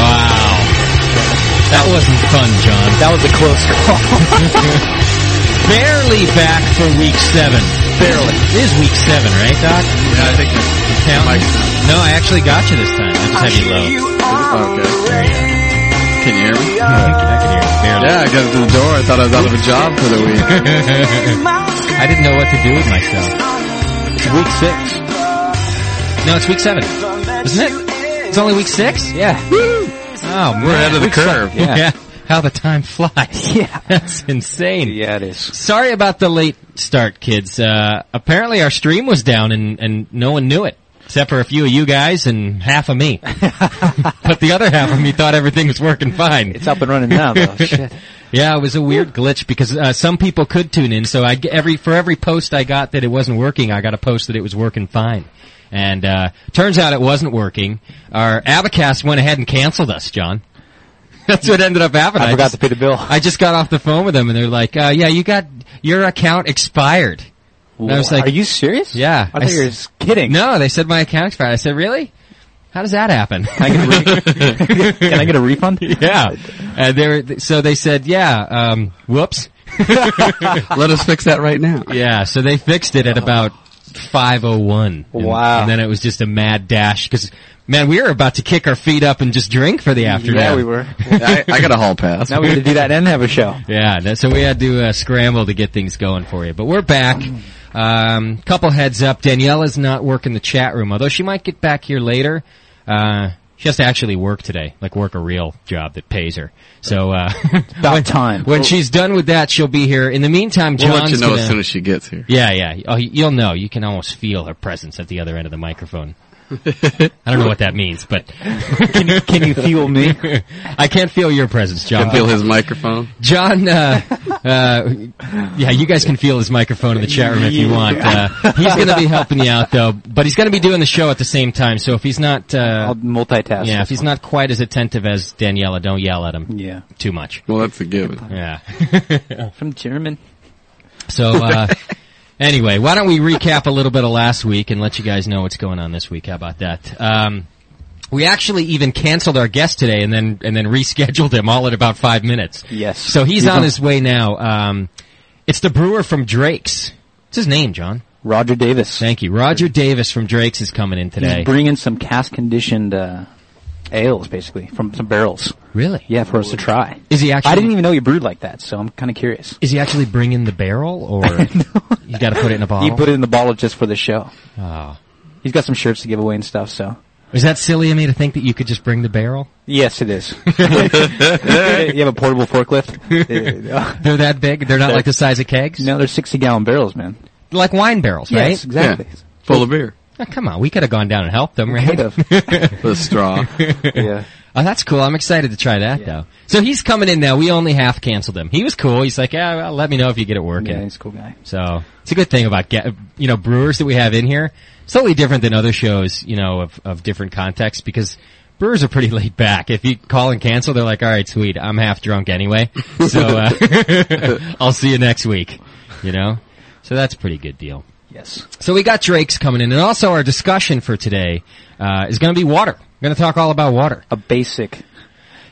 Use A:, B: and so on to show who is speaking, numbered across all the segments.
A: Wow. That wasn't fun, John. That was a close call. Barely back for week seven. Barely. It is week seven, right, Doc?
B: Yeah, I think that's
A: Count. No, I actually got you this time. I'm heavy low.
B: okay. Can you hear me?
A: I can hear you. Barely.
B: Yeah, I got to the door. I thought I was out of a job for the week.
A: I didn't know what to do with myself. It's week six. No, it's week seven. Isn't it? It's only week six? Yeah. Oh, man.
B: We're ahead of the curve.
A: Yeah. How the time flies. Yeah. That's insane.
C: Yeah, it is.
A: Sorry about the late start, kids. Uh, apparently our stream was down and, and no one knew it. Except for a few of you guys and half of me. but the other half of me thought everything was working fine.
C: It's up and running
A: Oh,
C: now, though. Shit.
A: Yeah, it was a weird glitch because uh, some people could tune in. So I g- every for every post I got that it wasn't working, I got a post that it was working fine. And uh, turns out it wasn't working. Our Abacast went ahead and canceled us, John. That's what ended up happening.
C: I forgot
A: just-
C: to pay the bill.
A: I just got off the phone with them, and they're like, uh, "Yeah, you got your account expired." And I was like,
C: Are you serious?
A: Yeah.
C: I
A: I
C: thought you were
A: s-
C: just kidding.
A: "No," they said my account expired. I said, "Really? How does that happen?"
C: Can I get a, re- Can I get a refund?
A: yeah, and they were, so they said, "Yeah, um, whoops."
B: Let us fix that right now.
A: Yeah, so they fixed it at about 501. And-
C: Uh-huh. Wow.
A: And then it was just a mad dash because man, we were about to kick our feet up and just drink for the afternoon.
C: Yeah, we were.
B: I, I got a hall pass.
C: Now we had to do that and have a show.
A: Yeah, that, so we had to uh, scramble to get things going for you. But we're back. Um, couple heads up. Daniela's not working the chat room, although she might get back here later. Uh, she has to actually work today, like work a real job that pays her. So uh,
C: About time.
A: when she's done with that, she'll be here. In the meantime,
B: We'll
A: John's
B: let you know
A: gonna-
B: as soon as she gets here.
A: Yeah, yeah. Oh, you- you'll know. You can almost feel her presence at the other end of the microphone. I don't know what that means, but
C: Can you, can you feel me?
A: I can't feel your presence, John.
B: Can feel his microphone. Mm-hmm.
A: John, uh, uh, yeah, you guys can feel his microphone in the chat room if you want. Uh, he's going to be helping you out though, but he's going to be doing the show at the same time. So if he's not, uh,
C: I'll multitask.
A: yeah, if he's not quite as attentive as Daniela, don't yell at him
C: Yeah.
A: too much.
B: Well, that's a given.
A: Yeah.
C: From German.
A: So, uh, anyway, why don't we recap a little bit of last week and let you guys know what's going on this week? How about that? Um, we actually even canceled our guest today and then and then rescheduled him all in about five minutes.
C: Yes.
A: So he's
C: You
A: on
C: know-
A: his way now. Um, it's the brewer from Drake's. What's his name, John?
C: Roger Davis.
A: Thank you. Roger Davis from Drake's is coming in today.
C: He's bringing some cast conditioned uh, ales, basically, from some barrels.
A: really?
C: Yeah, for us to try.
A: Is he actually?
C: I didn't even know you brewed like that, so I'm kind of curious.
A: Is he actually bringing the barrel, or you got to put it in a bottle?
C: He put it in the bottle just for the show.
A: Oh.
C: He's got some shirts to give away and stuff, so.
A: Is that silly of me to think that you could just bring the barrel?
C: Yes, it is. you have a portable forklift?
A: They're that big. They're not like the size of kegs.
C: no, they're 60 gallon barrels, man.
A: like wine barrels, right?
C: Yes, exactly.
B: Yeah. Full of beer.
A: Oh, come on, we could have gone down and helped them, right?
C: Kind of.
B: With a straw.
C: yeah.
A: Oh, that's cool. I'm excited to try that though. So he's coming in now. We only half canceled him. He was cool. He's like, yeah, well, let me know if you get it working.
C: Yeah, he's a cool guy.
A: so it's a good thing about get, you know brewers that we have in here. slightly different than other shows, you know, of, of different contexts because brewers are pretty laid back. If you call and cancel, they're like, all right, sweet, I'm half drunk anyway, so uh, I'll see you next week, you know? So that's a pretty good deal.
C: Yes.
A: So we got Drake's coming in, and also our discussion for today uh, is going to be water. We're going to talk all about water.
C: A basic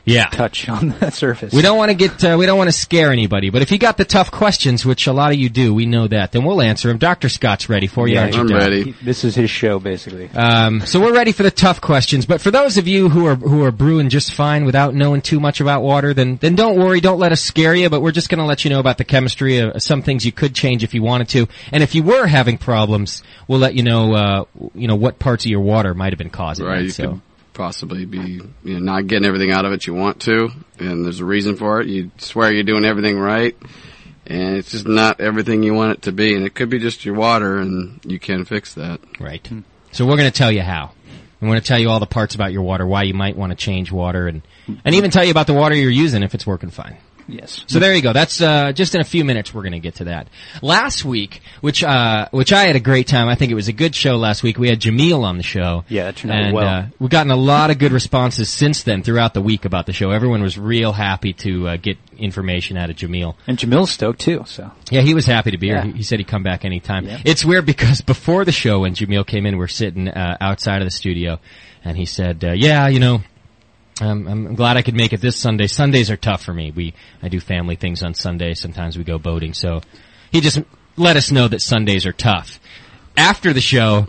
A: Yeah.
C: touch on the surface.
A: We don't want to get, uh, we don't want to scare anybody, but if you got the tough questions, which a lot of you do, we know that, then we'll answer them. Dr. Scott's ready for you, aren't you,
B: I'm
A: Doc?
B: ready.
C: He- this is his show, basically.
A: Um, so we're ready for the tough questions, but for those of you who are, who are brewing just fine without knowing too much about water, then, then don't worry, don't let us scare you, but we're just gonna let you know about the chemistry, uh, some things you could change if you wanted to, and if you were having problems, we'll let you know, uh, you know, what parts of your water might have been causing
B: Right.
A: that,
B: You
A: so.
B: could possibly be you know, not getting everything out of it you want to, and there's a reason for it. You swear you're doing everything right, and it's just not everything you want it to be. And it could be just your water, and you can fix that.
A: Right. So we're going to tell you how. I'm going to tell you all the parts about your water, why you might want to change water, and and even tell you about the water you're using if it's working fine.
C: Yes.
A: So there you go. That's uh, just in a few minutes we're going to get to that. Last week, which uh, which I had a great time. I think it was a good show last week. We had Jameel on the show.
C: Yeah, it turned out
A: and,
C: well.
A: Uh, we've gotten a lot of good responses since then throughout the week about the show. Everyone was real happy to uh, get information out of Jameel.
C: And Jamil's stoked too, so.
A: Yeah, he was happy to be here.
C: Yeah.
A: He, he said he'd come back anytime.
C: Yeah.
A: It's weird because before the show, when Jamil came in, we're sitting uh, outside of the studio, and he said, uh, "Yeah, you know, um, I'm glad I could make it this Sunday. Sundays are tough for me. We I do family things on Sunday. Sometimes we go boating. So he just let us know that Sundays are tough. After the show,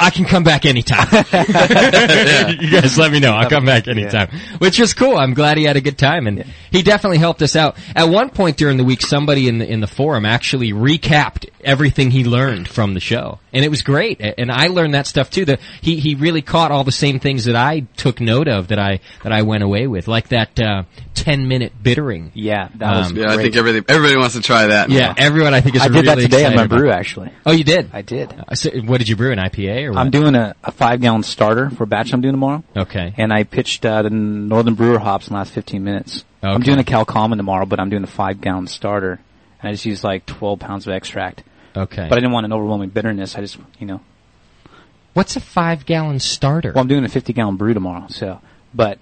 A: I can come back anytime. you guys let me know. I'll come back anytime. Which is cool. I'm glad he had a good time and he definitely helped us out. At one point during the week, somebody in the, in the forum actually recapped everything he learned from the show. And it was great. A- And I learned that stuff too. The, he, he really caught all the same things that I took note of that I, that I went away with. Like that, uh, 10 minute bittering.
C: Yeah, that was
A: Um,
B: Yeah, I
C: great.
B: think everything. Everybody wants to try that.
A: Yeah. Everyone I think is
C: I did
A: really
C: that today on
A: excited
C: my
A: about-
C: brew, actually.
A: Oh, you did?
C: I did.
A: Uh, so what did you brew? An IPA or what?
C: I'm doing a, a five gallon starter for a batch I'm doing tomorrow.
A: Okay.
C: And I pitched uh, the Northern Brewer hops in the last 15 minutes. I'm
A: Okay.
C: doing a Cal Common tomorrow, but I'm doing the five gallon starter. And I just used like 12 pounds of extract.
A: Okay.
C: But I didn't want an overwhelming bitterness. I just, you know,
A: What's a five gallon starter?
C: well, I'm doing a 50 gallon brew tomorrow, so, but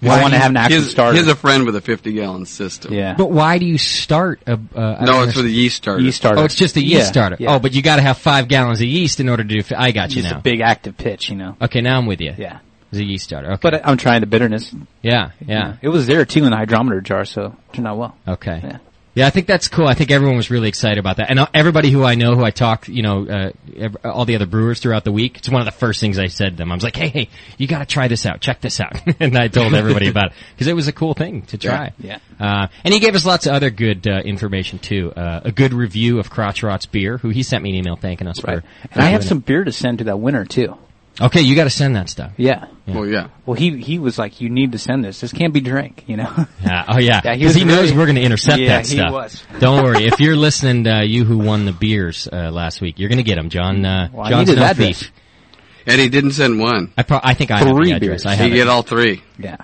A: Why
C: I
A: do
C: want to
A: you-
C: have an actual
B: Here's,
C: starter.
B: here's a friend with a 50 gallon system.
C: yeah.
A: But why do you start a? Uh, I
B: No,
A: don't
B: it's for the yeast starter.
C: yeast starter.
A: Oh, it's just a yeast
C: Yeah,
A: starter.
C: yeah.
A: Oh, but you got to have five gallons of yeast in order to do. F- I got you
C: Just
A: now.
C: a big active pitch, you know.
A: okay, now I'm with you.
C: Yeah.
A: it's a yeast starter. Okay.
C: But I- I'm trying the bitterness.
A: yeah, yeah.
C: It was there too in the hydrometer jar, so it turned out well.
A: Okay.
C: Yeah.
A: Yeah, I think that's cool. I think everyone was really excited about that, and uh, everybody who I know, who I talk, you know, uh, ev- all the other brewers throughout the week. It's one of the first things I said to them. I was like, "Hey, hey, you got to try this out. Check this out," and I told everybody about it because it was a cool thing to try.
C: Yeah,
A: Uh, and he gave us lots of other good uh, information too. Uh, a good review of Crotch Rot's beer. Who he sent me an email thanking us
C: Right.
A: for. for
C: And I have
A: doing
C: some beer to send to that winner too.
A: it. Okay, you got to send that stuff.
C: Yeah.
B: Well, yeah.
C: Well, he he was like, "You need to send this. This can't be drank," you know.
A: Yeah. Oh yeah.
C: Yeah, he
A: Because
C: was
A: he, knows
C: really-
A: we're going to intercept
C: Yeah,
A: that
C: he
A: stuff.
C: was.
A: Don't worry. If you're listening, uh, you who won the beers uh, last week, you're going to get them, John. Uh,
C: Well, I
A: John
C: needed that
A: Snowfeet.
C: drink.
B: And he didn't send one.
A: I, pro- I think I have
C: Three
A: the address.
C: beers.
A: I
B: He
A: have it.
B: get all three.
C: yeah.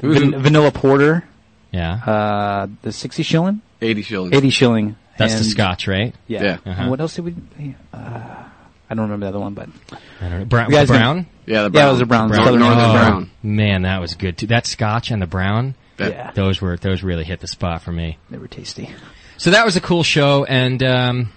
C: Van- vanilla porter,
A: Yeah.
C: uh, the sixty shilling,
B: 80 shillings.
C: eighty shilling.
A: That's the
C: and-
A: Scotch, right?
C: Yeah.
B: Yeah.
C: And
A: Uh-huh.
C: what else did we? Uh, I don't remember the other one, but
A: I don't know. Brown.
C: You guys
A: brown.
C: gonna-
B: Yeah, the brown.
C: Yeah, it was a brown.
B: Nor-
C: Southern
B: Northern
A: Oh,
B: brown.
A: Man, that was good too. That Scotch and the brown.
B: That-
C: yeah,
A: Those were those really hit the spot for me.
C: they were tasty.
A: So that was a cool show, and um, and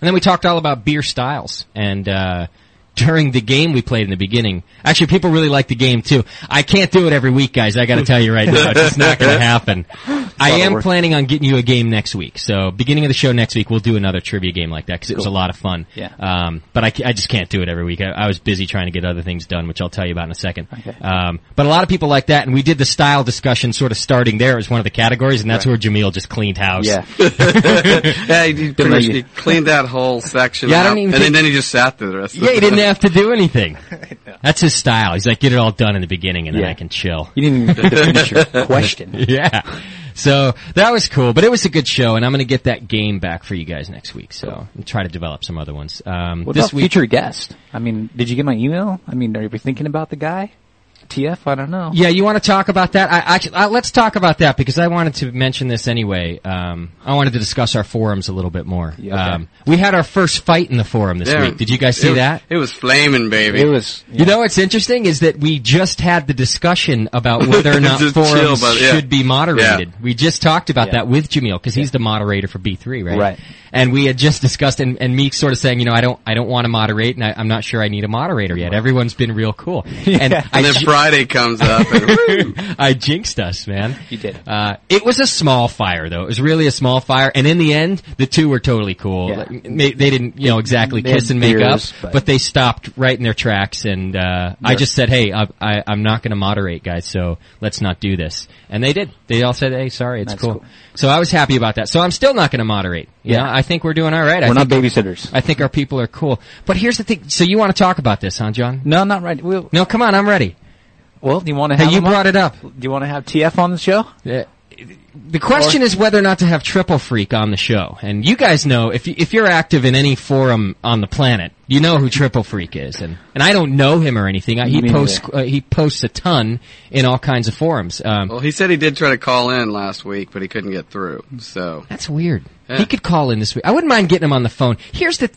A: then we talked all about beer styles. And uh, during the game we played in the beginning, actually people really liked the game too. I can't do it every week, guys. I got to tell you right now, it's just not going to happen. I am
C: work.
A: planning on getting you a game next week. So beginning of the show next week, we'll do another trivia game like that because it was a lot of fun.
C: Yeah.
A: Um, but I, ca- I just can't do it every week. I, I was busy trying to get other things done, which I'll tell you about in a second.
C: Okay.
A: Um, but a lot of people like that, and we did the style discussion sort of starting there as one of the categories, and that's where Jameel just cleaned house.
C: Yeah.
B: Yeah, he, did pretty
C: like
B: much,
C: you.
B: he cleaned that whole section
A: Yeah, I
B: up,
A: don't even
B: and
A: think-
B: then he just sat there the rest of
A: Yeah,
B: the
A: he didn't have to do anything. That's his style. He's like, get it all done in the beginning and then
C: Yeah.
A: I can chill.
C: You didn't even get to finish your question.
A: Yeah. So that was cool, but it was a good show and I'm going to get that game back for you guys next week. So and try to develop some other ones. Um,
C: What
A: this
C: about
A: week,
C: future guest? I mean, did you get my email? I mean, are you thinking about the guy? TF? I don't know.
A: Yeah, you want to talk about that? I, actually, I, let's talk about that because I wanted to mention this anyway. Um, I wanted to discuss our forums a little bit more.
C: okay.
A: Um, we had our first fight in the forum this
B: Yeah.
A: week. Did you guys see
B: It was-
A: that?
B: It was flaming, baby.
C: It was.
A: You know what's interesting is that we just had the discussion about whether or not
B: Just
A: forums
B: chill, but yeah.
A: should be moderated.
B: Yeah.
A: We just talked about
C: Yeah.
A: that with Jamil because he's the moderator for B3, right?
C: Right.
A: And we had just discussed and, and me sort of saying, you know, I don't, I don't want to moderate and I, I'm not sure I need a moderator yet. Everyone's been real cool. And I
B: And then
A: ju-
B: Friday comes up. And,
A: I jinxed us, man.
C: You did.
A: Uh, it was a small fire, though. It was really a small fire, and in the end, the two were totally cool.
C: Yeah.
A: Like, m- They, they didn't, you know, exactly
C: They had
A: kiss and make
C: beers,
A: up, but,
C: but-
A: they stopped right in their tracks. And uh, I just said, "Hey, I, I, I'm not going to moderate, guys. So let's not do this." And they did. They all said, "Hey, sorry, it's
C: That's
A: cool.
C: cool.
A: So I was happy about that. So I'm still not going to moderate. You
C: Yeah.
A: know, I think we're doing all right. I
C: We're not
A: think,
C: babysitters.
A: I think our people are cool. But here's the thing. So you want to talk about this, huh, John?
C: No, not right. Well,
A: No, come on, I'm ready.
C: well do you want to have
A: Hey, you
C: him on?
A: brought it up.
C: Do you want to have TF on the show?
A: Uh, the question is whether or not to have Triple Freak on the show. And you guys know if you, if you're active in any forum on the planet, you know who Triple Freak is. And and I don't know him or anything. I, he
C: Me neither.
A: posts uh, he posts a ton in all kinds of forums. Um,
B: well, he said he did try to call in last week, but he couldn't get through. So
A: that's weird.
B: Yeah.
A: He could call in this week. I wouldn't mind getting him on the phone. Here's the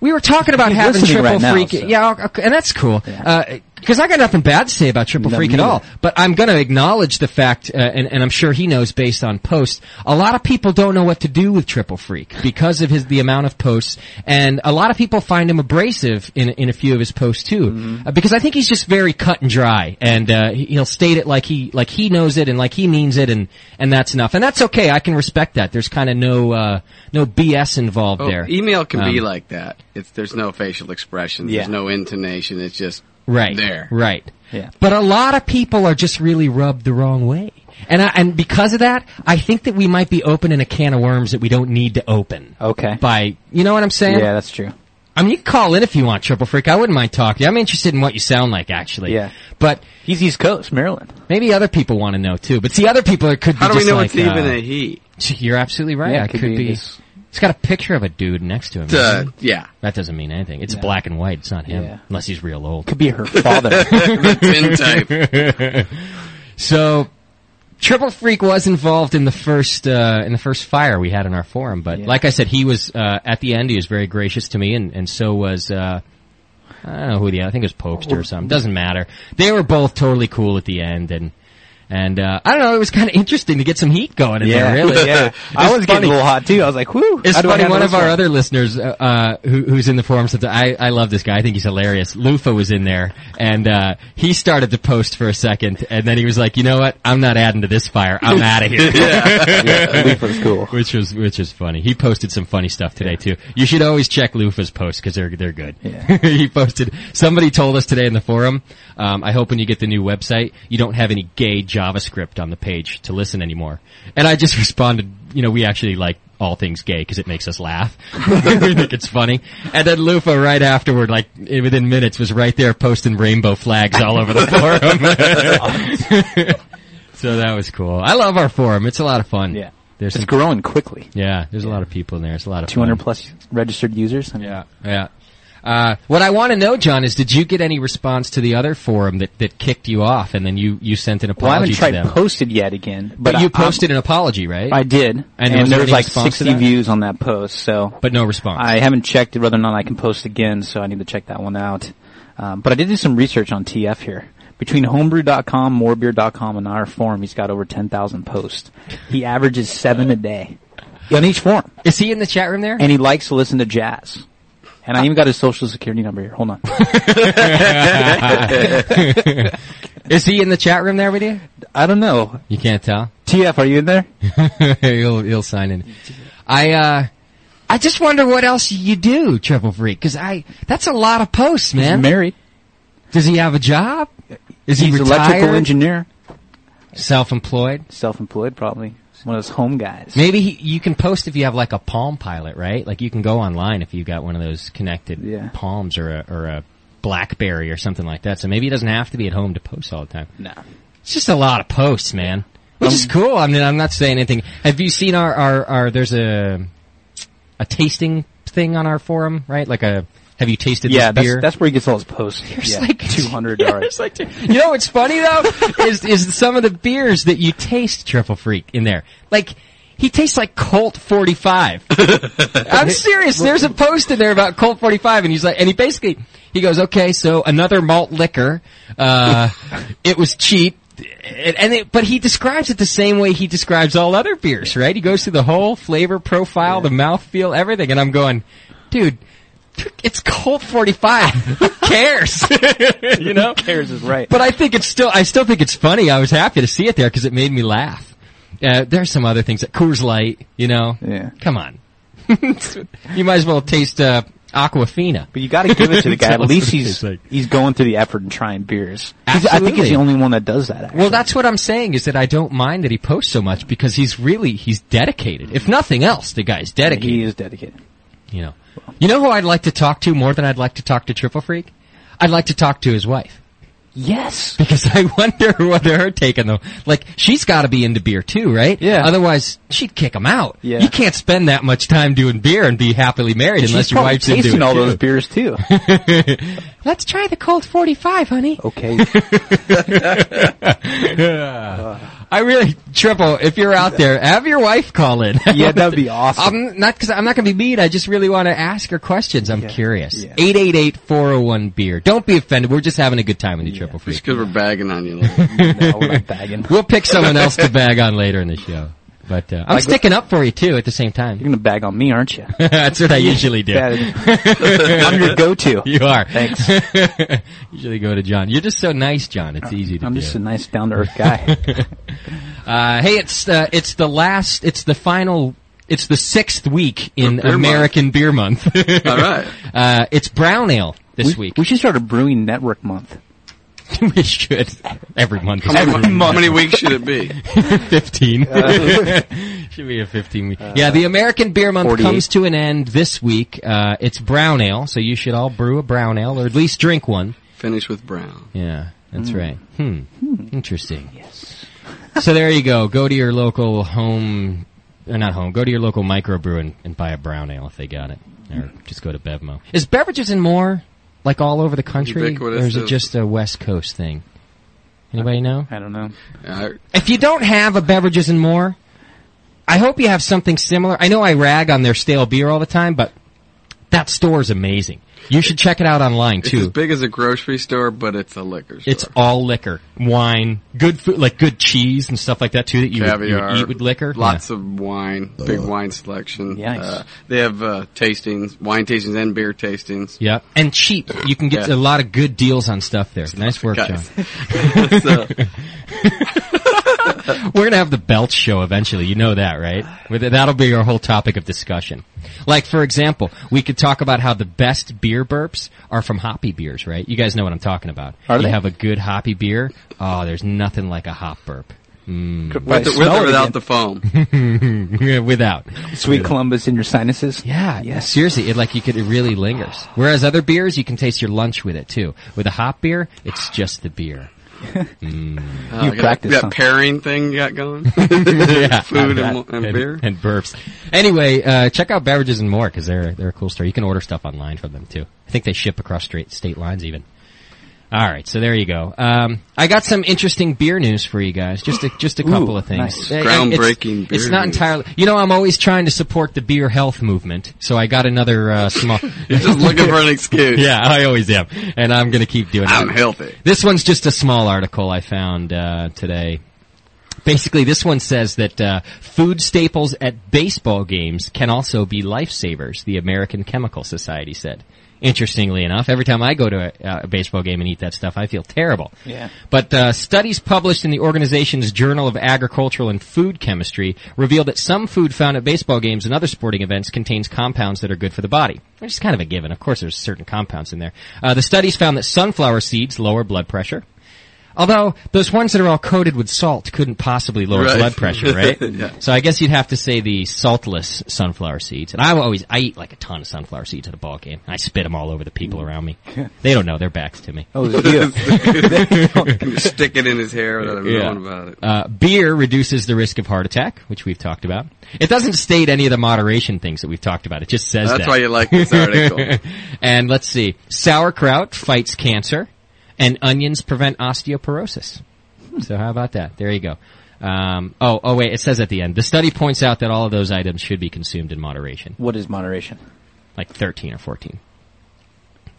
A: we were talking about
C: He's
A: having
C: listening
A: Triple
C: right now,
A: Freak.
C: so.
A: Yeah, I'll- I'll- and that's cool.
C: Yeah.
A: Because I got nothing bad to say about Triple
C: No,
A: Freak
C: me
A: at all.
C: neither.
A: But I'm going to acknowledge the fact, uh, and, and I'm sure he knows based on posts, a lot of people don't know what to do with Triple Freak because of his the amount of posts, and a lot of people find him abrasive in in a few of his posts too,
B: Mm-hmm.
A: Uh, because I think he's just very cut and dry, and uh, he- he'll state it like he like he knows it and like he means it, and and that's enough, and that's okay. I can respect that. There's kind of no uh, no BS involved
B: Oh,
A: there.
B: email can be
A: Um,
B: like that. It's there's no facial expression.
C: Yeah.
B: There's no intonation. It's just
A: Right.
B: there.
A: Right.
C: Yeah.
A: But a lot of people are just really rubbed the wrong way. And I, and because of that, I think that we might be opening a can of worms that we don't need to open.
C: Okay.
A: By, you know what I'm saying?
C: Yeah, that's true.
A: I mean, you can call in if you want, Triple Freak. I wouldn't mind talking. I'm interested in what you sound like, actually.
C: Yeah.
A: But
C: He's East Coast, Maryland.
A: maybe other people want to know too. But see, other people it could be
B: How do we
A: just
B: know
A: like,
B: it's even
A: uh,
B: a he?
A: You're absolutely right.
C: Yeah,
A: I
C: it could
A: could
C: be
A: be.
C: this-
A: It's got a picture of a dude next to him.
B: Uh,
A: doesn't it?
B: yeah,
A: that doesn't mean anything. It's black and white. It's not him,
C: Yeah.
A: unless he's real old.
C: Could be her father.
B: tin type.
A: So Triple Freak was involved in the first uh, in the first fire we had in our forum, but
C: Yeah.
A: like I said, he was uh, at the end. He was very gracious to me, and and so was. Uh, I don't know who the I think it was Pokester or something. Doesn't matter. They were both totally cool at the end, and and uh, I don't know. It was kind of interesting to get some heat going in
C: yeah,
A: there. Really,
C: Yeah. I was getting a little hot too. I was like, whoo.
A: it's
C: how do I
A: funny.
C: handle
A: One of
C: this
A: our other listeners uh, uh, who, who's in the forum said, that "I I love this guy. I think he's hilarious." Lufa was in there, and uh, he started to post for a second, and then he was like, "You know what? I'm not adding to this fire. I'm out of here."
C: Leaf was cool.
A: Which was which was funny. He posted some funny stuff today too. You should always check Lufa's posts because they're they're good.
C: Yeah.
A: he posted. Somebody told us today in the forum. Um, I hope when you get the new website, you don't have any gay JavaScript on the page to listen anymore. And I just responded. You know, we actually like all things gay because it makes us laugh. we think it's funny. And then Lufa right afterward, like i- within minutes, was right there posting rainbow flags all over the forum. so that was cool. I love our forum. It's a lot of fun.
C: Yeah.
A: There's
C: It's
A: some
C: growing quickly.
A: yeah, there's a lot of people in there. It's a lot of
C: 200
A: fun.
C: plus registered users. I mean,
A: Yeah, yeah. Uh, what I want to know, John, is did you get any response to the other forum that, that kicked you off, and then you, you sent an
C: Well, I
A: apology
C: haven't
A: to
C: tried
A: them?
C: posted yet again,
A: but
C: but,
A: you
C: I- I'm-
A: posted an apology, right?
C: I did, and,
A: was there
C: there was
A: any
C: like
A: response to
C: 60
A: that?
C: views on that post. So,
A: but no response.
C: I haven't checked whether or not I can post again, so I need to check that one out. Um, but I did do some research on TF here. Between homebrew.com, morebeer.com, and our forum, he's got over 10,000 posts. He averages seven a day on each forum,
A: is he in the chat room there?
C: and he likes to listen to jazz. And I even got his social security number here. Hold on.
A: Is he in the chat room there with you?
C: I don't know.
A: You can't tell.
C: TF, are you in there?
A: he'll he'll sign in. I uh, I just wonder what else you do, Triple Freak, because I that's a lot of posts,
C: He's
A: man.
C: married.
A: Does he have a job? Is he
C: He's an
A: retired?
C: electrical engineer.
A: Self-employed?
C: Self-employed, probably. One of those home guys.
A: Maybe he, you can post if you have like a Palm Pilot, right? Like you can go online if you've got one of those connected
C: Yeah.
A: Palms or a, or a BlackBerry or something like that. So maybe he doesn't have to be at home to post all the time.
C: No.
A: It's just a lot of posts, man. Which is cool. I mean, I'm not saying anything. Have you seen our, our, our, there's a, a tasting thing on our forum, right? Like a, Have you tasted
C: yeah,
A: this
C: that's,
A: beer?
C: that's where he gets all his posts.
A: There's
C: yeah,
A: like
C: 200
A: yeah,
C: yards.
A: there's like two- you know what's funny though is is some of the beers that you taste Truffle Freak in there. Like he tastes like Colt 45. I'm serious. There's a post in there about Colt 45 and he's like and he basically he goes, "Okay, so another malt liquor. Uh it was cheap." And and it, but he describes it the same way he describes all other beers, right? He goes through the whole flavor profile, the mouthfeel, everything, and I'm going, dude, it's Colt 45. Who cares? you know?
C: Cares is right.
A: But I think it's still, I still think it's funny. I was happy to see it there because it made me laugh. Uh, there are some other things that Coors Light, you know.
C: Yeah.
A: Come on. you might as well taste uh, Aquafina.
C: But you got to give it to the guy. At
A: Tell us
C: least
A: what it
C: he's
A: tastes like.
C: he's going through the effort and trying beers. He's- I think he's
A: Absolutely.
C: the only one that does that. Actually.
A: Well, that's what I'm saying is that I don't mind that he posts so much because he's really he's dedicated. If nothing else, the guy's dedicated.
C: he is dedicated.
A: you know, you know who I'd like to talk to more than I'd like to talk to Triple Freak. I'd like to talk to his wife.
C: Yes.
A: because I wonder what her take on the like. She's got to be into beer too, right?
C: Yeah.
A: Otherwise, she'd kick him out.
C: Yeah.
A: You can't spend that much time doing beer and be happily married unless
C: She's
A: your
C: probably
A: wife's into
C: tasting
A: it.
C: all
A: too.
C: those beers too.
A: Let's try the Colt 45, honey.
C: Okay.
A: I really triple. If you're out there, have your wife call in.
C: Yeah, that'd be awesome.
A: I'm not because I'm not going to be mean. I just really want to ask her questions. I'm curious.
C: Yeah.
A: Eight eight eight four zero one beer. Don't be offended. We're just having a good time with you, Triple
B: Just
A: Freak.
B: because we're bagging on you. a little.
C: no, we're not bagging. You're
A: We'll pick someone else to bag on later in the show. But uh, I'm
C: Like-
A: sticking up for you too. At the same time,
C: gonna bag on me, aren't you?
A: That's what I usually do.
C: That- I'm your go-to.
A: You are.
C: Thanks.
A: usually go to John. You're just so nice, John. It's easy to
C: I'm
A: do.
C: just a nice down-to-earth guy.
A: uh, hey, it's uh, it's the last. It's the final. It's the sixth week in
B: Beer Month.
A: American Beer Month.
B: All right.
A: uh, it's brown ale this
C: we,
A: week.
C: we should start a brewing network month.
A: we should every month. is
B: How many-
A: brown
B: how many weeks should it be?
A: fifteen.
C: Uh.
A: Should be a fifteen week. yeah, the American Beer Month
C: 48.
A: comes to an end this week. Uh, it's brown ale, so you should all brew a brown ale or at least drink one.
B: Finish with brown.
A: Yeah, that's right. Hmm. Interesting. Yes. so there you go. Go to your local home, or not home. Go to your local microbrew and, and buy a brown ale if they got it, or just go to Bevmo. Is beverages and more like all over the country, or
B: Ubiquitous
A: is it
B: is-
A: just a West Coast thing? Anybody know?
C: I don't know.
B: Uh, I-
A: If you don't have a beverages and more, I hope you have something similar. I know I rag on their stale beer all the time, but that store is amazing. You should check it out online
B: It's
A: too.
B: as big as a grocery store, but it's a liquor store.
A: It's all liquor, wine, good food, like good cheese and stuff like that too that you, would, you would
B: caviar.
A: eat with liquor.
B: Lots of wine. Big wine selection.
C: Yikes.
B: Uh, they have uh, tastings, wine tastings, and beer tastings.
A: yeah. Yep. and cheap. You can get
B: Yeah.
A: a lot of good deals on stuff there. Nice work, John.
B: Guys. So,
A: We're gonna have the belt show eventually. You know that, right? With it- That'll be our whole topic of discussion. Like, for example, we could talk about how the best beer burps are from hoppy beers, right? You guys know what I'm talking about.
C: Are
A: you
C: they?
A: have a good hoppy beer. Oh, there's nothing like a hop burp. Mm.
B: with, or- with or without the foam.
A: Without.
C: sweet Columbus in your sinuses.
A: Yeah, yeah. Seriously, it like you could it really lingers. Whereas other beers, you can taste your lunch with it too. With a hop beer, it's just the beer. Mm.
B: Uh,
C: You
B: got
C: practice,
B: That
C: huh?
B: pairing thing you got going.
A: Yeah,
B: Food and,
A: that.
B: and beer.
A: and burps. Anyway, uh, check out beverages and more because they're they're a cool store. You can order stuff online from them too. I think they ship across straight state lines even. All right, so there you go. Um, I got some interesting beer news for you guys. Just a, just a couple of things.
C: nice.
A: Uh, and it's-
B: Groundbreaking beer
A: It's not
B: news.
A: entirely. You know, I'm always trying to support the beer health movement, so I got another uh, small.
B: Just looking for an excuse.
A: Yeah, I always am, and I'm going to keep doing
B: I'm
A: it.
B: healthy.
A: This one's just a small article I found uh, today. Basically, this one says that uh, food staples at baseball games can also be lifesavers. The American Chemical Society said. Interestingly enough, every time I go to a, uh, a baseball game and eat that stuff, I feel terrible.
C: Yeah.
A: But uh, studies published in the organization's Journal of Agricultural and Food Chemistry reveal that some food found at baseball games and other sporting events contains compounds that are good for the body, which is kind of a given. Of course, there's certain compounds in there. Uh, the studies found that sunflower seeds lower blood pressure, Although those ones that are all coated with salt couldn't possibly lower
B: Right.
A: blood pressure, right?
B: Yeah.
A: So I guess you'd have to say the saltless sunflower seeds. And I always I eat like a ton of sunflower seeds at a ball game. I spit them all over the people around me. They don't know their backs to me.
C: Oh, it was you.
B: Stick it in his hair without him knowing about it.
A: Uh, beer reduces the risk of heart attack, which we've talked about. It doesn't state any of the moderation things that we've talked about. It just says
B: That's
A: that.
B: why you like this article.
A: and let's see. Sauerkraut fights cancer, and onions prevent osteoporosis. Um, So how about that? There you go. Um, oh, oh wait, it says at the end. The study points out that all of those items should be consumed in moderation,
C: what is moderation?
A: like 13 or 14.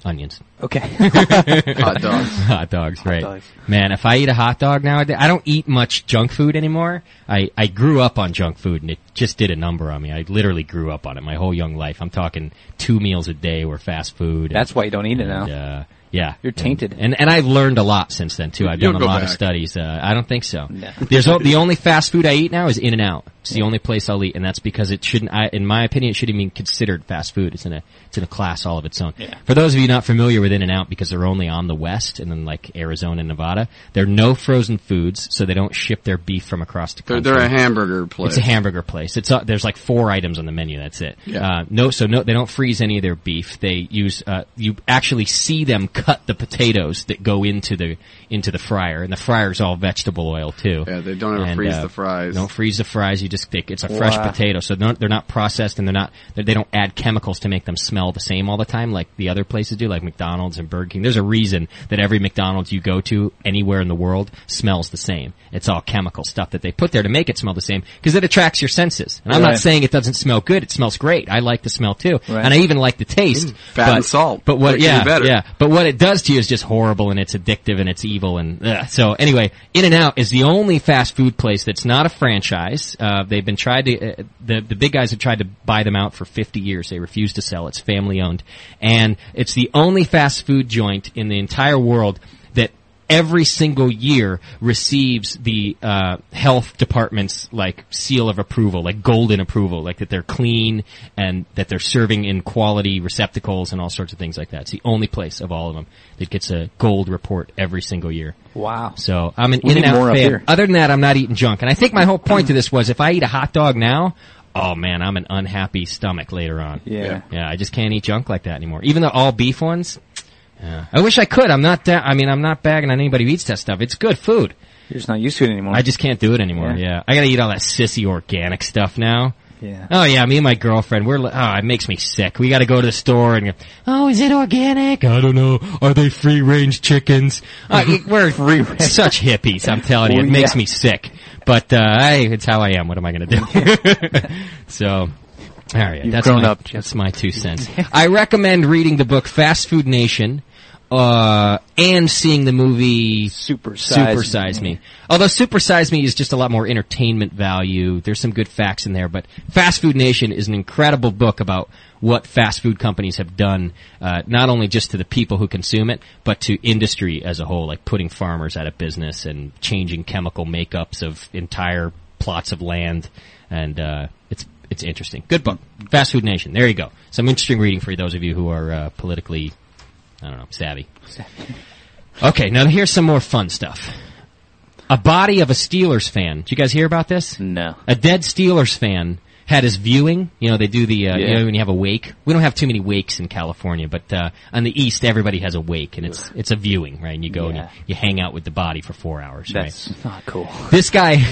A: Onions,
C: Okay.
B: Hot dogs.
A: hot dogs, right?
C: dogs.
A: Man, if I eat a hot dog nowadays, I don't eat much junk food anymore. I I grew up on junk food, and it just did a number on me. I literally grew up on it my whole young life. I'm talking two meals a day were fast food. and-
C: That's why you don't eat it now.
A: and, uh, yeah,
C: You're tainted.
A: and, and I've learned a lot since then too. I've
B: You'll
A: done a
B: go
A: lot of
B: back.
A: studies. Uh, I don't think so.
C: No.
A: There's o- the only fast food I eat now is In and Out. It's the only place I'll eat, and that's because it shouldn't. I, in my opinion, it shouldn't even be considered fast food. It's in a it's in a class all of its own. For those of you not familiar with In and Out, because they're only on the West and then like Arizona and Nevada, there are no frozen foods, so they don't ship their beef from across the
B: They're,
A: country.
B: they're a hamburger place.
A: It's a hamburger place. It's uh, there's like four items on the menu. That's it.
B: Yeah.
A: Uh, no, so no, they don't freeze any of their beef. They use uh, you actually see them cut the potatoes that go into the into the fryer, and the fryer's all vegetable oil too.
B: Yeah, they don't ever
A: And,
B: freeze
A: uh,
B: the fries.
A: Don't freeze the fries. You just they, it's a fresh potato, so they're not, they're not processed and they're not they they don't add chemicals to make them smell the same all the time like the other places do, like McDonald's and Burger King. There's a reason that every McDonald's you go to anywhere in the world smells the same. It's all chemical stuff that they put there to make it smell the same because it attracts your senses. And I'm
C: Right.
A: not saying it doesn't smell good. It smells great. I like the smell too,
C: Right.
A: and I even like the taste.
B: fat
A: but,
B: Mm, and salt.
A: But what?
B: Makes it
A: Yeah,
B: better.
A: yeah. But what it does to you is just horrible, and it's addictive, and it's evil, and ugh. so anyway, In and Out is the only fast food place that's not a franchise. Uh, they've been tried to uh, the the big guys have tried to buy them out for fifty years. They refuse to sell. It's family owned, and it's the only fast food joint in the entire world that every single year receives the uh, health department's like seal of approval, like golden approval, like that they're clean and that they're serving in quality receptacles and all sorts of things like that. It's the only place of all of them that gets a gold report every single year.
C: Wow.
A: So I'm an
C: We
A: in and
C: need more
A: out
C: up
A: fan.
C: here.
A: Other than that, I'm not eating junk. And I think my whole point to this was if I eat a hot dog now, oh man, I'm an unhappy stomach later on.
C: Yeah.
A: Yeah, I just can't eat junk like that anymore. Even the all beef ones. yeah. I wish I could. I'm not that, I mean, I'm not bagging on anybody who eats that stuff. It's good food.
C: You're just not used to it anymore.
A: I just can't do it anymore. Yeah.
C: Yeah.
A: I gotta eat all that sissy organic stuff now.
C: Yeah.
A: Oh yeah, me and my girlfriend, we're, li- oh, it makes me sick. We gotta go to the store and go, oh, is it organic? I don't know. Are they free range chickens? Uh, we're such hippies, I'm telling you. It
C: Well,
A: makes
C: Oh, yeah.
A: me sick. But, uh, I, it's how I am. What am I gonna do? so. All right, that's
C: grown
A: my,
C: up, Jeff.
A: That's my two cents. I recommend reading the book Fast Food Nation, uh, and seeing the movie
C: Super size.
A: Super Size Me. Although Super Size Me is just a lot more entertainment value. There's some good facts in there, but Fast Food Nation is an incredible book about what fast food companies have done, uh, not only just to the people who consume it, but to industry as a whole, like putting farmers out of business and changing chemical makeups of entire plots of land. And, uh, it's, it's interesting. Good book. Fast Food Nation. There you go. Some interesting reading for those of you who are, uh, politically, I don't know, savvy. Okay, now here's some more fun stuff. A body of a Steelers fan. Did you guys hear about this?
C: No.
A: A dead Steelers fan had his viewing. You know, they do the, uh, you
C: Yeah.
A: know, when you have a wake. We don't have too many wakes in California, but, uh, on the East, everybody has a wake, and it's, it's a viewing, right? And you go
C: Yeah.
A: and you, you hang out with the body for four hours,
C: That's not cool.
A: right? This guy,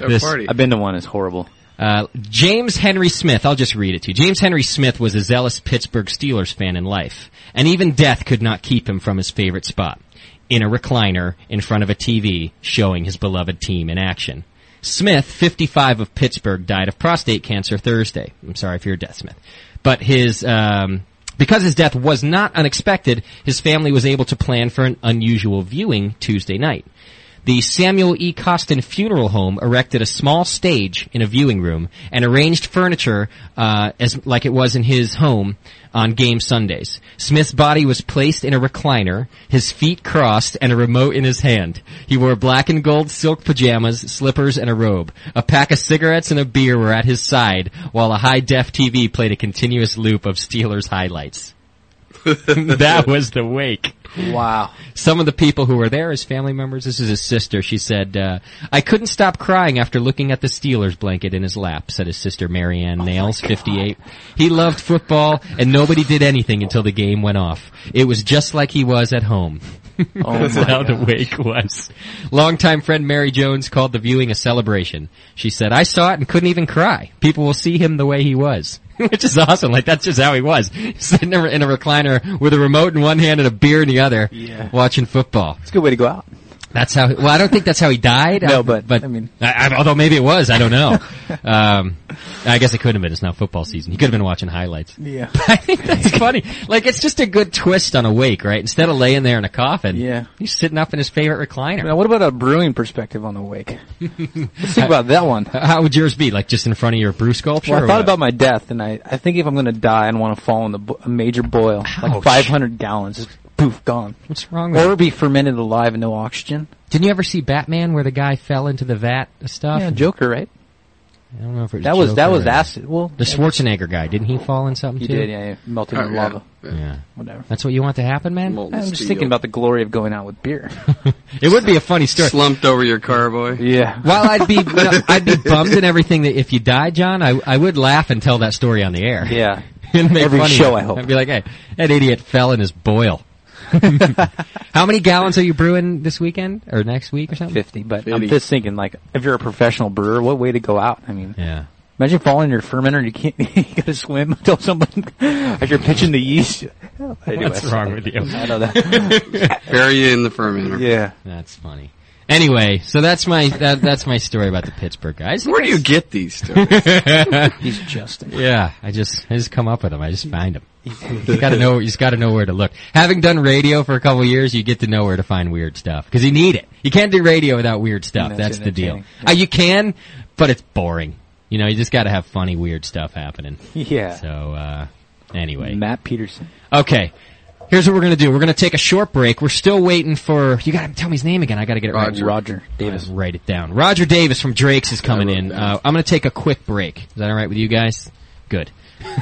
A: this,
B: party.
C: I've been to one. It's horrible.
A: uh, James Henry Smith, I'll just read it to you. James Henry Smith was a zealous Pittsburgh Steelers fan in life, and even death could not keep him from his favorite spot. In a recliner, in front of a TV, showing his beloved team in action. Smith, 55 of Pittsburgh, died of prostate cancer Thursday. I'm sorry for your death, Smith. But his, um, because his death was not unexpected, his family was able to plan for an unusual viewing Tuesday night. The Samuel E. Costin Funeral Home erected a small stage in a viewing room and arranged furniture uh, as like it was in his home on game Sundays. Smith's body was placed in a recliner, his feet crossed, and a remote in his hand. He wore black and gold silk pajamas, slippers, and a robe. A pack of cigarettes and a beer were at his side, while a high-def TV played a continuous loop of Steelers highlights. that was the wake.
C: Wow.
A: Some of the people who were there as family members, this is his sister, she said, uh, I couldn't stop crying after looking at the Steelers blanket in his lap, said his sister Marianne
C: Oh
A: Nails, 58. He loved football and nobody did anything until the game went off. It was just like he was at home.
C: Oh
A: That's
C: my
A: how the wake was. Longtime friend Mary Jones called the viewing a celebration. She said, I saw it and couldn't even cry. People will see him the way he was. Which is awesome. Like that's just how he was. Sitting in a in a recliner with a remote in one hand and a beer in the other. Watching football.
C: It's a good way to go out.
A: That's how, well I don't think that's how he died.
C: No,
A: I-
C: but, I mean-
A: I, I- although maybe it was, I don't know. um, I guess it could have been. It's now football season. He could have been watching highlights.
C: Yeah.
A: I think that's funny. Like it's just a good twist on a wake, right? Instead of laying there in a coffin,
C: Yeah.
A: he's sitting up in his favorite recliner.
C: Now, what about a brewing perspective on the wake? Let's think about that one.
A: Uh, How would yours be? Like just in front of your brew sculpture?
C: Well,
A: or
C: I thought
A: what?
C: about my death, and I, I think if I'm going to die, I'd want to fall in the bo- a major boil, like
A: Ouch.
C: 500 gallons, just poof, gone.
A: what's wrong with
C: Or be fermented alive and no oxygen.
A: Didn't you ever see Batman where the guy fell into the vat of stuff?
C: Yeah, Joker, right?
A: I don't know if it was
C: That was that
A: Joker
C: was
A: or-
C: acid. Well,
A: The Schwarzenegger guy, didn't he fall in something
C: you
A: too?
C: did, yeah, yeah, melted
B: Oh,
C: in
B: yeah.
C: lava,
A: Yeah.
C: whatever.
A: That's what you want to happen, man?
B: Molten
C: I'm just
B: steel.
C: thinking about the glory of going out with beer.
A: It would be a funny story.
B: slumped over your carboy.
C: yeah.
A: While I'd be no, I'd be bummed and everything that if you die, John, I I would laugh and tell that story on the air.
C: Yeah.
A: and make
C: Every
A: fun of
C: show,
A: you.
C: I hope.
A: I'd be like, hey, that idiot fell in his boil. How many gallons are you brewing this weekend or next week or something?
C: 50, but I'm
B: 50.
C: just thinking, like, if you're a professional brewer, what way to go out? I mean,
A: Yeah.
C: imagine falling in your fermenter and you can't, you gotta swim until someone, like you're pitching the yeast. Anyway,
A: What's wrong with you?
C: I know that.
B: Bury you in the fermenter.
C: yeah.
A: That's funny. Anyway, so that's my that, that's my story about the Pittsburgh guys.
B: Where do you get these stories?
C: He's Justin.
A: Yeah, I just I just come up with them. I just find them. You got to know you just got to know where to look. Having done radio for a couple years, you get to know where to find weird stuff because you need it. You can't do radio without weird stuff.
C: No, it's
A: That's the deal.
C: entertaining.
A: Uh, you can, but it's boring. You know, you just got to have funny weird stuff happening.
C: Yeah.
A: So uh anyway,
C: Matt Peterson.
A: okay. Here's what we're gonna do. We're gonna take a short break. We're still waiting for you. Got to tell me his name again. I got to get it right.
B: Roger.
C: Roger Davis.
A: I'll Write it down. Roger Davis from Drake's is coming
B: I wrote
A: in.
B: it
A: Uh, I'm going to take a quick break. Is that all right with you guys? Good.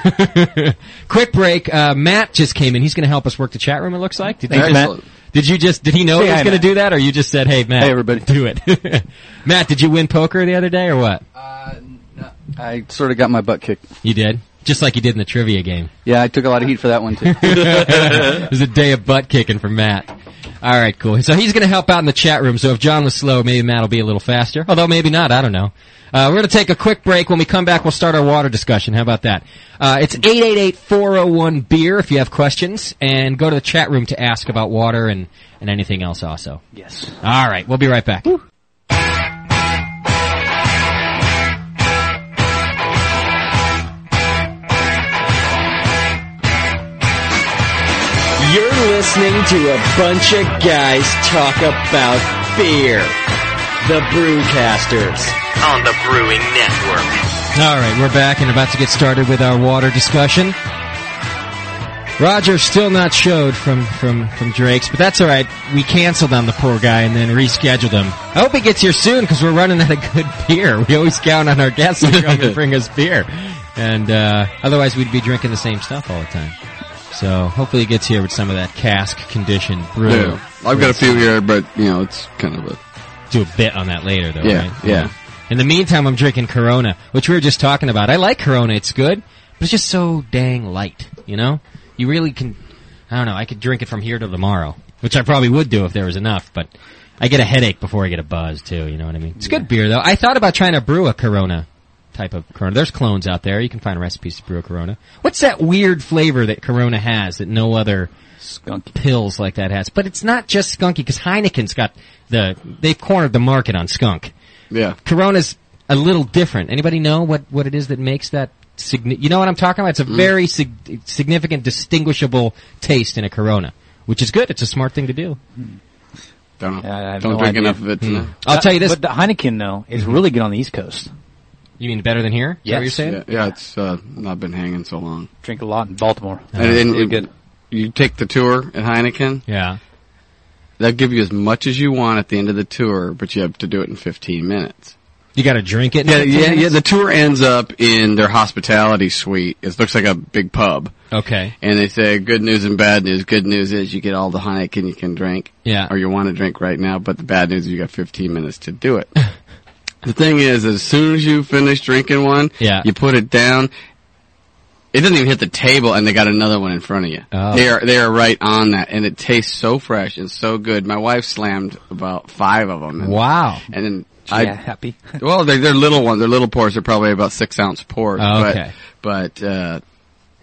A: quick break. Uh, Matt just came in. He's going to help us work the chat room. It looks like. Did you
C: Thanks,
A: just,
B: Matt.
A: Did you just? Did he know he
C: Say
A: was
C: hi,
A: going to do
C: Matt.
A: that, or you just said, "Hey, Matt,
C: Hey, everybody.
A: do it." Matt, did you win poker the other day, or what?
D: I sort of got my butt kicked.
A: You did, just like you did in the trivia game.
D: Yeah, I took a lot of heat for that one too.
A: It was a day of butt kicking for Matt. All right, cool. So he's going to help out in the chat room. So if John was slow, maybe Matt will be a little faster. Although maybe not. I don't know. Uh, we're going to take a quick break. When we come back, we'll start our water discussion. How about that? Uh, it's 888-401-BEER E if you have questions. And go to the chat room to ask about water and, and anything else also.
C: Yes.
A: All right. We'll be right back.
E: You're listening to a bunch of guys talk about beer. The Brewcasters.
F: on the Brewing Network.
A: All right, we're back and about to get started with our water discussion. Roger still not showed from from from Drake's, but that's all right. We canceled on the poor guy and then rescheduled him. I hope he gets here soon because we're running out of good beer. We always count on our guests to come and bring us beer, and uh, otherwise we'd be drinking the same stuff all the time. So hopefully he gets here with some of that cask conditioned brew.
B: Yeah. I've got a few here, but you know it's kind of a
A: Do a bit on that later though.
B: Yeah,
A: right?
B: yeah.
A: In the meantime, I'm drinking Corona, which we were just talking about. I like Corona; it's good, but it's just so dang light. You know, you really can. I don't know. I could drink it from here till tomorrow, which I probably would do if there was enough. But I get a headache before I get a buzz too. You know what I mean? It's good beer though. I thought about trying to brew a Corona type of Corona. There's clones out there. You can find recipes to brew a Corona. What's that weird flavor that Corona has that no other
C: Skunk.
A: pills like that has? But it's not just skunky because Heineken's got the they've cornered the market on skunk.
B: yeah.
A: Corona's a little different. Anybody know what, what it is that makes that signi- you know what I'm talking about? It's a
B: Mm.
A: very sig- significant distinguishable taste in a Corona, which is good. It's a smart thing to do.
B: Don't know.
C: Yeah, I have
B: Don't
C: no
B: drink
C: idea.
B: enough of it to know.
A: I'll tell you this.
C: But the Heineken, though, is really good on the East Coast.
A: you mean better than here? Is that what you're
C: Yes.
A: saying?
B: Yeah, yeah, it's uh, not been hanging so long.
C: Drink a lot in Baltimore.
B: and and
D: really
B: it-
D: good.
B: you take the tour at Heineken.
A: Yeah.
B: They'll give you as much as you want at the end of the tour, but you have to do it in 15 minutes.
A: You got to drink it. in
B: Yeah,
A: 15
B: yeah, yeah.
A: minutes?
B: The tour ends up in their hospitality suite. It looks like a big pub.
A: Okay.
B: And they say good news and bad news. Good news is you get all the Heineken you can drink.
A: Yeah.
B: Or you want to drink right now, but the bad news is you got 15 minutes to do it. the thing is, as soon as you finish drinking one,
A: Yeah.
B: you put it down. It doesn't even hit the table and they got another one in front of you.
A: Oh.
B: They are, they are right on that and it tastes so fresh and so good. My wife slammed about five of them. And,
A: Wow.
B: And then
C: yeah,
B: I,
C: happy.
B: well, they're, they're little ones. They're little pours. They're probably about six ounce pours.
A: Oh, okay.
B: But, but, uh,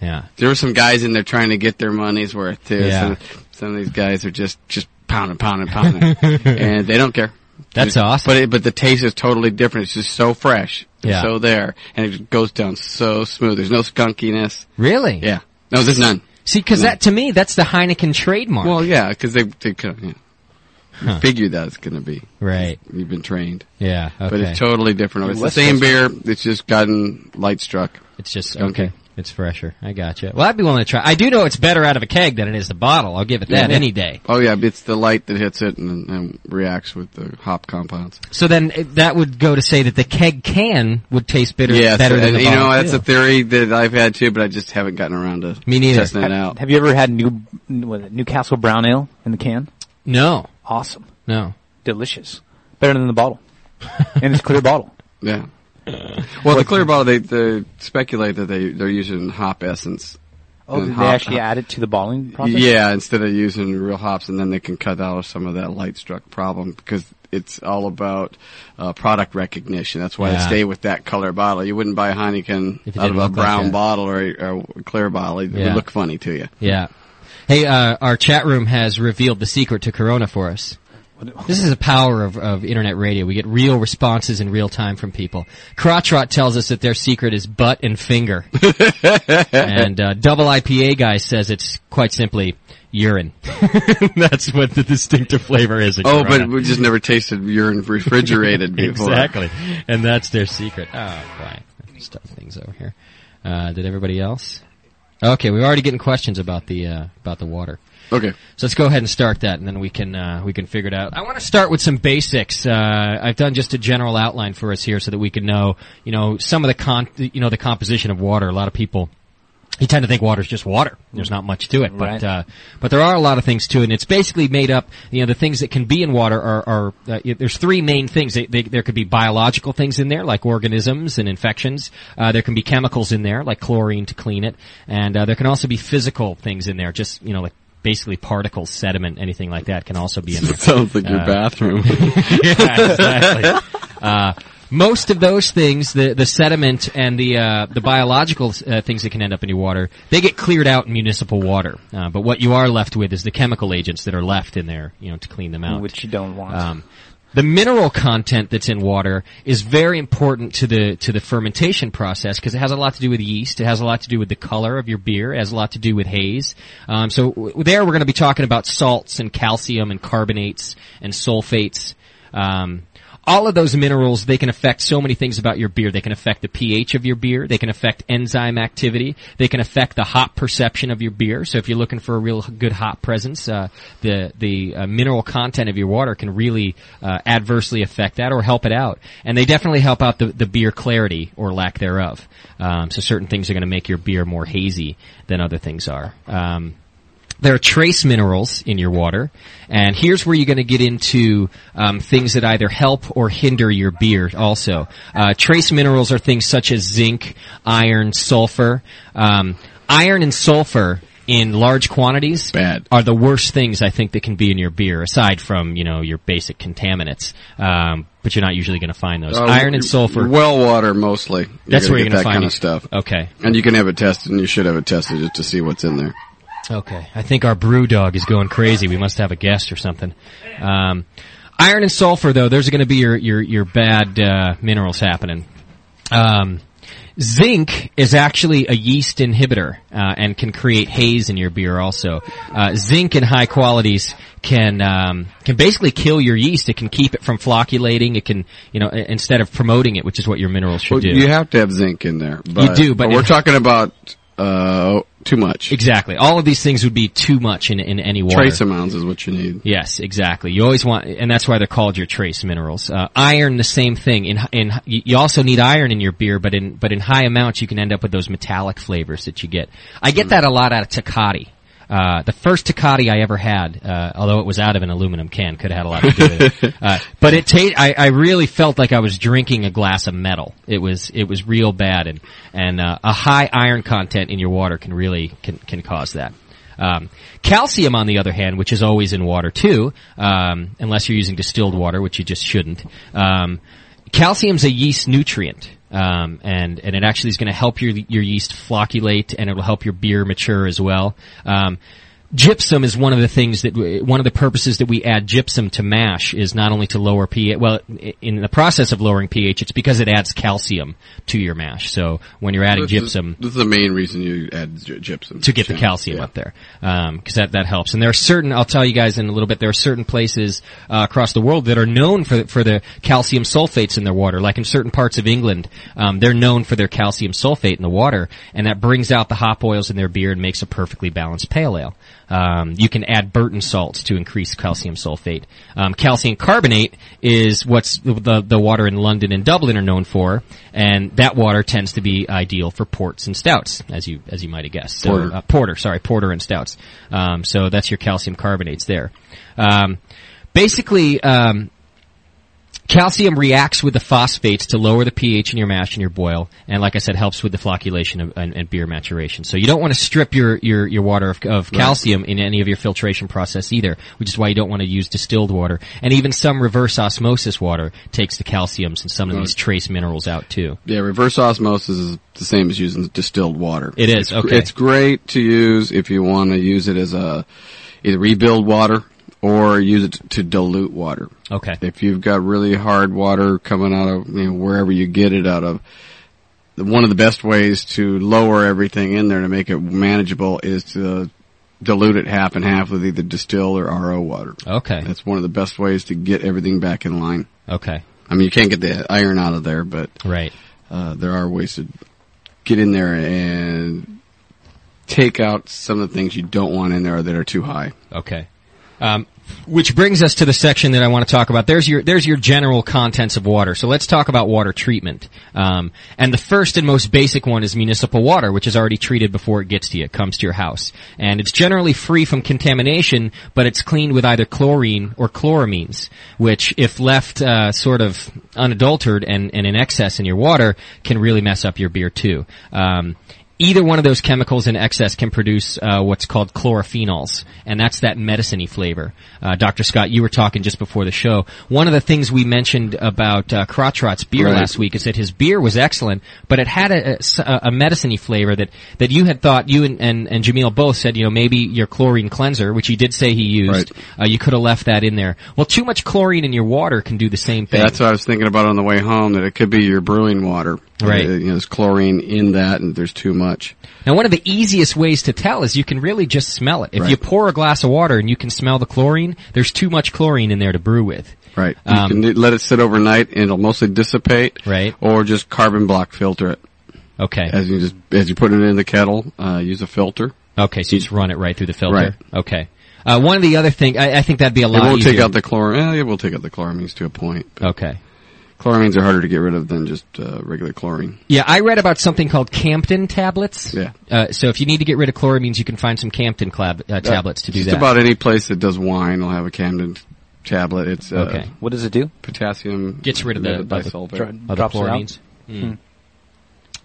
A: Yeah.
B: there were some guys in there trying to get their money's worth too.
A: Yeah.
B: Some, some of these guys are just just pounding, pounding, pounding, and they don't care.
A: That's awesome.
B: But it, but the taste is totally different. It's just so fresh, It's
A: Yeah.
B: so there, and it goes down so smooth. There's no skunkiness.
A: Really?
B: Yeah, no, there's none.
A: See,
B: Mm.
A: because that to me, that's the Heineken trademark.
B: Well, yeah, because they they kind of yeah. You figure that's going to be.
A: right.
B: You've been trained,
A: Yeah. Okay.
B: but it's totally different. It's the
D: West
B: same
D: Coast-
B: beer. It's just gotten light struck.
A: It's just
B: Okay.
A: okay. It's fresher. I gotcha. Well, I'd be willing to try. I do know it's better out of a keg than it is the bottle. I'll give it that
B: Yeah.
A: any day.
B: Oh yeah, it's the light that hits it and, and reacts with the hop compounds.
A: So then it- that would go to say that the keg can would taste bitter
B: Yeah,
A: better
B: so-
A: than
B: and
A: the
B: you
A: bottle.
B: know that's
A: too.
B: a theory that I've had too, but I just haven't gotten around to
A: Me neither.
B: testing it out.
C: Have you ever had new what, is it, Newcastle Brown Ale in the can?
A: no,
C: Awesome,
A: no.
C: delicious, better than the bottle, and it's clear bottle.
B: Yeah. Well, the clear bottle they, they speculate that they they're using hop essence.
C: Oh,
B: and
C: did they
B: hop-
C: actually add it to the bottling process?
B: Yeah, instead of using real hops, and then they can cut out some of that light struck problem because it's all about uh, product recognition. That's why they
A: Yeah.
B: stay with that color bottle. You wouldn't buy
A: If
B: Heineken
A: it
B: out
A: didn't
B: of a
A: look like
B: brown
A: that.
B: bottle or a, or a clear bottle. It
A: Yeah.
B: would look funny to you.
A: Yeah. Hey, uh, our chat room has revealed the secret to Corona for us. This is the power of, of internet radio. We get real responses in real time from people. Crotch Rot tells us that their secret is butt and finger. and uh, Double IPA guy says it's quite simply urine. That's what the distinctive flavor is. in
B: Oh, but
A: Corona.
B: we just never tasted urine refrigerated before.
A: Exactly. And that's their secret. Oh, boy. Stuff things over here. Uh, did everybody else? Okay, we're already getting questions about the, uh, about the water.
B: Okay.
A: So let's go ahead and start that, and then we can uh, we can figure it out. I want to start with some basics. Uh, I've done just a general outline for us here, so that we can know, you know, some of the con, you know, the composition of water. A lot of people you tend to think water's just water. There's not much to it, but
C: Right.
A: uh, but there are a lot of things to it. And it's basically made up. You know, the things that can be in water are are uh, y- there's three main things. They, they, there could be biological things in there, like organisms and infections. Uh, there can be chemicals in there, like chlorine to clean it, and uh, there can also be physical things in there, just you know, like basically particles, sediment, anything like that can also be in there. Uh,
B: Sounds like your bathroom.
A: yeah, exactly. Uh, most of those things, the, the sediment and the uh, the biological uh, things that can end up in your water, they get cleared out in municipal water. Uh, but what you are left with is the chemical agents that are left in there, you know, to clean them out.
C: Which you don't want.
A: Um, the mineral content that's in water is very important to the to the fermentation process because it has a lot to do with yeast. It has a lot to do with the color of your beer. It has a lot to do with haze. Um, so w- there, we're going to be talking about salts and calcium and carbonates and sulfates. Um, all of those minerals, they can affect so many things about your beer. They can affect the pH of your beer. They can affect enzyme activity. They can affect the hop perception of your beer. So if you're looking for a real good hop presence, uh, the the uh, mineral content of your water can really uh, adversely affect that or help it out. And they definitely help out the, the beer clarity or lack thereof. Um, so certain things are going to make your beer more hazy than other things are. Um, there are trace minerals in your water, and here's where you're going to get into um, things that either help or hinder your beer. Also, uh, trace minerals are things such as zinc, iron, sulfur. Um, iron and sulfur in large quantities
B: Bad.
A: are the worst things I think that can be in your beer, aside from you know your basic contaminants. Um, but you're not usually going to find those.
B: Uh,
A: iron and sulfur.
B: Well water mostly. You're
A: that's where you're going
B: gonna get
A: to
B: that
A: find
B: kind
A: it.
B: of stuff.
A: Okay.
B: And you can have it tested, and you should have it tested just to see what's in there.
A: Okay, I think our brew dog is going crazy. We must have a guest or something. Um, iron and sulfur, though, those are going to be your your your bad uh, minerals happening. Um, zinc is actually a yeast inhibitor uh, and can create haze in your beer. Also, uh, zinc in high qualities can um, can basically kill your yeast. It can keep it from flocculating. It can you know i- instead of promoting it, which is what your minerals should
B: Well,
A: do.
B: You have to have zinc in there. But,
A: do, but-
B: we're talking about uh, too much.
A: Exactly. All of these things would be too much in, in any water.
B: Trace amounts is what you need.
A: Yes, exactly. You always want, and that's why they're called your trace minerals. Uh, iron, the same thing. In in you you also need iron in your beer, but in but in high amounts, you can end up with those metallic flavors that you get. I get that a lot out of Tecate. Uh, the first Tecate I ever had, uh, although it was out of an aluminum can, could have had a lot to do with it. Uh, but it ta- I, I really felt like I was drinking a glass of metal. It was it was real bad, and and uh, a high iron content in your water can really can can cause that. Um, calcium, on the other hand, which is always in water too, um, unless you're using distilled water, which you just shouldn't. Um, calcium's a yeast nutrient, um, and and it actually is going to help your your yeast flocculate, and it will help your beer mature as well. Um, Gypsum is one of the things that w- one of the purposes that we add gypsum to mash is not only to lower pH. Well, i- in the process of lowering pH, it's because it adds calcium to your mash. So when you're adding
B: This is-
A: gypsum,
B: This is the main reason you add gy- gypsum
A: to get the
B: Yeah.
A: calcium up there because that that helps. And there are certain I'll tell you guys in a little bit. There are certain places uh, across the world that are known for for the calcium sulfates in their water. Like in certain parts of England, um, they're known for their calcium sulfate in the water, and that brings out the hop oils in their beer and makes a perfectly balanced pale ale. Um, you can add Burton salts to increase calcium sulfate. Um, calcium carbonate is what's the, the the water in London and Dublin are known for, and that water tends to be ideal for ports and stouts, as you as you might have guessed. So,
B: Porter.
A: uh, porter, sorry, porter and stouts. Um, so that's your calcium carbonates there. Um, basically, um, calcium reacts with the phosphates to lower the pH in your mash and your boil, and like I said, helps with the flocculation of, and, and beer maturation. So you don't want to strip your your, your water of, of calcium in any of your filtration process either, which is why you don't want to use distilled water, and even some reverse osmosis water takes the calciums and some of these trace minerals out too.
B: Yeah, reverse osmosis is the same as using distilled water.
A: It is,
B: It's, gr-
A: okay.
B: It's great to use if you want to use it as a either rebuild water or use it to dilute water.
A: Okay.
B: If you've got really hard water coming out of you know, wherever you get it out of, the- one of the best ways to lower everything in there to make it manageable is to dilute it half and half with either distilled or RO water.
A: Okay.
B: That's one of the best ways to get everything back in line.
A: Okay.
B: I mean, you can't get the iron out of there, but
A: Right.
B: uh, there are ways to get in there and take out some of the things you don't want in there that are too high.
A: Okay. Um, which brings us to the section that I want to talk about. There's your there's your general contents of water. So let's talk about water treatment. Um, and the first and most basic one is municipal water, which is already treated before it gets to you, it comes to your house, and it's generally free from contamination, but it's cleaned with either chlorine or chloramines, which, if left uh, sort of unadulterated and, and in excess in your water, can really mess up your beer too. Um, either one of those chemicals in excess can produce uh, what's called chlorophenols, and that's that medicine-y flavor. Uh, Dr. Scott, you were talking just before the show. One of the things we mentioned about uh, Krotrot's beer
B: Right.
A: last week is that his beer was excellent, but it had a, a s- a- a medicine-y flavor that, that you had thought, you and, and, and Jamil both said, you know, maybe your chlorine cleanser, which he did say he used, uh, you could have left that in there. Well, too much chlorine in your water can do the same thing.
B: That's what I was thinking about on the way home. That it could be your brewing water.
A: Right.
B: Uh, you know, there's chlorine in that, and there's too much.
A: Now, one of the easiest ways to tell is you can really just smell it. If
B: Right.
A: you pour a glass of water and you can smell the chlorine, there's too much chlorine in there to brew with.
B: Right.
A: Um,
B: you can let it sit overnight, and it'll mostly dissipate.
A: Right.
B: Or just carbon block filter it
A: Okay.
B: as you just as you put it in the kettle. Uh, use a filter.
A: okay, so you just run it right through the filter.
B: Right.
A: Okay. Uh, one of the other thing, I, I think that'd be a
B: It
A: lot
B: won't
A: easier.
B: take out the chlorine. Eh, it will take out the chloramines to a point. But
A: okay.
B: Chloramines are harder to get rid of than just uh, regular chlorine.
A: Yeah, I read about something called Campton tablets.
B: Yeah.
A: Uh, so if you need to get rid of chloramines, you can find some Campton clab, uh, tablets to do
B: Just
A: that.
B: about any place that does wine will have a Camden tablet. It's uh,
A: Okay.
C: What does it do?
B: potassium
A: Gets rid of the- of the-
B: bisulfate.
C: Dr-
A: Other
C: drops it out?
A: chlorines.
C: Hmm.
A: Mm.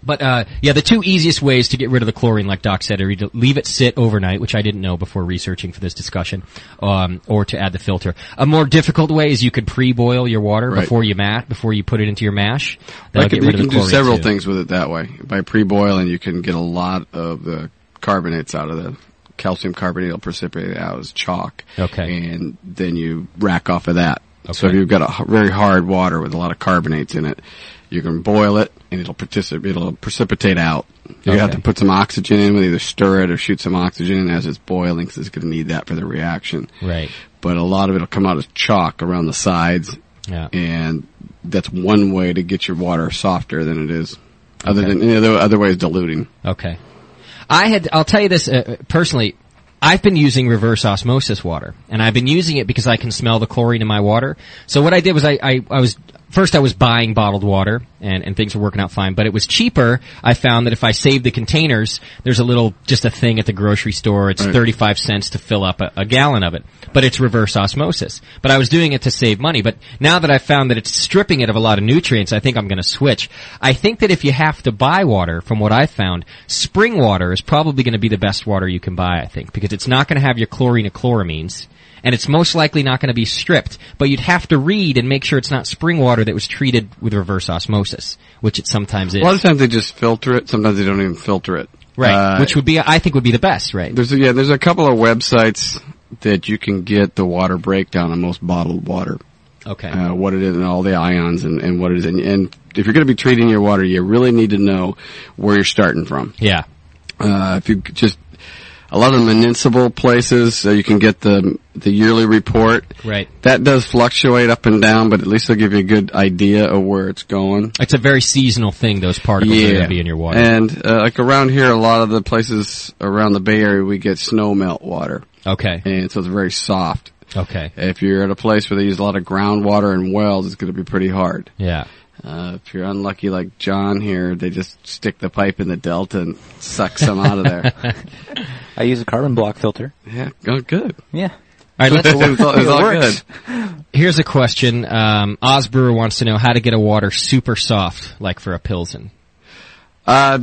A: But uh, yeah, the two easiest ways to get rid of the chlorine, like Doc said, are to leave it sit overnight, which I didn't know before researching for this discussion, um, or to add the filter. A more difficult way is you could pre-boil your water
B: Right.
A: before you mat before you put it into your mash. That'll
B: Like,
A: get
B: you
A: rid of
B: can
A: the
B: do
A: chlorine
B: several
A: too.
B: things with it that way. By pre-boiling, you can get a lot of the carbonates out of the calcium carbonate will precipitate out as chalk.
A: Okay.
B: And then you rack off of that. So if
A: Okay.
B: you've got a h- very hard water with a lot of carbonates in it, you can boil it and it'll participate, it'll precipitate out. You have
A: Okay.
B: to put some oxygen in with either stir it or shoot some oxygen in as it's boiling because it's going to need that for the reaction.
A: Right.
B: But a lot of it'll come out as chalk around the sides
A: Yeah.
B: and that's one way to get your water softer than it is. Other than you know, there are other ways diluting.
A: Okay. I had, I'll tell you this uh, personally. I've been using reverse osmosis water, and I've been using it because I can smell the chlorine in my water. So what I did was I, I, I was first I was buying bottled water, and, and things were working out fine, but it was cheaper. I found that if I saved the containers, there's a little just a thing at the grocery store. It's
B: Right.
A: 35 cents to fill up a, a gallon of it, but it's reverse osmosis. But I was doing it to save money. But now that I've found that it's stripping it of a lot of nutrients, I think I'm going to switch. I think that if you have to buy water, from what I've found, spring water is probably going to be the best water you can buy, I think, because it's not going to have your chlorine or chloramines. And it's most likely not going to be stripped, but you'd have to read and make sure it's not spring water that was treated with reverse osmosis, which it sometimes is.
B: A lot of times they just filter it. Sometimes they don't even filter it.
A: right.
B: Uh,
A: which would be, I think would be the best, right?
B: There's a, yeah, there's a couple of websites that you can get the water breakdown on most bottled water,
A: Okay.
B: uh, what it is and all the ions and, and what it is. And, and if you're going to be treating your water, you really need to know where you're starting from.
A: yeah.
B: Uh, if you just a lot of the municipal places, so you can get the the yearly report.
A: Right.
B: That does fluctuate up and down, but at least they'll give you a good idea of where it's going.
A: It's a very seasonal thing. Those particles are going to be in your water.
B: And uh, like around here, a lot of the places around the Bay Area, we get snow melt water,
A: okay.
B: and so it's very soft.
A: Okay.
B: If you're at a place where they use a lot of groundwater and wells, it's going to be pretty hard.
A: Yeah.
B: Uh, if you're unlucky like John here, they just stick the pipe in the delta and suck some out of there.
C: I use a carbon block filter.
B: Yeah, oh, good.
A: All
C: Yeah.
A: right.
B: It was
A: Let's,
B: all, it was all
C: works.
B: good.
A: here's a question. Um, Oz Brewer wants to know how to get a water super soft, like for a pilsen.
B: Uh,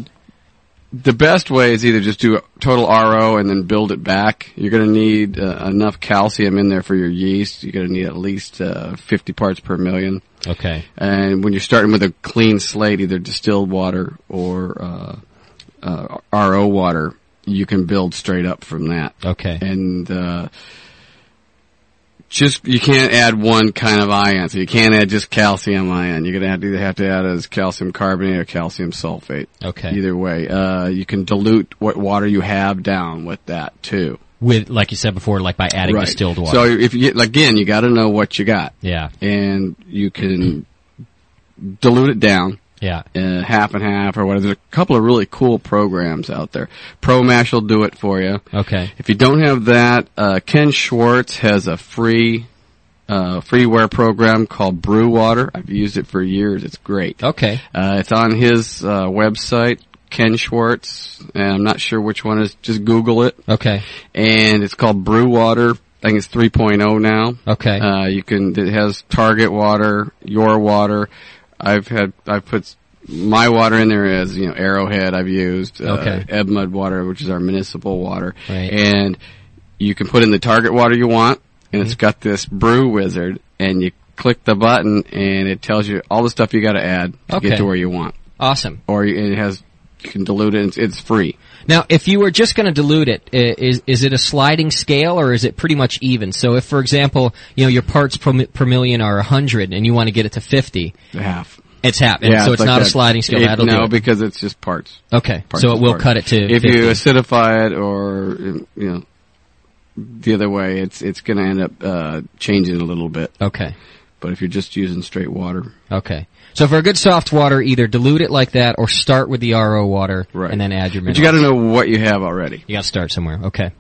B: the best way is either just do a total RO and then build it back. You're going to need uh, enough calcium in there for your yeast. You're going to need at least uh, 50 parts per million.
A: Okay.
B: And when you're starting with a clean slate, either distilled water or uh, uh, RO water, you can build straight up from that.
A: Okay.
B: And uh, just you can't add one kind of ion, so you can't add just calcium ion. You're gonna have to either have to add as calcium carbonate or calcium sulfate.
A: Okay.
B: Either way, uh, you can dilute what water you have down with that too.
A: With, like you said before, like by adding distilled water.
B: So if you again, you got to know what you got
A: yeah.
B: and you can dilute it down
A: Yeah.
B: uh, half and half or whatever. There's a couple of really cool programs out there. ProMash will do it for you.
A: Okay.
B: If you don't have that, uh, Ken Schwartz has a free uh, freeware program called Brew Water. I've used it for years. It's great.
A: Okay.
B: Uh, it's on his uh, website, Ken Schwartz, and I'm not sure which one is. Just Google it,
A: Okay.
B: and it's called Brew Water. I think it's 3.0 now.
A: Okay.
B: Uh, you can, it has Target water, your water. I've had, I've put s- my water in there as, you know, Arrowhead I've used, uh,
A: Okay.
B: Ebmud water, which is our municipal water.
A: Right.
B: And you can put in the Target water you want, and
A: Mm-hmm.
B: it's got this brew wizard, and you click the button, and it tells you all the stuff you gotta add to
A: Okay.
B: get to where you want.
A: awesome.
B: Or you- it has, you can dilute it, and it's, it's free.
A: Now, if you were just going to dilute it, i- is is it a sliding scale or is it pretty much even? So, if for example, you know your parts per, mi- per million are hundred and you want to get it to fifty,
B: Half.
A: it's happened. so it's
B: like
A: not a
B: that.
A: sliding scale.
B: It-
A: That'll do
B: no,
A: it.
B: because it's just parts.
A: Okay,
B: parts
A: so it
B: is
A: will
B: parts.
A: cut it to.
B: If
A: 50.
B: you acidify it or you know the other way, it's it's going to end up uh, changing a little bit.
A: okay,
B: But if you're just using straight water,
A: okay. So for a good soft water, either dilute it like that or start with the RO water
B: Right.
A: and then add your
B: but
A: minerals.
B: you got to know what you have already.
A: You got to start somewhere. Okay.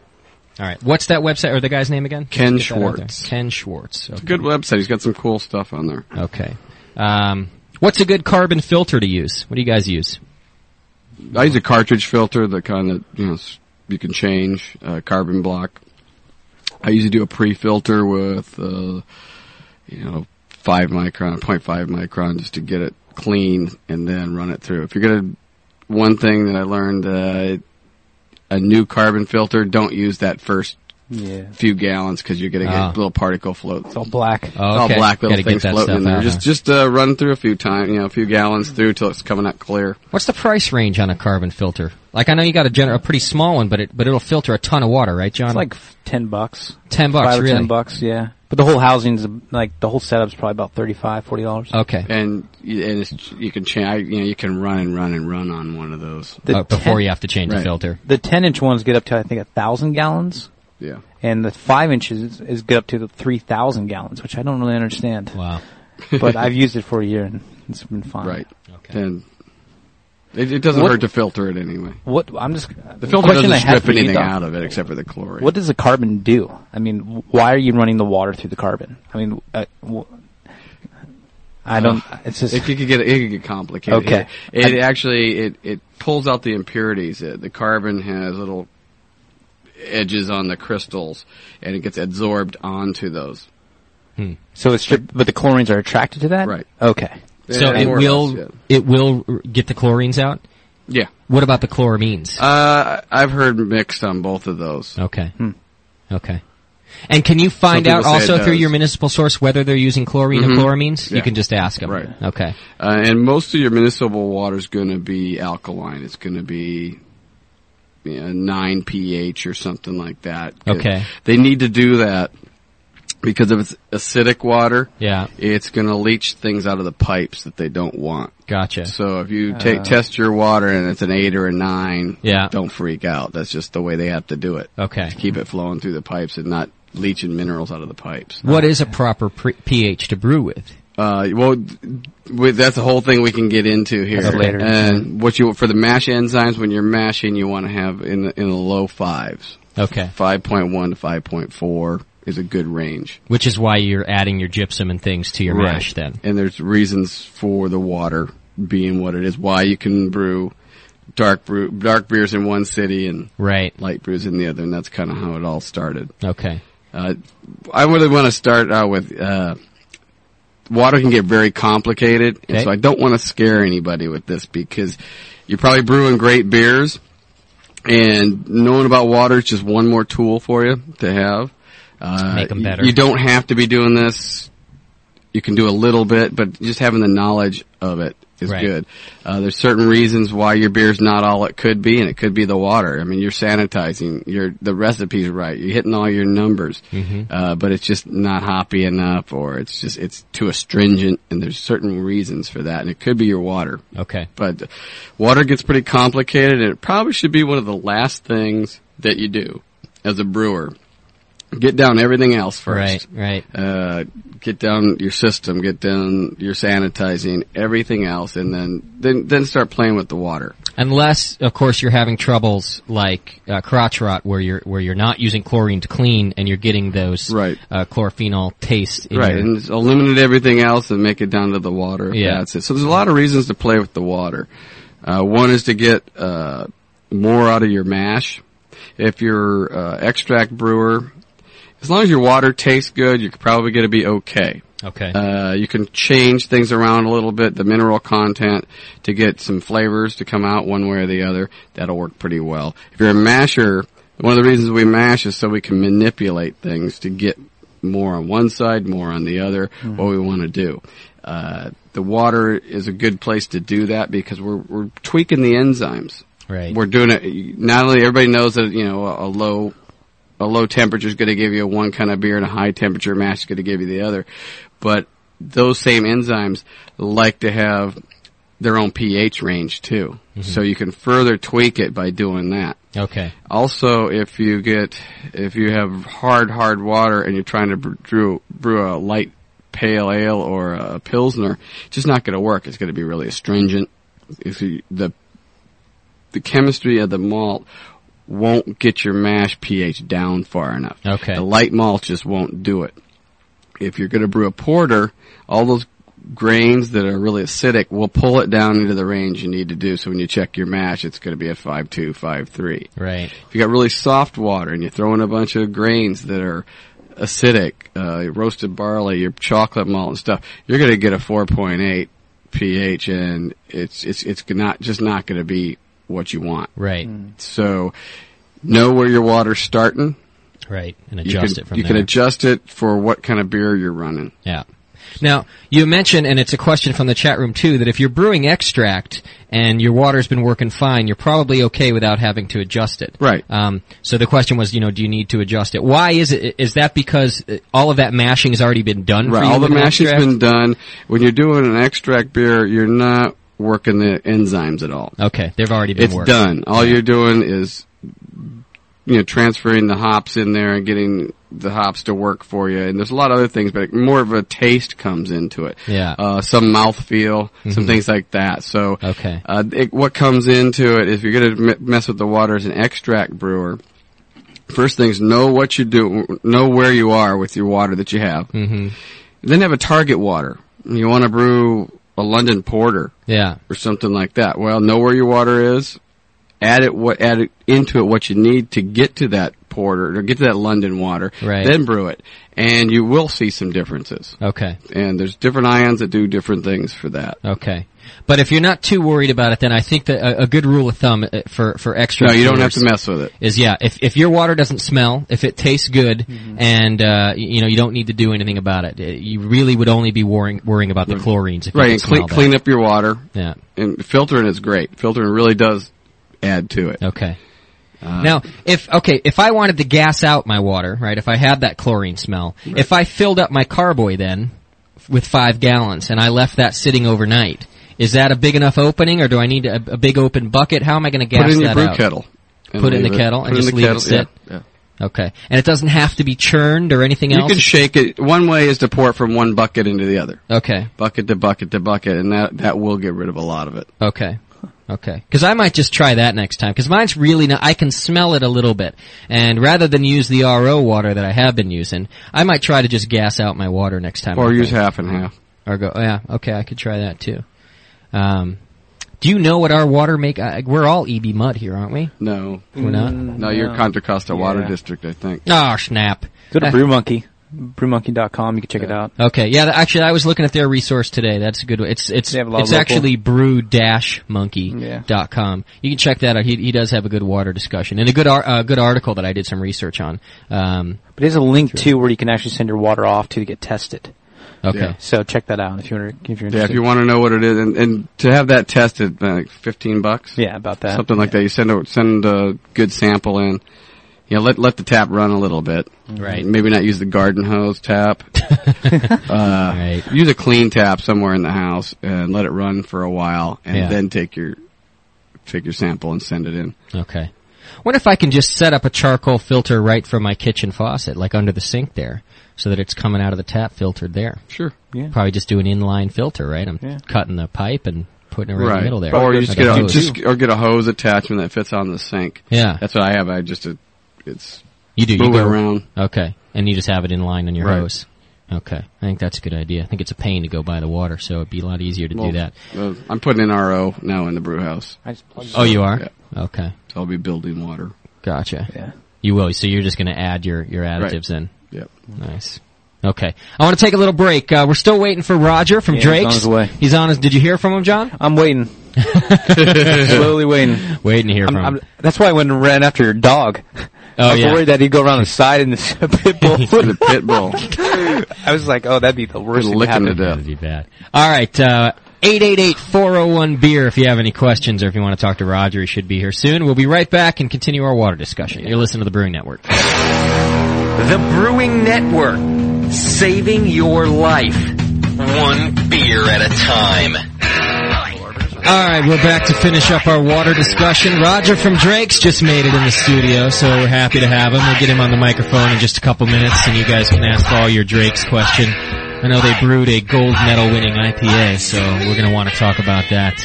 A: All right. What's that website or the guy's name again?
B: Ken
A: Get that out there.
B: Schwartz.
A: Ken Schwartz. Okay.
B: Good website. He's got some cool stuff on there.
A: okay. Um, what's a good carbon filter to use? What do you guys use?
B: I use a cartridge filter that kind of you know s- you can change uh, carbon block. I usually do a pre-filter with uh, you know five micron, 0.5 micron, just to get it clean, and then run it through. If you're gonna, one thing that I learned, uh, a new carbon filter, don't use that first
C: Yeah.
B: few gallons because you're gonna get
A: Ah.
B: little particle floats.
C: All black.
A: Oh,
B: All
A: okay.
B: black little
A: Gotta get
B: things
A: that
B: floating
A: stuff
B: in there.
A: out,
B: Just
A: huh?
B: just uh, run through a few times, you know, a few gallons through till it's coming out clear.
A: What's the price range on a carbon filter? Like I know you got a, gener- a pretty small one, but it but it'll filter a ton of water, right, John?
C: It's like f- ten bucks.
A: 10 bucks,
C: Five or
A: really?
C: ten bucks, yeah. But the whole housing's like the whole setup's probably about thirty-five, forty dollars.
A: okay.
B: and y- and it's, you can change. I- You know, you can run and run and run on one of those.
C: The
A: Uh, before
C: 10
A: you have to change the
B: Right.
A: filter.
C: the ten-inch ones get up to I think a thousand gallons,
B: Yeah,
C: and the five inches is get up to the three thousand gallons, which I don't really understand.
A: Wow.
C: but I've used it for a year and it's been fine.
B: right.
A: Okay.
B: And It, it doesn't
C: What-
B: hurt to filter it anyway.
C: What I'm just
B: The filter
C: question
B: doesn't
C: I had
B: strip
C: for you,
B: anything
C: Doc,
B: out of it except for the chlorine.
C: What does the carbon do? I mean, w- why are you running the water through the carbon? I mean, uh, w- I don't. It's just
B: Uh, It could get it could get complicated.
C: Okay.
B: It, it actually it, it pulls out the impurities. It, the carbon has little edges on the crystals, and it gets absorbed onto those.
A: Hmm.
C: so it's stripped, but the chlorines are attracted to that.
B: Right.
C: Okay.
A: So
B: Yeah,
A: it
B: more or
A: will
B: less,
A: it will r- get the chlorines out.
B: Yeah.
A: What about the chloramines?
B: yeah. Uh, I've heard mixed on both of those.
A: okay, okay. And can you find
B: Some
A: out
B: people say it
A: also through
B: does. Mm-hmm.
A: your municipal source whether they're using chlorine or chloramines? You
B: Yeah.
A: can just ask them.
B: Right.
A: Okay.
B: Uh, and most of your municipal water is going to be alkaline. It's going to be you know, nine pH or something like that.
A: Okay.
B: They need to do that because if it's acidic water,
A: Yeah.
B: it's going to leach things out of the pipes that they don't want.
A: Gotcha.
B: So if you take test your water and it's an eight or a nine,
A: Yeah.
B: don't freak out. That's just the way they have to do it.
A: Okay.
B: To keep it flowing through the pipes and not leaching minerals out of the pipes.
A: What is a proper pre- pH to brew with?
B: Uh, well, we, that's the whole thing we can get into here.
C: That's later.
B: And what you for the mash enzymes when you're mashing, you want to have in the, in the low fives.
A: Okay.
B: Five point one to five point four is a good range.
A: Which is why you're adding your gypsum and things to your mash then.
B: And there's reasons for the water being what it is. Why you can brew dark brew dark beers in one city and
A: Right.
B: light brews in the other, and that's kind of how it all started.
A: Okay.
B: Uh, I really want to start out with uh, water can get very complicated, and
A: Okay.
B: so I don't want to scare anybody with this because you're probably brewing great beers, and knowing about water is just one more tool for you to have. Uh,
A: Make 'em
B: y-
A: better.
B: You don't have to be doing this. You can do a little bit, but just having the knowledge of it is
A: Right.
B: good. Uh, there's certain reasons why your beer's not all it could be, and it could be the water. I mean, you're sanitizing, you're, the recipe's right, you're hitting all your numbers,
A: Mm-hmm.
B: uh, but it's just not hoppy enough, or it's just, it's too astringent, and there's certain reasons for that, and it could be your water.
A: Okay.
B: But water gets pretty complicated, and it probably should be one of the last things that you do as a brewer. Get down everything else first
A: Right. Right.
B: uh, get down your system, get down your sanitizing, everything else, and then then then start playing with the water.
A: Unless, of course, you're having troubles like uh, crotch rot, where you're where you're not using chlorine to clean, and you're getting those
B: Right.
A: uh, chlorophenol tastes. In your-
B: and just eliminate everything else and make it down to the water. if
A: Yeah.
B: that's it. So there's a lot of reasons to play with the water. Uh, one is to get uh, more out of your mash. If you're uh, extract brewer, as long as your water tastes good, you're probably going to be okay.
A: okay.
B: Uh, you can change things around a little bit, the mineral content, to get some flavors to come out one way or the other. That'll work pretty well. If you're a masher, one of the reasons we mash is so we can manipulate things to get more on one side, more on the other, what we want to do. Uh, the water is a good place to do that because we're, we're tweaking the enzymes.
A: Right.
B: We're doing it, not only everybody knows that, you know, a, a low a low temperature is going to give you one kind of beer and a high temperature mash is going to give you the other. But those same enzymes like to have their own pH range too. So you can further tweak it by doing that.
A: okay.
B: Also, if you get, if you have hard, hard water and you're trying to br- brew, brew a light pale ale or a pilsner, it's just not going to work. It's going to be really astringent. If you, the, the chemistry of the malt won't get your mash pH down far enough.
A: Okay.
B: The light malt just won't do it. If you're going to brew a porter, all those grains that are really acidic will pull it down into the range you need to do. So when you check your mash, it's going to be at 5.2, 5.3
A: Right.
B: if you got really soft water and you throw in a bunch of grains that are acidic, uh, roasted barley, your chocolate malt and stuff, you're going to get a 4.8 pH and it's, it's, it's not, just not going to be what you want.
A: Right.
B: So know where your water's starting.
A: Right. And
B: You
A: adjust
B: can,
A: it from
B: you
A: there.
B: can adjust it for what kind of beer you're running.
A: Yeah. Now, you mentioned, and it's a question from the chat room too, that if you're brewing extract and your water's been working fine, you're probably okay without having to adjust it.
B: Right.
A: Um, so the question was, you know, do you need to adjust it? Why is it, is that because uh, all of that mashing has already been done for
B: Right.
A: you
B: All the
A: with an
B: mashing's
A: extract?
B: been done. When you're doing an extract beer, you're not working the enzymes at all.
A: Okay, they've already been
B: It's
A: worked.
B: done. All you're doing is, you know, transferring the hops in there and getting the hops to work for you. And there's a lot of other things, but more of a taste comes into it.
A: Yeah. Mm-hmm.
B: Uh, some mouthfeel, some things like that. So,
A: Okay.
B: uh, it, what comes into it, if you're going to m- mess with the water as an extract brewer, first things, know what you do, know where you are with your water that you have. Mm-hmm. Then have a target water. You want to brew a London Porter
A: Yeah.
B: or something like that. Well, know where your water is. Add it what add it into it what you need to get to that porter or get to that London water.
A: Right.
B: Then brew it, and you will see some differences.
A: Okay.
B: And there's different ions that do different things for that.
A: Okay. But if you're not too worried about it, then I think that a, a good rule of thumb uh, for for extra
B: No, you don't have
A: brewers
B: to mess with it.
A: is yeah. If if your water doesn't smell, if it tastes good, and uh, y- you know you don't need to do anything about it, uh, you really would only be worrying worrying about the chlorines. If
B: Right,
A: you
B: and clean clean up your water.
A: Yeah.
B: And filtering is great. Filtering really does add to it. Uh,
A: Okay. Uh, now, if okay, if I wanted to gas out my water, right? If I had that chlorine smell, if I filled up my carboy then f- with five gallons and I left that sitting overnight, is that a big enough opening, or do I need a, a big open bucket? How am I going to gas
B: Put it in
A: that
B: your brew
A: out?
B: kettle. and
A: Put it in the
B: leave
A: kettle and
B: Put it in
A: just
B: the
A: leave it
B: kettle,
A: sit?
B: yeah, yeah.
A: Okay, and it doesn't have to be churned or anything
B: You
A: else.
B: can shake it. One way is to pour it from one bucket into the other.
A: okay,
B: bucket to bucket to bucket, and that that will get rid of a lot of it.
A: okay, okay. Because I might just try that next time. Because mine's really not. I can smell it a little bit, and rather than use the RO water that I have been using, I might try to just gas out my water next time.
B: Or
A: I
B: use
A: think.
B: half and half.
A: Or go, oh, yeah, okay, I could try that too. Um, do you know what our water make? Uh, we're all EB mud here, aren't we?
B: No,
A: We're not.
B: no, you're Contra Costa Water
C: Yeah.
B: District, I think.
A: Oh snap!
C: Go to
A: Uh,
C: BrewMonkey, brewmonkey.com. You can check it out.
A: Okay, yeah. th- Actually, I was looking at their resource today. That's a good. one. It's it's
C: They have a lot of
A: it's
C: local-
A: actually brew dash monkey
C: Yeah.
A: dot com. You can check that out. He he does have a good water discussion and a good ar- uh, good article that I did some research on. Um,
C: But there's a link too where you can actually send your water off to to get tested.
A: okay.
B: Yeah.
C: So check that out if you're if you're interested.
B: Yeah, if you want to know what it is, and, and to have that tested, uh, like fifteen bucks,
C: Yeah, about that.
B: something like that. You send a send a good sample in. You know, let let the tap run a little bit.
A: Right.
B: Maybe not use the garden hose tap. Uh,
A: All right.
B: use a clean tap somewhere in the house and let it run for a while, and
A: Yeah.
B: then take your take your sample and send it in.
A: Okay. What if I can just set up a charcoal filter right from my kitchen faucet, like under the sink there, so that it's coming out of the tap filtered there?
B: Sure.
A: Probably just do an inline filter, right? I'm cutting the pipe and putting it right, in the middle there.
B: Or you
A: Like
B: just
A: a
B: get a,
A: hose.
B: just or get a hose attachment that fits on the sink.
A: Yeah.
B: that's what I have. I just uh, it's
A: you do. You
B: move it
A: go
B: around.
A: Okay, and you just have it in line on your
B: Right.
A: hose. Okay, I think that's a good idea. I think it's a pain to go by the water, so it'd be a lot easier to
B: Well,
A: do that.
B: uh, I'm putting in RO now in the brew house,
C: I just plugged it
A: Oh, you are.
B: yeah.
A: Okay,
B: so I'll be building water.
A: gotcha.
C: Yeah.
A: You will. So you're just going to add your your additives in.
B: Yep.
A: Nice. Okay, I want to take a little break. Uh, we're still waiting for Roger from
C: Yeah, he's on
A: Drake's.
C: his way.
A: He's on his. Did you hear from him, John?
C: I'm waiting. Slowly waiting.
A: Waiting to hear
C: I'm,
A: from.
C: I'm,
A: him.
C: that's why I went and ran after your dog.
A: Oh
C: I was
A: yeah.
C: worried that he'd go around the side and the pit bull.
B: The pit bull
C: I was like, oh, that'd be the worst thing to
B: licking to
C: happen.
B: death.
A: That'd be bad. All right. Uh, 888-401 beer if you have any questions or if you want to talk to Roger, he should be here soon. We'll be right back and continue our water discussion. You're listening to the Brewing Network.
E: The Brewing Network, saving your life.
F: One beer at a time.
A: All right, we're back to finish up our water discussion. Roger from Drake's just made it in the studio, so we're happy to have him. We'll get him on the microphone in just a couple minutes, and you guys can ask all your Drake's question. I know they brewed a gold medal winning IPA, so we're going to want to talk about that.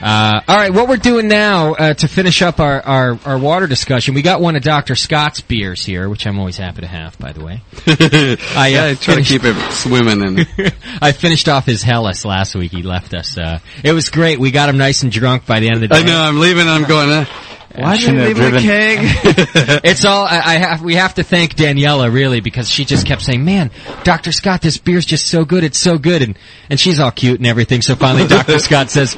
A: Uh, all right, what we're doing now uh, to finish up our, our, our water discussion, we got one of Dr. Scott's beers here, which I'm always happy to have, by the way. I, uh,
B: I try to
A: finished-
B: keep it swimming and
A: I finished off his Hellas last week. He left us. Uh, it was great. We got him nice and drunk by the end of the day.
B: I know I'm leaving. and I'm going. Uh, why did
C: shouldn't
B: I
C: have
B: leave my
C: driven.
B: keg?
A: It's all. I, I have. We have to thank Daniela really because she just kept saying, "Man, Doctor Scott, this beer's just so good. It's so good." And and she's all cute and everything. So finally, Doctor Scott says,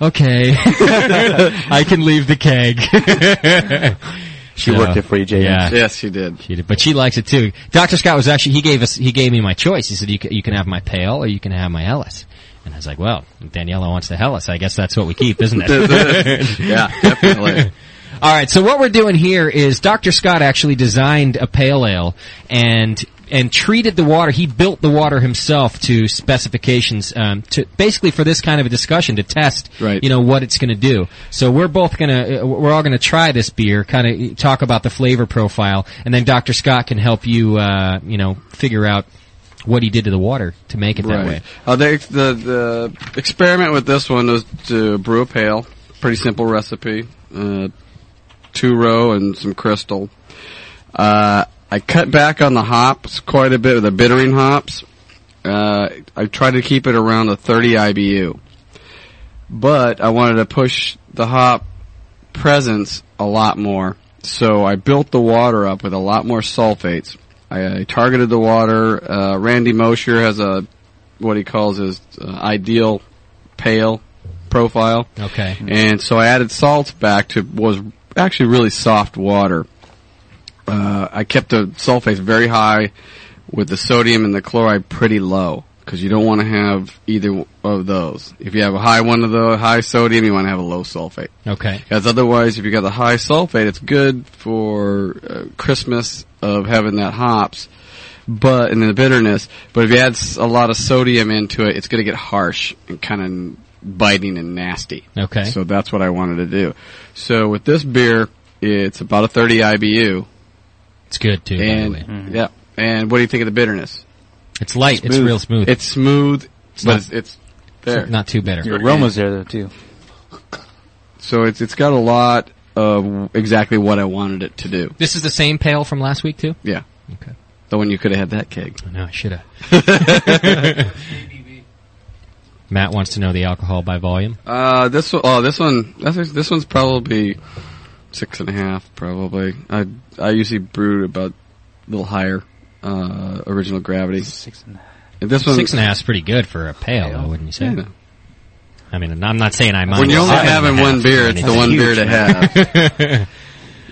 A: "Okay, I can leave the keg."
C: She
A: So,
C: worked it for you, James.
A: Yeah.
B: yes, you did.
A: She did, but she likes it too. Dr. Scott was actually, he gave us, he gave me my choice. He said, you can, you can have my pale or you can have my Hellas. And I was like, well, Daniela wants the Hellas. I guess that's what we keep, isn't it?
B: Yeah, definitely.
A: All right, so what we're doing here is Dr. Scott actually designed a pale ale, and and treated the water. He built the water himself to specifications um, to basically for this kind of a discussion to test,
B: Right.
A: you know, what it's going to do. So we're both going to we're all going to try this beer, kind of talk about the flavor profile, and then Dr. Scott can help you, uh, you know, figure out what he did to the water to make it that way.
B: Uh, they, the the experiment with this one was to brew a pail. Pretty simple recipe. Uh, two row and some crystal. Uh, I cut back on the hops quite a bit with the bittering hops. Uh, I tried to keep it around the 30 IBU. But I wanted to push the hop presence a lot more. So I built the water up with a lot more sulfates. I, I targeted the water. Uh, Randy Mosher has a what he calls his uh, ideal pale profile.
A: Okay.
B: And so I added salts back to what was actually really soft water. Uh, I kept the sulfates very high with the sodium and the chloride pretty low because you don't want to have either of those. If you have a high one of the high sodium, you want to have a low sulfate.
A: Okay.
B: Because otherwise, if you got the high sulfate, it's good for uh, Christmas of having that hops, but and the bitterness. But if you add s- a lot of sodium into it, it's going to get harsh and kind of biting and nasty.
A: Okay.
B: So that's what I wanted to do. So with this beer, it's about a 30 IBU,
A: It's good too.
B: and
A: by the way.
B: yeah. And what do you think of the bitterness?
A: It's light. It's real smooth.
B: It's smooth,
A: not-
B: but it's, it's there.
A: not too bitter.
C: Your aroma's there though too.
B: so it's it's got a lot of exactly what I wanted it to do.
A: This is the same pail from last week too.
B: Yeah.
A: Okay.
B: The one you could have had that keg.
A: No, I should have. Matt wants to know the alcohol by volume.
B: Uh, this one, oh, this one, that's, act- this one's probably six and a half, probably. I, I usually brewed about a little higher, uh, original gravity.
C: Six and
B: And this one,
A: Six and a half is pretty good for a pail, though, wouldn't you say?
B: Yeah.
A: I mean, I'm not saying I'm
B: When you're only having one beer, it's the one beer to have.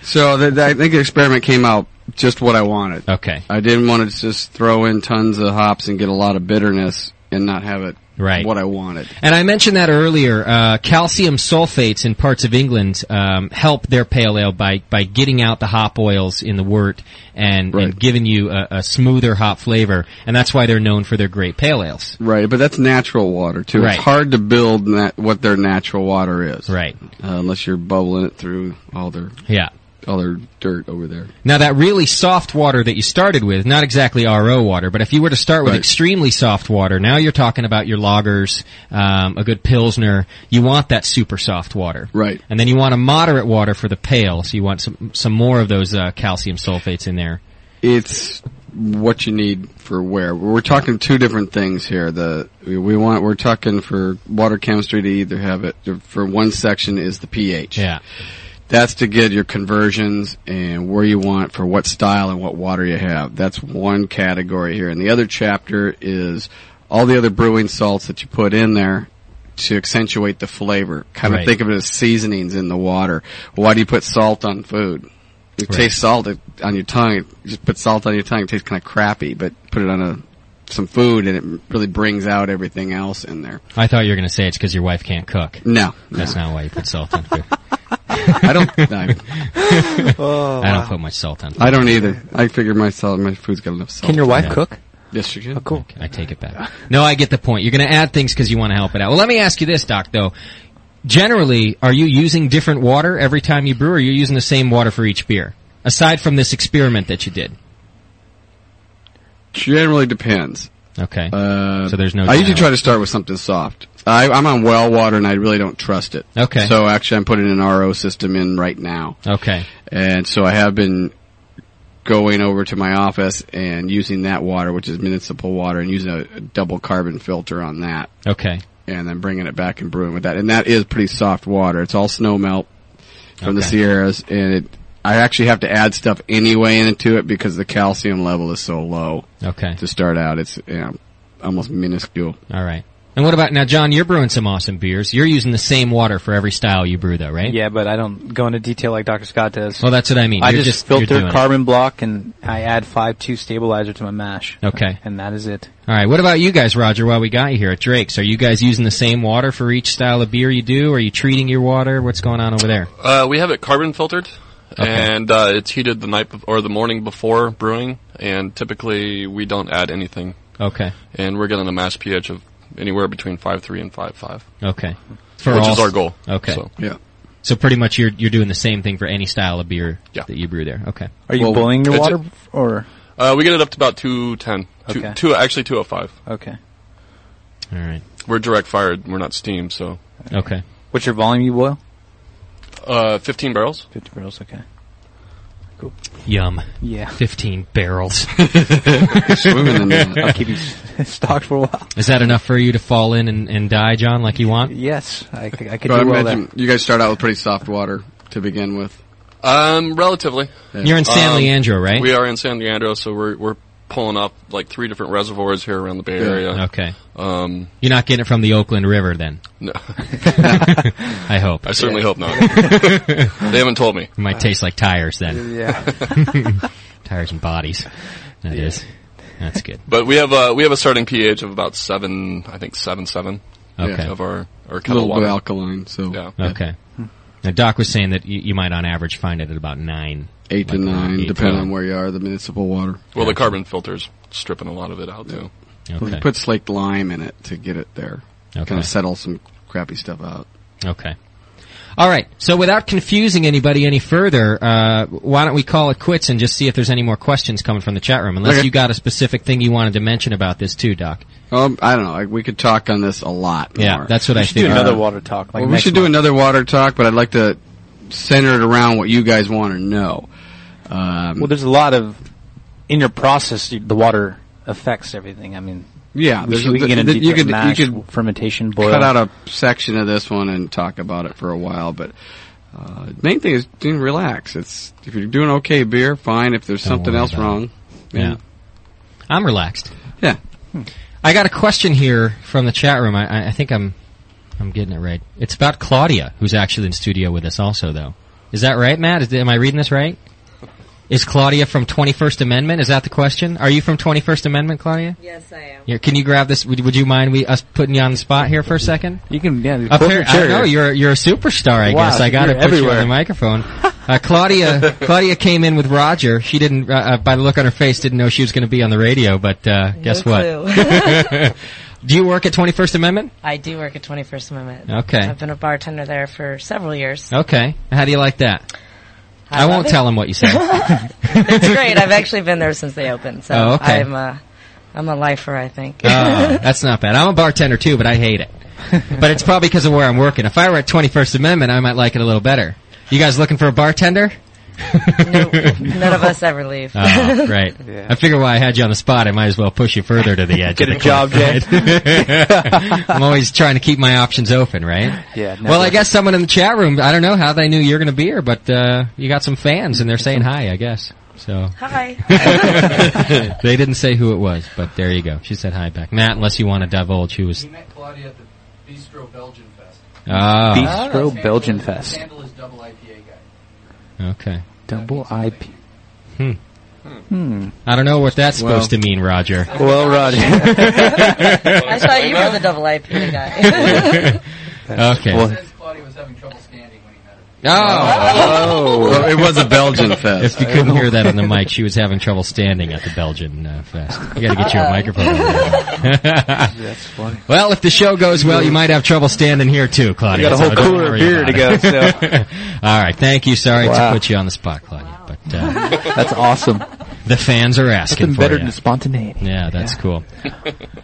B: so th- th- I think the experiment came out just what I wanted.
A: Okay,
B: I didn't want to just throw in tons of hops and get a lot of bitterness and not have it
A: Right.
B: what I wanted.
A: and I mentioned that earlier. Uh, calcium sulfates in parts of England um, help their pale ale by by getting out the hop oils in the wort and,
B: Right.
A: and giving you a, a smoother hop flavor, and that's why they're known for their great pale ales.
B: Right, but that's natural water too.
A: Right.
B: It's hard to build nat- what their natural water is.
A: Right.
B: Uh, unless you're bubbling it through all their
A: Yeah.
B: all their dirt over there.
A: Now that really soft water that you started with, not exactly RO water, but if you were to start with
B: Right.
A: extremely soft water, now you're talking about your lagers, um, a good pilsner. You want that super soft water,
B: Right.
A: And then you want a moderate water for the pale, so you want some some more of those uh, calcium sulfates in there.
B: It's what you need for where. We're talking two different things here. The we- we want we're talking for water chemistry to either have it for one section is the pH.
A: Yeah,
B: That's to get your conversions and where you want for what style and what water you have. That's one category here. And the other chapter is all the other brewing salts that you put in there to accentuate the flavor. Kind
A: Right.
B: of think of it as seasonings in the water. Why do you put salt on food? You taste salt it- on your tongue. You just put salt on your tongue. It tastes kind of crappy, but put it on a some food and it really brings out everything else in there.
A: I thought you were going to say it's because your wife can't cook.
B: No,
A: That's not why you put salt on food.
B: I don't. I,
A: I
C: Oh.
A: don't put much salt on food.
B: I don't either. I figure my salt, my food's got enough salt.
C: Can your wife
A: Yeah.
C: cook? Oh,
B: Yes, you can.
C: Cool.
A: I take it back. No, I get the point. You're going to add things because you want to help it out. Well, let me ask you this, Doc. Though, generally, are you using different water every time you brew, or are you using the same water for each beer? Aside from this experiment that you did.
B: Generally depends.
A: Okay.
B: Uh,
A: So there's no
B: I usually
A: general.
B: try to start with something soft. I, I'm on well water, and I really don't trust it.
A: Okay.
B: So actually, I'm putting an RO system in right now,
A: okay.
B: and so I have been going over to my office and using that water, which is municipal water, and using a, a double carbon filter on that,
A: Okay.
B: and then bringing it back and brewing with that. And that is pretty soft water. It's all snow melt from the
A: Okay.
B: Sierras, and it. I actually have to add stuff anyway into it because the calcium level is so low
A: Okay.
B: to start out. It's you know, almost minuscule.
A: All right. And what about now, John? You're brewing some awesome beers. You're using the same water for every style you brew, though, right?
C: Yeah, but I don't go into detail like Dr. Scott does.
A: Well, that's what I mean.
C: I
A: You're
C: just,
A: you're
C: filter
A: doing it.
C: carbon block and I add 5-2 stabilizer to my mash.
A: Okay.
C: And that is it.
A: All right. What about you guys, Roger? While we got you here at Drake's, are you guys using the same water for each style of beer you do? Are you treating your water? What's going on over there?
G: Uh, we have it carbon filtered, and uh, it's heated the night bef- or the morning before brewing. And typically, we don't add anything.
A: Okay.
G: And we're getting a mash pH of anywhere between five three and five five,
A: Okay. For
G: which
A: all-
G: is our goal.
A: Okay.
G: So,
B: Yeah.
A: So pretty much you're you're doing the same thing for any style of beer
G: Yeah.
A: that you brew there. Okay.
C: Are you
B: Well,
C: boiling your
G: it's
C: water
G: a-
C: f- or
G: uh, we get it up to about 210.
C: Okay.
G: Two, two, actually 205.
C: okay?
A: All right.
G: We're direct fired. We're not steam, so
A: Okay.
C: What's your volume you boil?
G: uh, 15 barrels.
C: Fifty barrels. Okay.
A: Yum.
C: Yeah.
A: 15 barrels.
B: Swimming in that.
C: Keep you s- stocked for a while.
A: Is that enough for you to fall in and, and die, John, like you want?
C: Yes, I, c- I could
B: But I
C: do well
B: imagine you guys start out with pretty soft water to begin with.
G: Um, relatively.
A: You're in San
G: Um,
A: Leandro, right?
G: We are in San Leandro, so we're we're pulling up like three different reservoirs here around the Bay
B: Yeah.
G: Area.
A: Okay.
G: Um,
A: You're not getting it from the Oakland River then,
G: no,
A: I hope.
G: I
A: It
G: certainly hope not. they haven't told me.
A: might taste like tires
C: there.
A: then.
C: Yeah.
A: Tires and bodies. That is. That's good.
G: But we have a we have a starting pH of about seven, I think seven seven
A: Okay.
G: of our our
B: A
G: kettle
B: little bit
G: water.
B: alkaline, so
G: Yeah.
A: Okay. Now, Doc was saying that you, you might on average find it at about nine.
B: eight to
A: Like around
B: nine,
A: eight to
B: depending
A: nine.
B: on where you are, the municipal water.
G: Well, the carbon filter's stripping a lot of it out too.
A: Okay.
B: Put slaked lime in it to get it there.
A: Okay.
B: Kind of settle some crappy stuff out.
A: Okay. All right. So without confusing anybody any further, uh, why don't we call it quits and just see if there's any more questions coming from the chat room? Unless
B: Okay.
A: you got a specific thing you wanted to mention about this too, Doc.
B: Um, I don't know. I, we could talk on this a lot.
A: Yeah,
B: more.
A: that's what I
C: do
A: think.
C: another water talk. Like
B: well, we should do another water talk, but I'd like to center it around what you guys want to know. Um,
C: Well, there's a lot of in your process. you- The water affects everything. I mean,
B: yeah,
C: we
B: there's,
C: should, we can get into
B: th- you
C: detail.
B: could
C: mash,
B: you could
C: fermentation, boil.
B: cut out a section of this one and talk about it for a while, but. Uh, main thing is do relax. It's if you're doing okay beer, fine. If there's
A: Don't
B: something
A: worry
B: else
A: about it.
B: wrong,
A: Yeah. I'm relaxed.
B: yeah,
A: Hmm. I got a question here from the chat room. I, I- I think I'm, I'm getting it right. It's about Claudia, who's actually in studio with us also, though. Is that right, Matt? Is, am I reading this right? Is Claudia from 21st Amendment? Is that the question? Are you from 21st Amendment, Claudia?
H: Yes, I am.
A: Here, can you grab this? Would, would you mind we us putting you on the spot here for a second?
C: you can yeah.
A: Up
C: pull
A: here,
C: the
A: I
C: chair.
A: know you're you're a superstar. I
C: Wow,
A: guess I got to
C: you're
A: put you on
C: everywhere.
A: the microphone. Uh, Claudia Claudia came in with Roger. She didn't, uh, uh, by the look on her face, didn't know she was going to be on the radio. But uh, guess what?
H: what?
A: Do you work at 21st Amendment?
H: I do work at 21st Amendment.
A: Okay.
H: I've been a bartender there for several years.
A: Okay. How do you like that? I,
H: love
A: won't
H: it.
A: tell him what you said.
H: It's great. I've actually been there since they opened. So
A: Oh, okay.
H: I'm a, I'm a lifer, I think.
A: Ah, that's not bad. I'm a bartender too, but I hate it. But it's probably because of where I'm working. If I were at 21st Amendment, I might like it a little better. You guys looking for a bartender?
H: Nope. None of us ever leave.
A: Oh, right. I figure why I had you on the spot, I might as well push you further to the edge.
C: Get
A: of
C: a
A: the
C: job, Jay.
A: cliff. I'm always trying to keep my options open, right?
C: Yeah,
A: Well,
C: never.
A: I guess someone in the chat room, I don't know how they knew you're going to be here, but uh, you got some fans and they're saying hi, I guess. So
H: Hi.
A: they didn't say who it was, but there you go. She said hi back. Matt, unless you want to divulge who was.
I: met Claudia at the Bistro Belgian Fest.
A: Oh,
C: Bistro Belgian Fest.
I: Handle is double IPA guy.
A: okay.
C: Double Hmm. IP.
A: Hmm. I don't know what that's supposed to mean, Roger.
C: Well, Roger.
H: I thought you were the double IPA guy.
A: Okay.
C: Well,
I: Says Claudia was having trouble standing when he met her.
A: oh,
B: Well, it was a Belgian fest.
A: if you couldn't hear that on the mic, she was having trouble standing at the Belgian uh, fest. You got to get you a microphone. over there.
C: that's funny.
A: well, if the show goes well, you might have trouble standing here too, Claudia.
C: Got a
A: so
C: whole
A: don't
C: cooler of
A: worry
C: beer to
A: about
C: go.
A: it.
C: So
A: All right. Thank you. Sorry
C: Wow.
A: to put you on the spot, Claudia, but uh,
C: that's awesome.
A: the fans are asking
C: Nothing
A: for
C: better
A: you.
C: than spontaneity.
A: Yeah, that's cool.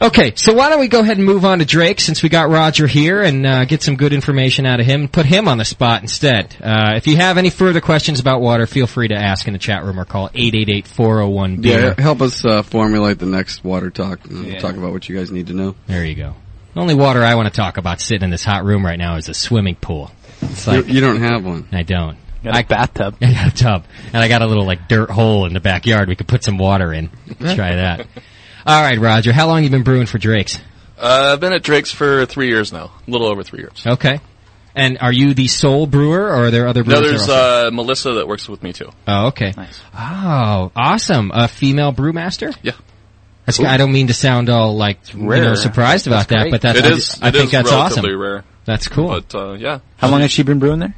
A: Okay, so why don't we go ahead and move on to Drake since we got Roger here and uh, get some good information out of him and put him on the spot instead. Uh, if you have any further questions about water, feel free to ask in the chat room or call 888-401-BEER.
B: Yeah, help us uh, formulate the next water talk. and Talk about what you guys need to know.
A: There you go. The only water I want to talk about sitting in this hot room right now is the swimming pool. It's
B: You,
A: like,
B: you don't have one.
A: I don't.
C: Got a bathtub.
A: I got a tub, and I got a little like dirt hole in the backyard. We could put some water in. Let's try that. All right, Roger. How long you been brewing for Drake's?
G: Uh, I've been at Drake's for three years now, a little over three years.
A: Okay. And are you the sole brewer, or are there other brewers?
G: No,
A: that
G: there's
A: are also-
G: uh, Melissa that works with me too.
A: oh, okay.
C: Nice.
A: Oh, awesome! A female brewmaster.
G: Yeah.
A: That's, I don't mean to sound all like you know
C: rare.
A: surprised about that,
C: great.
A: but that's
G: It
A: I,
G: is.
A: I
G: it
A: think
G: is
A: that's awesome.
G: relatively rare,
A: That's cool.
G: but uh, yeah,
C: How long has she been brewing there?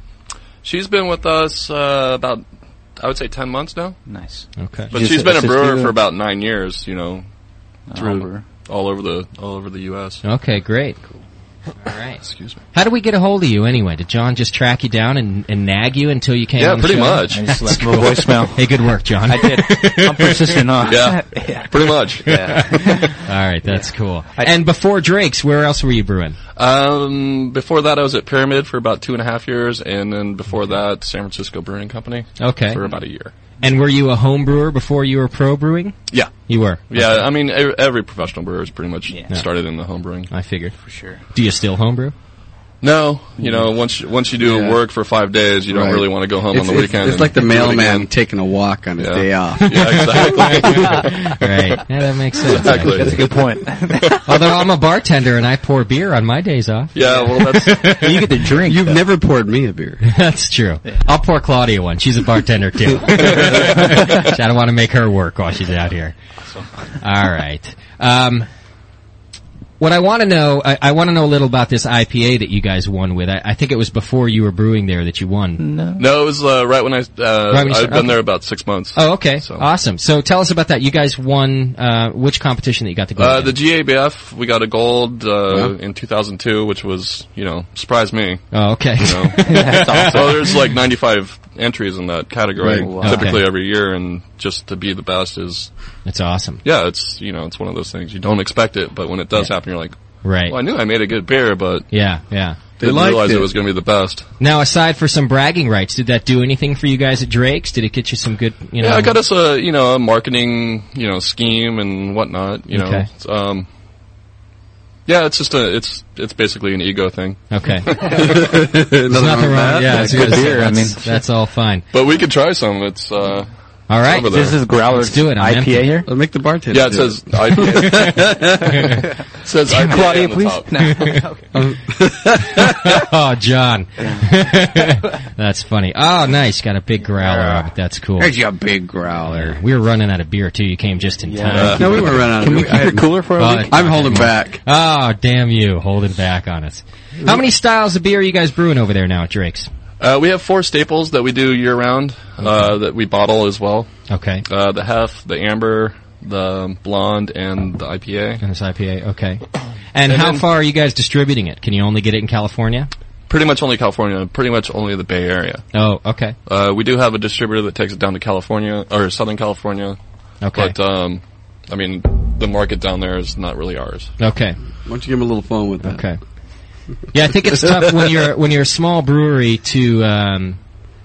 G: she's been with us uh, about I would say ten months now.
C: Nice.
A: Okay.
G: But
C: Just
G: she's been a
C: assist
G: brewer
C: you?
G: for about nine years. You know,
B: Ah,
C: All
G: through
C: over.
G: all over the all over the U.S.
A: Okay, great. All right.
G: Excuse me.
A: How do we get a hold of you anyway? Did John just track you down and, and nag you until you came?
G: Yeah,
A: on the
G: pretty
A: show?
G: much. I just
A: That's
G: left him a voicemail.
A: Hey, good work, John.
G: I did. I'm persistent, huh? Yeah. Pretty much. Yeah.
A: All right, that's cool. and before Drake's, where else were you brewing?
G: Um, before that, I was at Pyramid for about two and a half years, and then before that, San Francisco Brewing Company.
A: Okay.
G: For about a year.
A: And were you a home brewer before you were pro brewing?
G: Yeah.
A: You were.
G: Yeah, I mean, e- every professional brewer is pretty much started in the home brewing.
A: I figured. For
D: sure.
A: Do you still homebrew?
G: No, you know, once you, once you do
B: Yeah.
G: work for five days, you don't
B: Right.
G: really want to go home
B: It's-
G: on the
B: it's-
G: weekend.
B: It's,
G: and
B: like the
G: do it
B: mailman
G: again.
B: taking a walk on his
G: Yeah.
B: day off.
G: Yeah, exactly.
A: right. Yeah, that makes sense.
G: Exactly.
A: actually.
G: That's a good point.
A: Although I'm a bartender and I pour beer on my days off.
G: Yeah, well, that's
A: you get to drink.
B: You've never poured me a beer.
A: That's true. I'll pour Claudia one. She's a bartender too. So I don't want to make her work while she's out here. All right. Um, what I want to know, I, I want to know a little about this IPA that you guys won with. I, I think it was before you were brewing there that you won. No.
G: No, it was uh, right when I uh,
A: Right when you
G: I've
A: started-
G: been
A: okay.
G: there about six months.
A: Oh, okay. Awesome. So tell us about that. You guys won uh, which competition that you got to go.
G: Uh, the GABF, we got a gold uh, in 2002, which was, you know, surprised me.
A: Oh, okay.
G: You know?
A: That's awesome.
G: So there's like 95 entries in that category
A: Right. Wow.
G: typically
A: Okay.
G: every year, and just to be the best is.
A: It's awesome.
G: Yeah, it's you know, it's one of those things you don't expect it, but when it does happen, you're like,
A: Right.
G: Well, I knew I made a good beer, but
A: Yeah, yeah. They
G: didn't
A: liked
G: realize it,
A: it.
G: was going to be the best.
A: Now, aside for some bragging rights, did that do anything for you guys at Drake's? Did it get you some good, you know?
G: yeah, I got us a you know a marketing you know scheme and whatnot. You know,
A: Okay.
G: It's, um, yeah, it's just a it's it's basically an ego thing.
A: Okay.
G: There's
A: There's nothing wrong. Yeah, it's good beer. I mean, that's all fine.
G: But we could try some. It's uh,
A: All right.
G: it's over there.
A: This is Growler's Let's do it. I'm IPA empty. here?
B: Let's make the bartender.
G: Yeah, it
B: do
G: says IPA. It says
B: Damn,
G: IPA
B: Claudia,
G: on the
B: please.
G: top.
B: No.
A: Um, oh, John. that's funny. Oh, nice. Got a big growler. on it. That's cool.
B: There's your big growler.
A: We were running out of beer too. You came just in
B: Uh,
A: time.
B: no, we were running out of beer. I had-
A: Oh,
B: I'm holding back.
A: Oh, damn you, holding back on us. How many styles of beer are you guys brewing over there now at Drake's?
G: Uh, we have four staples that we do year round uh, that we bottle as well.
A: Okay.
G: Uh, the Hef, the Amber, the Blonde, and the IPA.
A: And this IPA, okay. And,
G: And
A: how
G: then-
A: far are you guys distributing it? Can you only get it in California?
G: Pretty much only California. Pretty much only the Bay Area.
A: Oh, okay.
G: Uh, we do have a distributor that takes it down to California or Southern California.
A: Okay.
G: But um, I mean, the market down there is not really ours.
A: Okay.
B: Why don't you give him a little phone with that?
A: Okay. Yeah, I think it's tough when you're when you're a small brewery to um,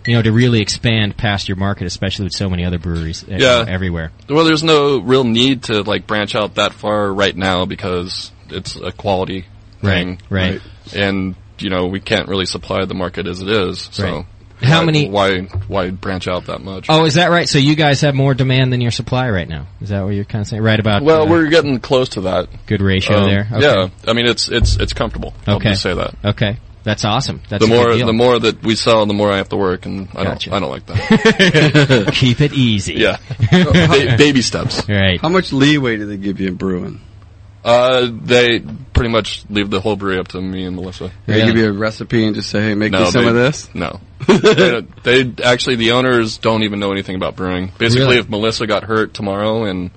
A: you know to really expand past your market, especially with so many other breweries uh,
G: Yeah.
A: everywhere.
G: Well, there's no real need to like branch out that far right now because it's a quality
A: Right,
G: thing,
A: right.
G: And you know, we can't really supply the market as it is. So,
A: Right. How
G: why-
A: many-
G: Why why branch out that much?
A: Oh, is that right? So you guys have more demand than your supply right now? Is that what you're kind of saying? Right about
G: Well,
A: uh,
G: we're getting close to that
A: good ratio
G: Um,
A: there. Okay.
G: Yeah, I mean it's it's it's comfortable. I'll
A: Okay.
G: just say that.
A: Okay. That's awesome. That's
G: the
A: a good
G: more
A: deal.
G: the more that we sell, the more I have to work, and I
A: Gotcha.
G: don't I don't like that.
A: Keep it easy.
G: yeah, ba- baby steps.
A: Right.
B: How much leeway do they give you in brewing?
G: Uh, they pretty much leave the whole brewery up to me and Melissa.
B: They give you a recipe and just say, hey, make me
G: No,
B: some
G: they-
B: of this?
G: No. they, don't- they actually the owners don't even know anything about brewing. Basically,
A: Really?
G: if Melissa got hurt tomorrow and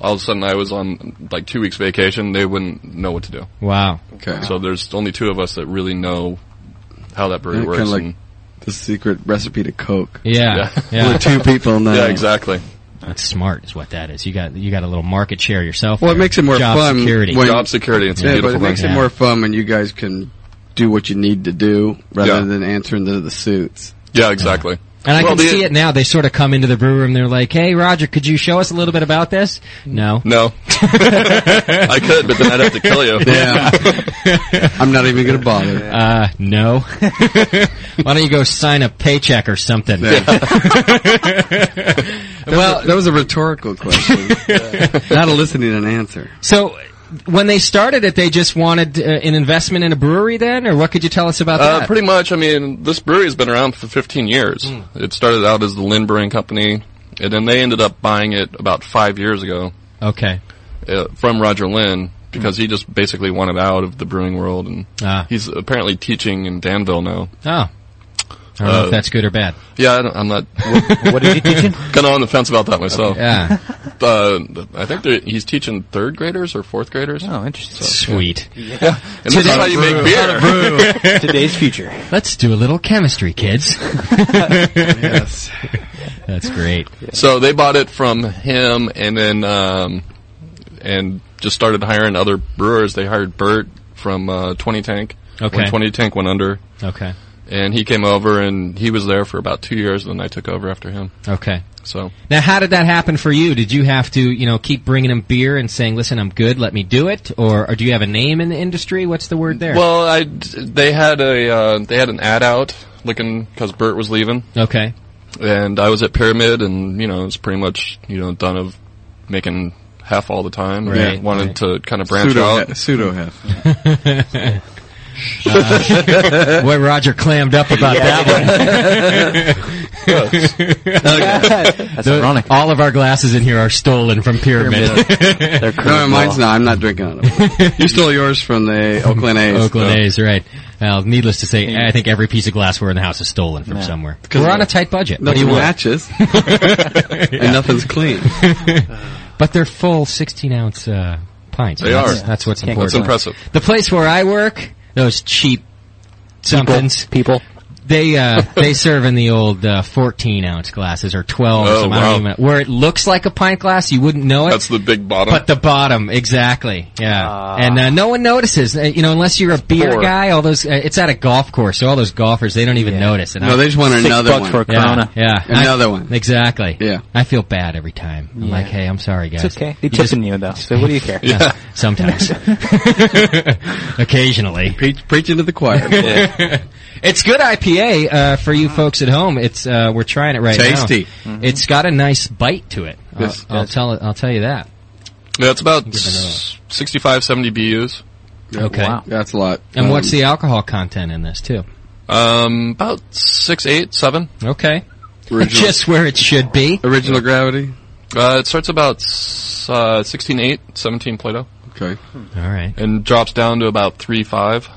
G: all of a sudden I was on like two weeks vacation, they wouldn't know what to do.
A: Wow.
B: Okay.
G: So there's only two of us that really know how that brewery
B: kind
G: works.
B: of like
G: and-
B: the secret recipe to Coke.
A: Yeah.
G: Yeah.
A: Yeah.
B: Only two people know.
G: yeah, exactly.
A: That's smart, is what that is. You got you got a little market share yourself.
B: Well, it
A: there.
B: makes it more
A: Job
B: fun
A: Security.
B: when-
G: Job security. It's a
B: Yeah,
G: beautiful
B: but it
G: thing.
B: makes it
A: Yeah.
B: more fun when you guys can do what you need to do rather
G: Yeah.
B: than answering to the suits.
G: Yeah, exactly.
A: And I
G: Well,
A: can
G: the-
A: see it now. They sort of come into the brew room. They're like, "Hey, Roger, could you show us a little bit about this?" No.
G: No, I could, but then I'd have to kill you.
B: Yeah. I'm not even going to bother.
A: Uh, no. Why don't you go sign a paycheck or something? well,
B: That was a rhetorical question. not a listening to an answer.
A: so when they started it, they just wanted uh, an investment in a brewery, then, or what could you tell us about
G: Uh,
A: that? Hmm.
G: pretty much. I mean, this brewery has been around for 15 years. It started out as the Lynn Brewing Company, and then they ended up buying it about five years ago
A: okay. Hmm.
G: uh, from Roger Lynn because he just basically wanted out of the brewing world, and
A: Ah.
G: he's apparently teaching in Danville now.
A: Oh. I don't
G: Uh,
A: know if that's good or bad.
G: Yeah, I don't, I'm not. What,
A: What is he teaching?
G: Kind of on the fence about that myself.
A: Yeah.
G: Uh, I think they're- he's teaching third graders or fourth graders.
C: Oh, interesting.
A: Sweet.
G: Yeah. And this is how you make beer.
C: Today's future.
A: Let's do a little chemistry, kids. yes. That's great.
G: So they bought it from him, and then um, and just started hiring other brewers. They hired Bert from uh, Twenty Tank.
A: Okay.
G: When Twenty Tank went under,
A: Okay.
G: and he came over, and he was there for about two years. And then I took over after him.
A: Okay.
G: So
A: Now, how did that happen for you? Did you have to, you know, keep bringing them beer and saying, "Listen, I'm good. Let me do it," or, or do you have a name in the industry? What's the word there?
G: Well, I they had a uh, they had an ad out looking because Bert was leaving,
A: okay.
G: and I was at Pyramid, and you know it was pretty much you know done of making half all the time. and
A: Right,
G: wanted
A: right.
G: to kind of branch out.
B: Pseudo hef.
A: Boy, Uh, Roger clammed up about that one.
C: That's
A: The-
C: ironic.
A: All of our glasses in here are stolen from Pyramid.
C: They're
B: No,
C: curved
B: mine's
C: ball.
B: not. I'm not drinking on it. you stole yours from the Oakland A's.
A: Oakland A's, right. Well, needless to say, I think every piece of glassware in the house is stolen from somewhere. We're on a tight budget. What do
B: Nothing
A: you want?
B: matches, and nothing's clean.
A: But they're full 16 ounce uh, pints.
G: They
A: that's,
G: are.
A: That's what's
C: Can't go
A: important.
G: That's impressive.
A: The place where I work, those cheap somethings,
C: People.
A: they uh, they serve in the old uh, 14 ounce glasses or 12 or
G: Oh,
A: something. I
G: wow.
A: don't even know. Where it looks like a pint glass, you wouldn't know it.
G: That's the big bottom.
A: but the bottom, exactly, yeah, and uh, no one notices. Uh, you know, unless you're a beer
G: poor.
A: guy, all those. Uh, it's at a golf course, so all those golfers they don't even notice. And
B: No,
A: I-
B: they just want
C: Six
B: another
C: bucks
B: one.
C: for a
A: yeah,
C: Corona.
A: yeah,
B: Another
A: I-
B: one.
A: exactly.
B: Yeah.
A: I feel bad every time. I'm like, hey, I'm sorry, guys.
C: It's okay. They
A: You just-
C: tipping you though, so what do you care?
A: yeah. Sometimes. Occasionally.
B: Preach, preaching to the choir.
A: It's good IPA uh, for you folks at home. It's uh, we're trying it right
B: Tasty.
A: now. Mm-hmm. It's got a nice bite to it. I'll-
B: Yes.
A: I'll, tell it. I'll tell you that.
G: yeah, it's about
A: Give another
G: s- 65, 70 BUs.
A: Okay.
C: Wow.
B: That's a lot.
A: And
B: Um,
A: what's the alcohol content in this too?
G: Um, about six, eight, seven.
A: Okay.
B: original,
A: Just where it should be.
B: original gravity?
G: Uh, it starts about s- uh, 16, 8, 17 Plato,
B: Okay.
A: Hmm. All right.
G: and drops down to about 3, 5,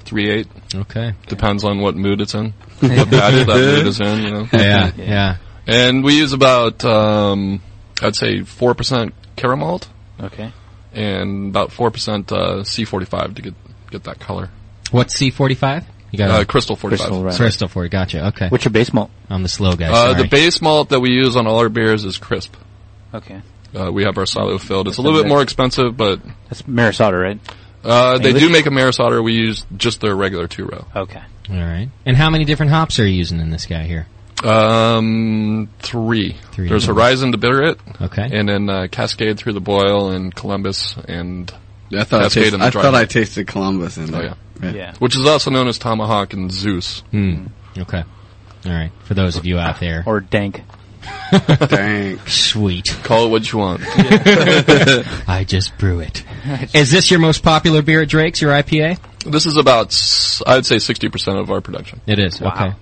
G: 3, 8.
A: Okay.
G: Depends on what mood it's in. what battle that mood is in, you know.
A: Yeah. Yeah.
G: And we use about, um, I'd say 4% caramalt
C: Okay.
G: and about 4% uh, C45 to get get that color.
A: What's C forty five? You got
G: Uh,
A: a
G: crystal 45.
C: Crystal, right.
A: crystal for it. Gotcha. Okay.
C: What's your base malt?
A: I'm the slow guy.
G: Uh, the
A: sorry.
G: base malt that we use on all our beers is crisp.
C: Okay.
G: Uh, we have our silo filled. It's a little bit more expensive, but
C: That's Maris Otter, right?
G: uh, they do
C: English?
G: make a Maris Otter. We use just their regular two row.
C: Okay.
A: All right. And how many different hops are you using in this guy here?
G: Um, three.
A: Three.
G: There's Horizon to bitter it,
A: Okay.
G: and then uh, Cascade through the boil, and Columbus, and
B: I thought I,
G: Cascade
B: tasted,
G: and the
B: I
G: dry
B: thought
G: hop.
B: I tasted Columbus in there.
G: Oh, yeah.
C: Yeah. Mm.
G: which is also known as Tomahawk and Zeus.
A: Hmm. Okay. All right. For those of you out there,
C: Or dank.
B: Dang.
A: sweet.
G: Call it what you want.
A: I just brew it. Is this your most popular beer at Drake's? Your IPA?
G: this is about s- I'd say sixty percent of our production
A: It is. Okay. All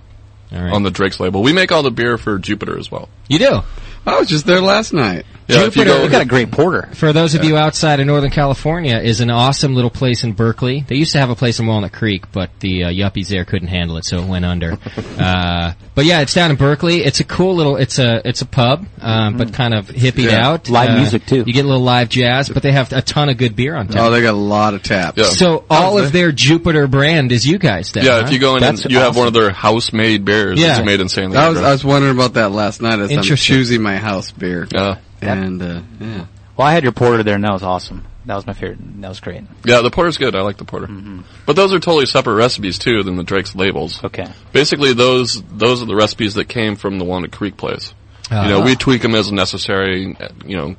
A: right.
G: on the Drake's label. We make all the beer for Jupiter as well.
A: you do.
B: I was just there last night.
G: Yeah, if you
C: We got
G: go,
C: a great porter.
A: For those of you outside of Northern California, is an awesome little place in Berkeley. They used to have a place in Walnut Creek, but the uh, yuppies there couldn't handle it, so it went under. uh, but yeah, it's down in Berkeley. It's a cool little. It's a it's a pub, um, but kind of hippied
B: Yeah.
A: out.
C: Live
A: Uh,
C: music, too.
A: You get a little live jazz, but they have a ton of good beer on tap.
B: Oh, they got a lot of taps. Oh,
G: Yeah.
A: So all of their Jupiter brand is you guys then.
G: yeah,
A: huh?
G: if you go in, and
C: That's
G: you have one
C: awesome.
G: of their house-made beers.
A: Yeah.
G: Yeah, it's made in San
B: I was,
G: Diego.
B: I was wondering about that last night as I'm
A: Interesting.
B: choosing my house beer.
G: yeah,
B: And, uh, yeah.
C: Well, I had your porter there, and that was awesome. That was my favorite. That was great.
G: yeah, the porter's good. I like the porter,
C: Mm-hmm.
G: but those are totally separate recipes too than the Drake's labels.
C: Okay.
G: Basically, those those are the recipes that came from the Walnut Creek place.
A: Ah.
G: you know, we tweak them as necessary. You know,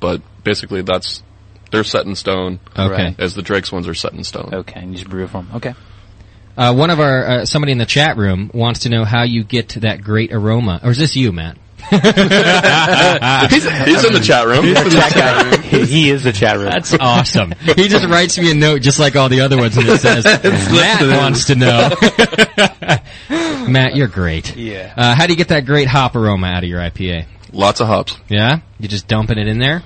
G: but basically that's they're set in stone.
A: Okay.
G: As the Drake's ones are set in stone.
C: Okay, and you just brew for them. Okay.
A: Uh, one of our uh, somebody in the chat room wants to know how you get to that great aroma. Or is this you, Matt?
G: He's in the chat room.
C: That guy, he is the chat room.
A: That's awesome. he just writes me a note just like all the other ones and it says, Matt wants to know. Matt, you're great.
C: Yeah.
A: Uh, how do you get that great hop aroma out of your IPA?
G: Lots of hops.
A: Yeah? You just dumping it in there?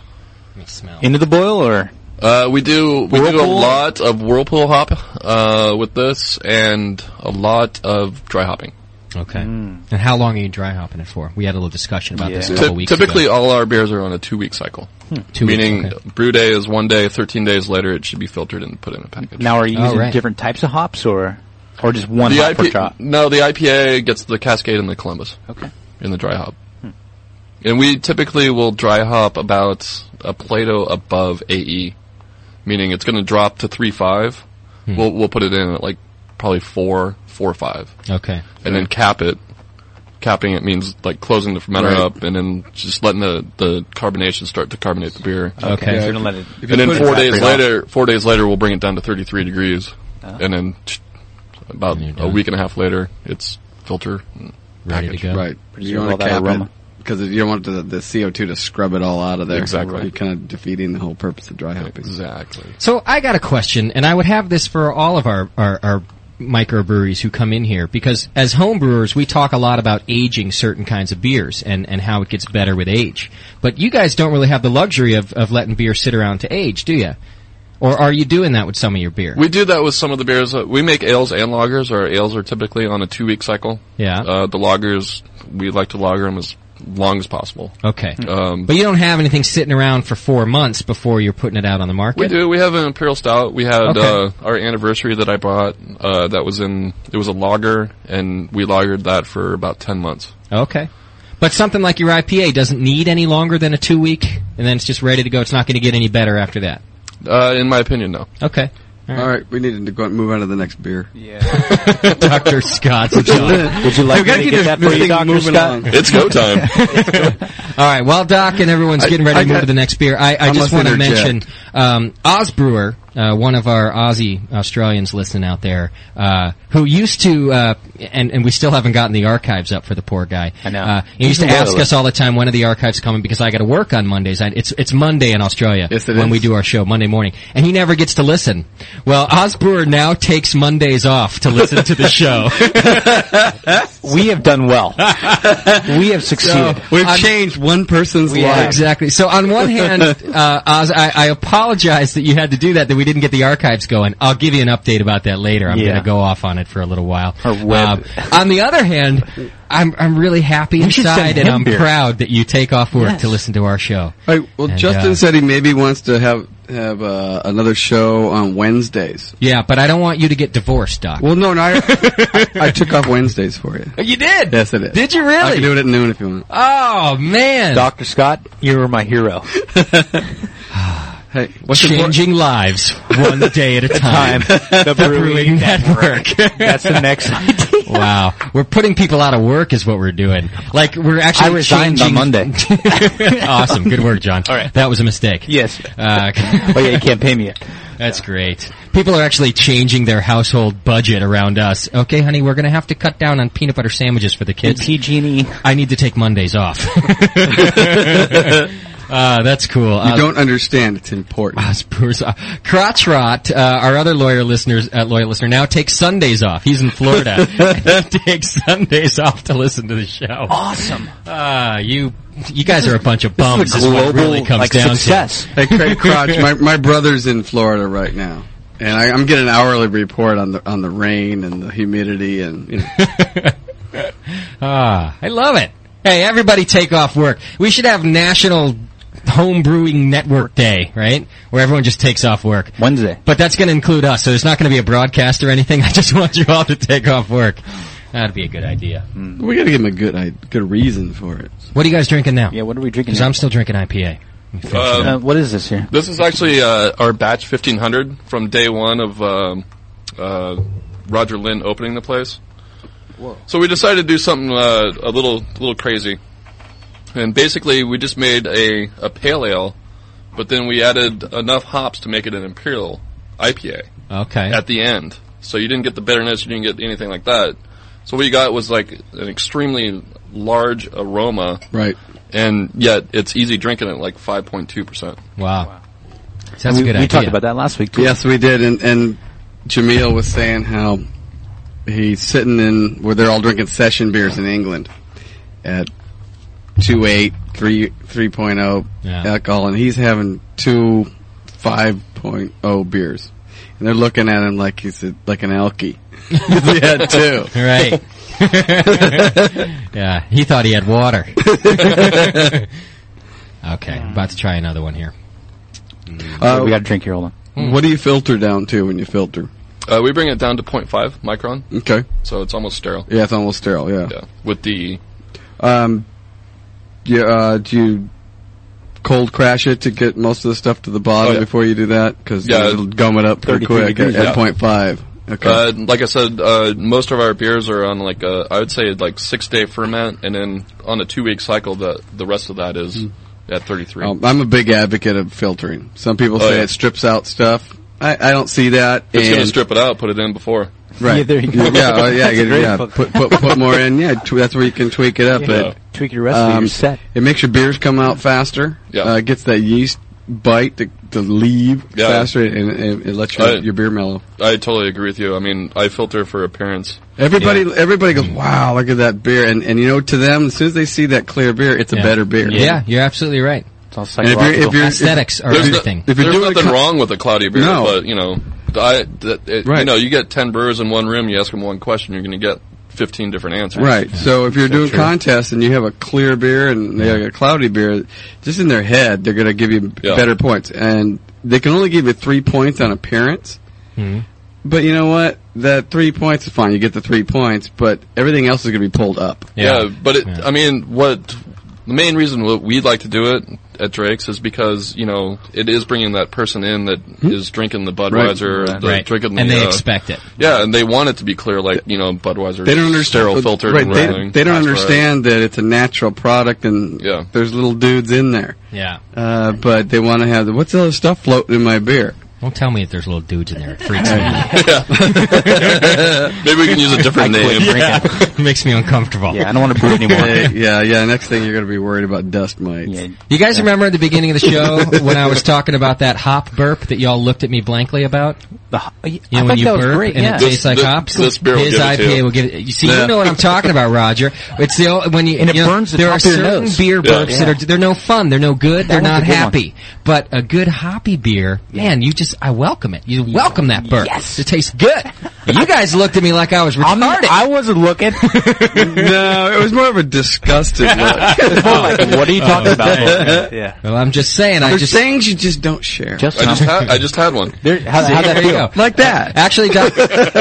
A: Let me smell.
C: Into the boil, or
G: Uh, we do we do a
C: Whirlpool?
G: lot of whirlpool hop uh, with this, and a lot of dry hopping.
A: Okay. And how long are you dry hopping it for? We had a little discussion about this a couple
G: Ty-
A: weeks
G: typically,
A: ago.
G: all our beers are on a two-week cycle,
A: Hmm. Two weeks,
G: meaning brew day is one day. Thirteen days later, it should be filtered and put in a package.
C: Now, are you
G: Oh,
C: using
G: right.
C: different types of hops or or just one hop per
G: IP
C: drop?
G: No, the IPA gets the Cascade and the Columbus.
C: Okay.
G: In the dry hop.
A: Hmm.
G: And we typically will dry hop about a Plato above AE, meaning it's going to drop to three five.
A: Hmm.
G: We'll we'll put it in at like probably four four or five.
A: Okay.
G: And then cap it. Capping it means like closing the fermenter
A: Right.
G: up and then just letting the, the carbonation start to carbonate the beer.
A: Okay. Yeah,
G: And,
A: if you- if you
G: then
A: put it
G: four
A: back
G: days
A: up.
G: later, four days later, we'll bring it down to 33 degrees, and then tch, about a
B: done.
G: week and a half later, it's filter and
B: Ready to
G: package.
B: go. Right. You don't want to cap it because you don't want the, the CO2 to scrub it all out of there.
G: Exactly.
B: You're kind of defeating the whole purpose of dry hopping.
G: Exactly.
A: So I got a question, and I would have this for all of our, our, our microbreweries who come in here, because as homebrewers, we talk a lot about aging certain kinds of beers and, and how it gets better with age. But you guys don't really have the luxury of, of letting beer sit around to age, do you? Or are you doing that with some of your beer?
G: We do that with some of the beers. Uh, We make ales and lagers. Our ales are typically on a two week cycle.
A: Yeah.
G: Uh, the lagers, we like to lager them as long as possible.
A: Okay.
G: Um,
A: but you don't have anything sitting around for four months before you're putting it out on the market?
G: We do. We have an imperial stout. We had
A: Okay.
G: uh, our anniversary that I bought. Uh, that was in. It was a lager, and we lagered that for about ten months.
A: Okay. But something like your IPA doesn't need any longer than a two week, and then it's just ready to go. It's not going to get any better after that.
G: Uh, in my opinion, no.
A: Okay.
B: All right. we need to go and move on to the next beer.
C: Yeah.
A: Dr. Scott's
B: Would you- would you like
C: me to get that for you, Dr. Scott?
G: It's go time.
A: All right. While Doc and everyone's
B: I-
A: getting ready
B: I
A: to move
B: got-
A: to the next beer, I, I
B: I
A: just
B: must
A: want to
B: interject.
A: mention um, Oz Brewer, uh, one of our Aussie Australians listening out there, uh, who used to, uh, and, and we still haven't gotten the archives up for the poor guy. I know. Uh, he
C: He's
A: used to
C: a little-
A: ask us all the time when are the archives coming because I got to work on Mondays. I, it's it's Monday in Australia when we do our show Monday morning, and he never gets to listen. Well, Oz Brewer now takes Mondays off to listen to the show.
C: we have done well. we have succeeded.
B: we've changed one person's
A: Yeah,
B: life.
A: Exactly. So Um, on one hand, uh, Oz, I, I apologize that you had to do that, that we didn't get the archives going. I'll give you an update about that later. I'm
C: Yeah.
A: going to go off on it for a little while. Um, on the other hand, I'm I'm really happy
B: should send
A: inside, and
B: him
A: I'm
B: beer.
A: proud that you take off work
B: Yes.
A: to listen to our show.
B: All right. Well,
A: And,
B: Justin
A: uh,
B: said he maybe wants to have have uh, another show on Wednesdays.
A: Yeah, but I don't want you to get divorced, Doc.
B: Well, no, no, I, I took off Wednesdays for you.
A: You did?
B: Yes, I did.
A: Did you really?
B: I can do it at noon if you want.
A: Oh man,
C: Doctor Scott, you were my hero.
B: hey,
A: Changing lives one day at a time.
C: The Brewing
A: Network.
C: That's the next idea.
A: Wow, we're putting people out of work is what we're doing. Like we're actually
C: I resigned
A: changing-
C: on Monday.
A: awesome, good work, John. All right, that was a mistake.
C: Yes.
A: Uh,
C: oh yeah, you can't pay me yet.
A: That's great. People are actually changing their household budget around us. Okay, honey, we're gonna have to cut down on peanut butter sandwiches for the kids.
C: PG&E.
A: I need to take Mondays off. Uh, that's cool.
B: You don't understand. It's important.
A: Spurs. Uh, Crotch Rot, uh, our other lawyer listeners, uh, loyal listener, now takes Sundays off. He's in Florida. He takes Sundays off to listen to the show.
C: Awesome.
A: Ah, you you guys are a bunch of
B: This is a
A: bums. Is, what it really
B: global,
A: comes
B: like,
A: down
B: success.
A: to.
B: Hey, Craig Crotch, my, my brother's in Florida right now. And I, I'm getting an hourly report on the on the rain and the humidity and you know,
A: Ah, I love it. Hey, everybody, take off work. We should have National Home Brewing Network Day, right? Where everyone just takes off work
C: Wednesday.
A: But that's going to include us, so there's not going to be a broadcast or anything. I just want you all to take off work. That'd be a good idea. Hmm.
B: we got to give him a good i- good reason for it.
A: What are you guys drinking now?
C: Yeah, what are we drinking?
A: Because I'm still drinking IPA.
G: Um,
C: Uh, what is this here?
G: This is actually uh, our batch 1500 from day one of um, uh, Roger Lynn opening the place.
J: Whoa.
G: So we decided to do something uh, a little little crazy, and basically we just made a, a pale ale, but then we added enough hops to make it an imperial IPA.
A: Okay.
G: At the end, so you didn't get the bitterness, you didn't get anything like that. So what you got was like an extremely large aroma,
B: Right.
G: And yet it's easy drinking at like 5.2 percent.
A: Wow. Sounds
C: we,
A: a good
C: we
A: idea.
C: talked about that last week too.
B: Yes, we did. And, and Jamil was saying how he's sitting in where they're all drinking session beers in England at 2.8, 3, 3.0
A: Yeah.
B: alcohol, and he's having two 5.0 beers. and they're looking at him like he's a, like an elkie. he had two.
A: Right. yeah, he thought he had water.
C: Uh,
A: okay, about to try another one here.
B: Uh,
C: Mm. we got to drink here. Hold
B: on. What do you filter down to when you filter?
G: Uh, we bring it down to 0.5 micron,
B: Okay.
G: so it's almost sterile.
B: Yeah, it's almost sterile. Yeah.
G: Yeah, with the
B: Um. Yeah. Uh, do you cold crash it to get most of the stuff to the bottom
G: Oh, yeah.
B: before you do that? Because
G: Yeah.
B: it'll gum it up pretty
G: 33
B: quick at,
G: degrees,
B: at
G: yeah.
B: 0.5. Okay.
G: Uh, like I said, uh, most of our beers are on like a, I would say like six day ferment, and then on a two week cycle, the the rest of that is at thirty three.
B: Um, I'm a big advocate of filtering. Some people
G: Oh,
B: say
G: yeah.
B: it strips out stuff. I, I don't see that.
G: If it's
B: and-
G: gonna strip it out, put it in before.
B: Right. Yeah, oh, yeah, yeah, yeah. Put, put, put more in. Yeah, tw- that's where you can tweak it up.
G: Yeah.
B: But, um,
C: Tweak your recipe, you're set.
B: It makes your beers come out faster.
G: Yeah.
B: Uh, it gets that yeast bite to, to leave
G: Yeah.
B: faster and, and it lets your,
G: I-
B: your beer mellow.
G: I totally agree with you. I mean, I filter for appearance.
B: Everybody, everybody goes, wow, look at that beer. And, and you know, to them, as soon as they see that clear beer, it's a better beer.
A: Yeah, you're absolutely right.
C: It's all
B: And if you're- if psychological. you're- if-
A: aesthetics are
B: There's no-
A: everything.
B: if you're
G: There's
B: doing a
G: nothing
B: co-
G: wrong with a cloudy beer,
B: No.
G: but you know, I, that, it, you
B: Right.
G: know, you get ten brewers in one room. You ask them one question, you're going to get fifteen different answers.
B: Right. So if you're doing contests and you have a clear beer and they have a cloudy beer, just in their head, they're going to give you
G: Yeah.
B: better points. And they can only give you three points on appearance.
G: Hmm.
B: But you know what? That three points is fine. You get the three points, but everything else is going to be pulled up.
G: Yeah, but it, I mean, what the main reason what we'd like to do it at Drake's is because you know it is bringing that person in that is drinking the Budweiser,
B: Hmm? Right.
G: The,
A: Right.
G: drinking the,
A: And they
G: uh,
A: expect it.
G: Yeah, and they want it to be clear, like you know Budweiser.
B: They don't
G: is
B: understand.
G: sterile filtered.
B: Right.
G: and
B: They,
G: everything.
B: they don't
G: That's right.
B: understand that it's a natural product and
G: Yeah.
B: there's little dudes in there.
A: Yeah.
B: Uh, but they want to have the, what's the other stuff floating in my beer?
A: Don't tell me if there's little dudes in there. It freaks me out.
G: Maybe we can use a different name.
A: It makes me uncomfortable.
C: Yeah, I don't want to brew anymore.
B: Uh, yeah, yeah. Next thing you're going to be worried about dust mites.
C: Yeah.
A: You guys remember at the beginning of the show when I was talking about that hop burp that y'all looked at me blankly about?
C: The, ho- I
A: You know,
C: thought
A: when you
C: that was
A: burp
C: great.
A: and
C: Yeah.
A: it tastes like
G: this-
A: hops,
G: this beer will
A: his
G: give it to
A: IPA
G: you.
A: will give it. You see,
B: Yeah.
A: you know what I'm talking about, Roger. It's the ol- when you
C: And it
A: you know,
C: burns the
A: There
C: top
A: are
C: of your
A: certain
C: nose.
A: beer
G: Yeah.
A: burps that are they're no fun, they're no good, they're
C: one's
A: not
C: a good one.
A: happy. But a good hoppy beer, man, you just I welcome it. You welcome that burp.
C: Yes.
A: it tastes good. You guys looked at me like I was
C: I'm
A: retarded.
C: not, I wasn't looking.
B: no, it was more of a disgusted look.
C: what are you talking about? yeah.
A: well, I'm just saying. I
B: There's
A: just
B: things you just don't share.
C: Just
G: I just had I just had one.
C: there, how, how'd that
A: There you
C: feel?
A: go.
B: like that.
A: Actually, Doc,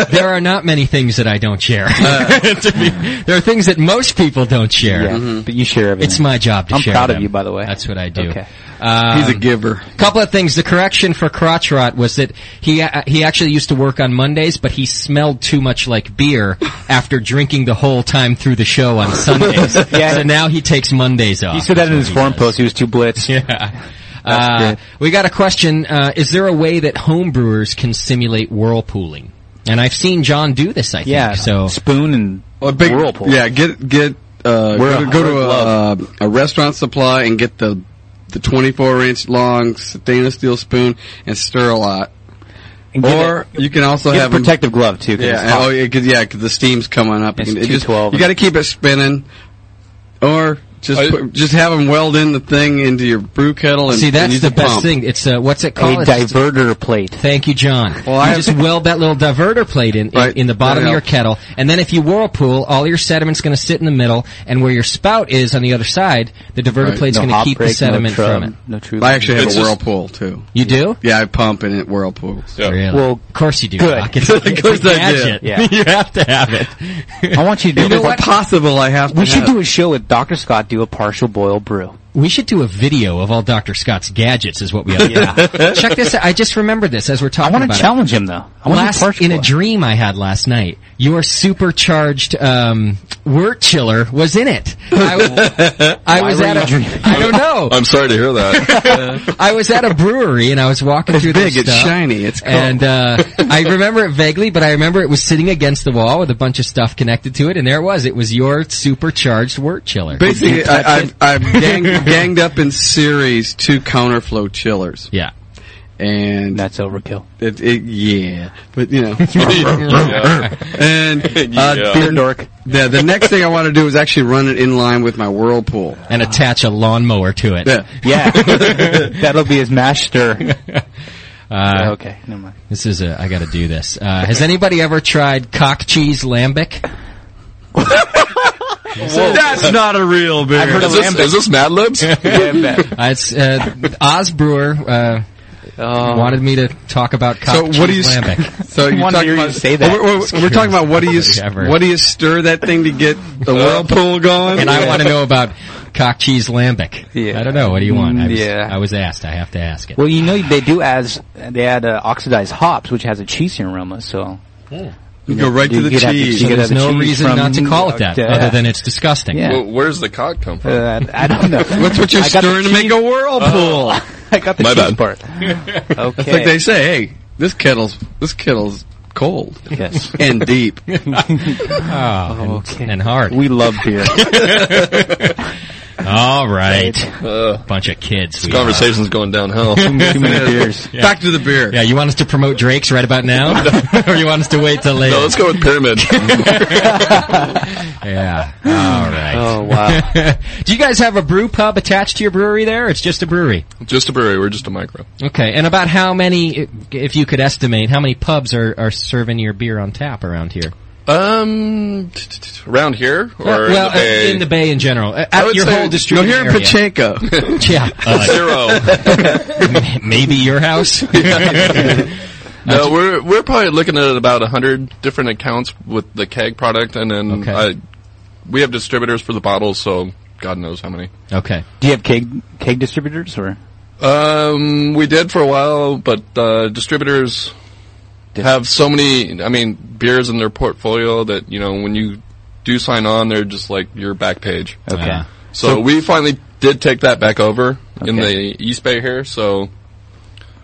A: there are not many things that I don't share. To be- there are things that most people don't share.
C: Uh, Yeah, Mm-hmm. but you share everything.
A: It's my job to
C: I'm
A: share.
C: proud of
A: them.
C: you, by the way.
A: That's what I do.
C: Okay.
A: Um,
B: He's a giver.
A: couple of things. The correction for crotch rot was that he uh, he actually used to work on Mondays, but he smelled too much like beer after drinking the whole time through the show on Sundays.
C: Yeah.
A: So now he takes Mondays off.
C: He said that in his forum post. He was too blitzed.
A: Yeah. Uh, we got a question. Uh, is there a way that homebrewers can simulate whirlpooling? And I've seen John do this, I think.
C: Yeah,
A: So,
C: spoon and
B: A big
C: whirlpool.
B: Yeah, get get uh,
C: Wear
B: go,
C: a-
B: to, go
C: wear a
B: to a, uh, a restaurant supply and get the the 24 inch long stainless steel spoon and stir a lot.
C: and get
B: Or
C: a,
B: you can also
C: get a
B: have 'em-
C: protective glove too. 'cause
B: Yeah,
C: it's
B: and-
C: hot.
B: oh yeah, cause, yeah, 'cause the steam's coming up.
C: It's
B: You can- it just-
C: 212.
B: You got to keep it spinning, or just
G: I-
B: put, just have them weld in the thing into your brew kettle and
A: see,
B: and
A: that's
B: use
A: the
B: a
A: best
B: pump.
A: thing. It's uh, what's it
C: a
A: called? It's just-
C: diverter plate.
A: Thank you, John.
B: Well,
A: you
B: I-
A: just weld that little diverter plate in, in,
B: Right.
A: in the bottom
B: Yeah.
A: of your kettle, and then if you whirlpool, all your sediment's going to sit in the middle, and where your spout is on the other side, the diverter
B: Right.
A: plate's
C: No
A: going to
C: hop
A: keep
C: break,
A: the sediment
C: no trub,
A: from it.
C: No true.
B: I actually have
G: It's
B: a
G: just-
B: whirlpool too.
A: You do?
B: Yeah, I pump and it whirlpools.
G: Yeah.
A: Really?
C: Well,
A: of course you do.
C: good.
A: Doc. It's, it's
B: course
A: a
B: I do.
A: gadget.
C: Yeah.
A: you have to have it.
C: I want you to do.
B: if
C: it.
B: it's possible, I have.
C: We
B: to
C: should
B: have.
C: do a show with Doctor Scott. Do a partial boil brew.
A: We should do a video of all Dr. Scott's gadgets is what we ought to do. Check this out. I just remembered this as we're
C: I
A: talking
C: want
A: about
C: to
A: it.
C: challenge him though. I want to
A: Last,
C: partial
A: in a
C: boil.
A: dream I had last night, your supercharged um, wort chiller was in it. I, w- I was
C: were
A: at
C: you
A: a,
C: dreaming?
A: I don't know.
G: I'm sorry to hear that.
A: I was at a brewery and I was walking
B: It's
A: through
B: big.
A: their
B: It's
A: stuff.
B: shiny. It's cool.
A: And uh, I remember it vaguely, but I remember it was sitting against the wall with a bunch of stuff connected to it, and there it was. It was your supercharged wort chiller.
B: Basically, I, I've, I've gang, ganged up in series two counterflow chillers,
A: yeah.
B: and
C: That's overkill.
B: it, it, yeah, but you know,
G: Yeah.
B: and uh,
G: Yeah.
B: the- The, the next thing I want to do is actually run it in line with my whirlpool.
A: And attach a lawnmower to it.
B: Yeah.
C: Yeah, that'll be his master.
A: Uh,
C: Yeah, okay, never mind.
A: This is a. I got to do this. Uh, has anybody ever tried cock cheese lambic?
G: That's
A: not a real beer.
G: I've heard of Is this- lambic. is this Mad Libs? Lambic.
A: it's uh, Oz Brewer uh,
C: Oh.
A: wanted me to talk about cock
B: so
A: cheese
B: what do you? s-
A: lambic.
B: So you're talking about We're, we're- we're talking about what do you s-
A: Ever.
B: what do you stir that thing to get the whirlpool going?
A: and I want to know about cock cheese lambic. I don't know. What do you want? I was,
C: Yeah.
A: I was asked. I have to ask it.
C: Well, you know they do as they add uh, oxidized hops, which has a cheesy aroma. So
A: You go right to the
C: could have
A: cheese.
C: you could
A: There's
C: have the
A: no
C: cheese
A: reason
C: from-
A: not to call it that,
C: Yeah.
A: other than it's disgusting.
C: Yeah.
G: Well, where's the cock come from?
C: Uh, I don't know.
G: That's what you're
C: I got the
G: stirring to make
C: cheese-
G: a whirlpool.
A: Uh,
C: Oh. I got the
B: My
C: cheese
B: bad.
C: part.
B: It's
C: Okay.
B: like they say, hey, this kettle's this kettle's cold.
C: Yes.
B: and deep.
A: Oh, and-
C: Oh.
A: okay. and hard.
C: We love beer.
A: All right. Bunch of kids.
G: This conversation's going downhill.
B: Back to the beer.
A: Yeah, you want us to promote Drake's right about now? or you want us to wait till later?
G: No, let's go with Pyramid.
A: yeah. All right.
G: Oh, wow.
A: Do you guys have a brew pub attached to your brewery there? It's just a brewery.
G: just a brewery. We're just a micro.
A: Okay. And about how many, if you could estimate, how many pubs are, are serving your beer on tap around here?
G: Um, around here or
A: Uh, well,
G: in the bay?
A: uh, in the Bay in general, Uh,
G: I
A: at
G: would
A: your
G: say-
A: whole distribution
G: No, here in
A: area. Uh,
G: Pachinko.
A: yeah,
G: Zero.
A: maybe your house.
G: No, we're we're probably looking at about hundred different accounts with the keg product, and then I, we have distributors for the bottles, so God knows how many.
A: Okay.
C: Do you have keg keg distributors or?
G: Um, we did for a while, but uh, distributors have so many. I mean, beers in their portfolio that you know when you do sign on, they're just like your back page.
C: Okay. Ah.
G: So,
C: So-
G: we finally did take that back over in
C: Okay.
G: the East Bay here. So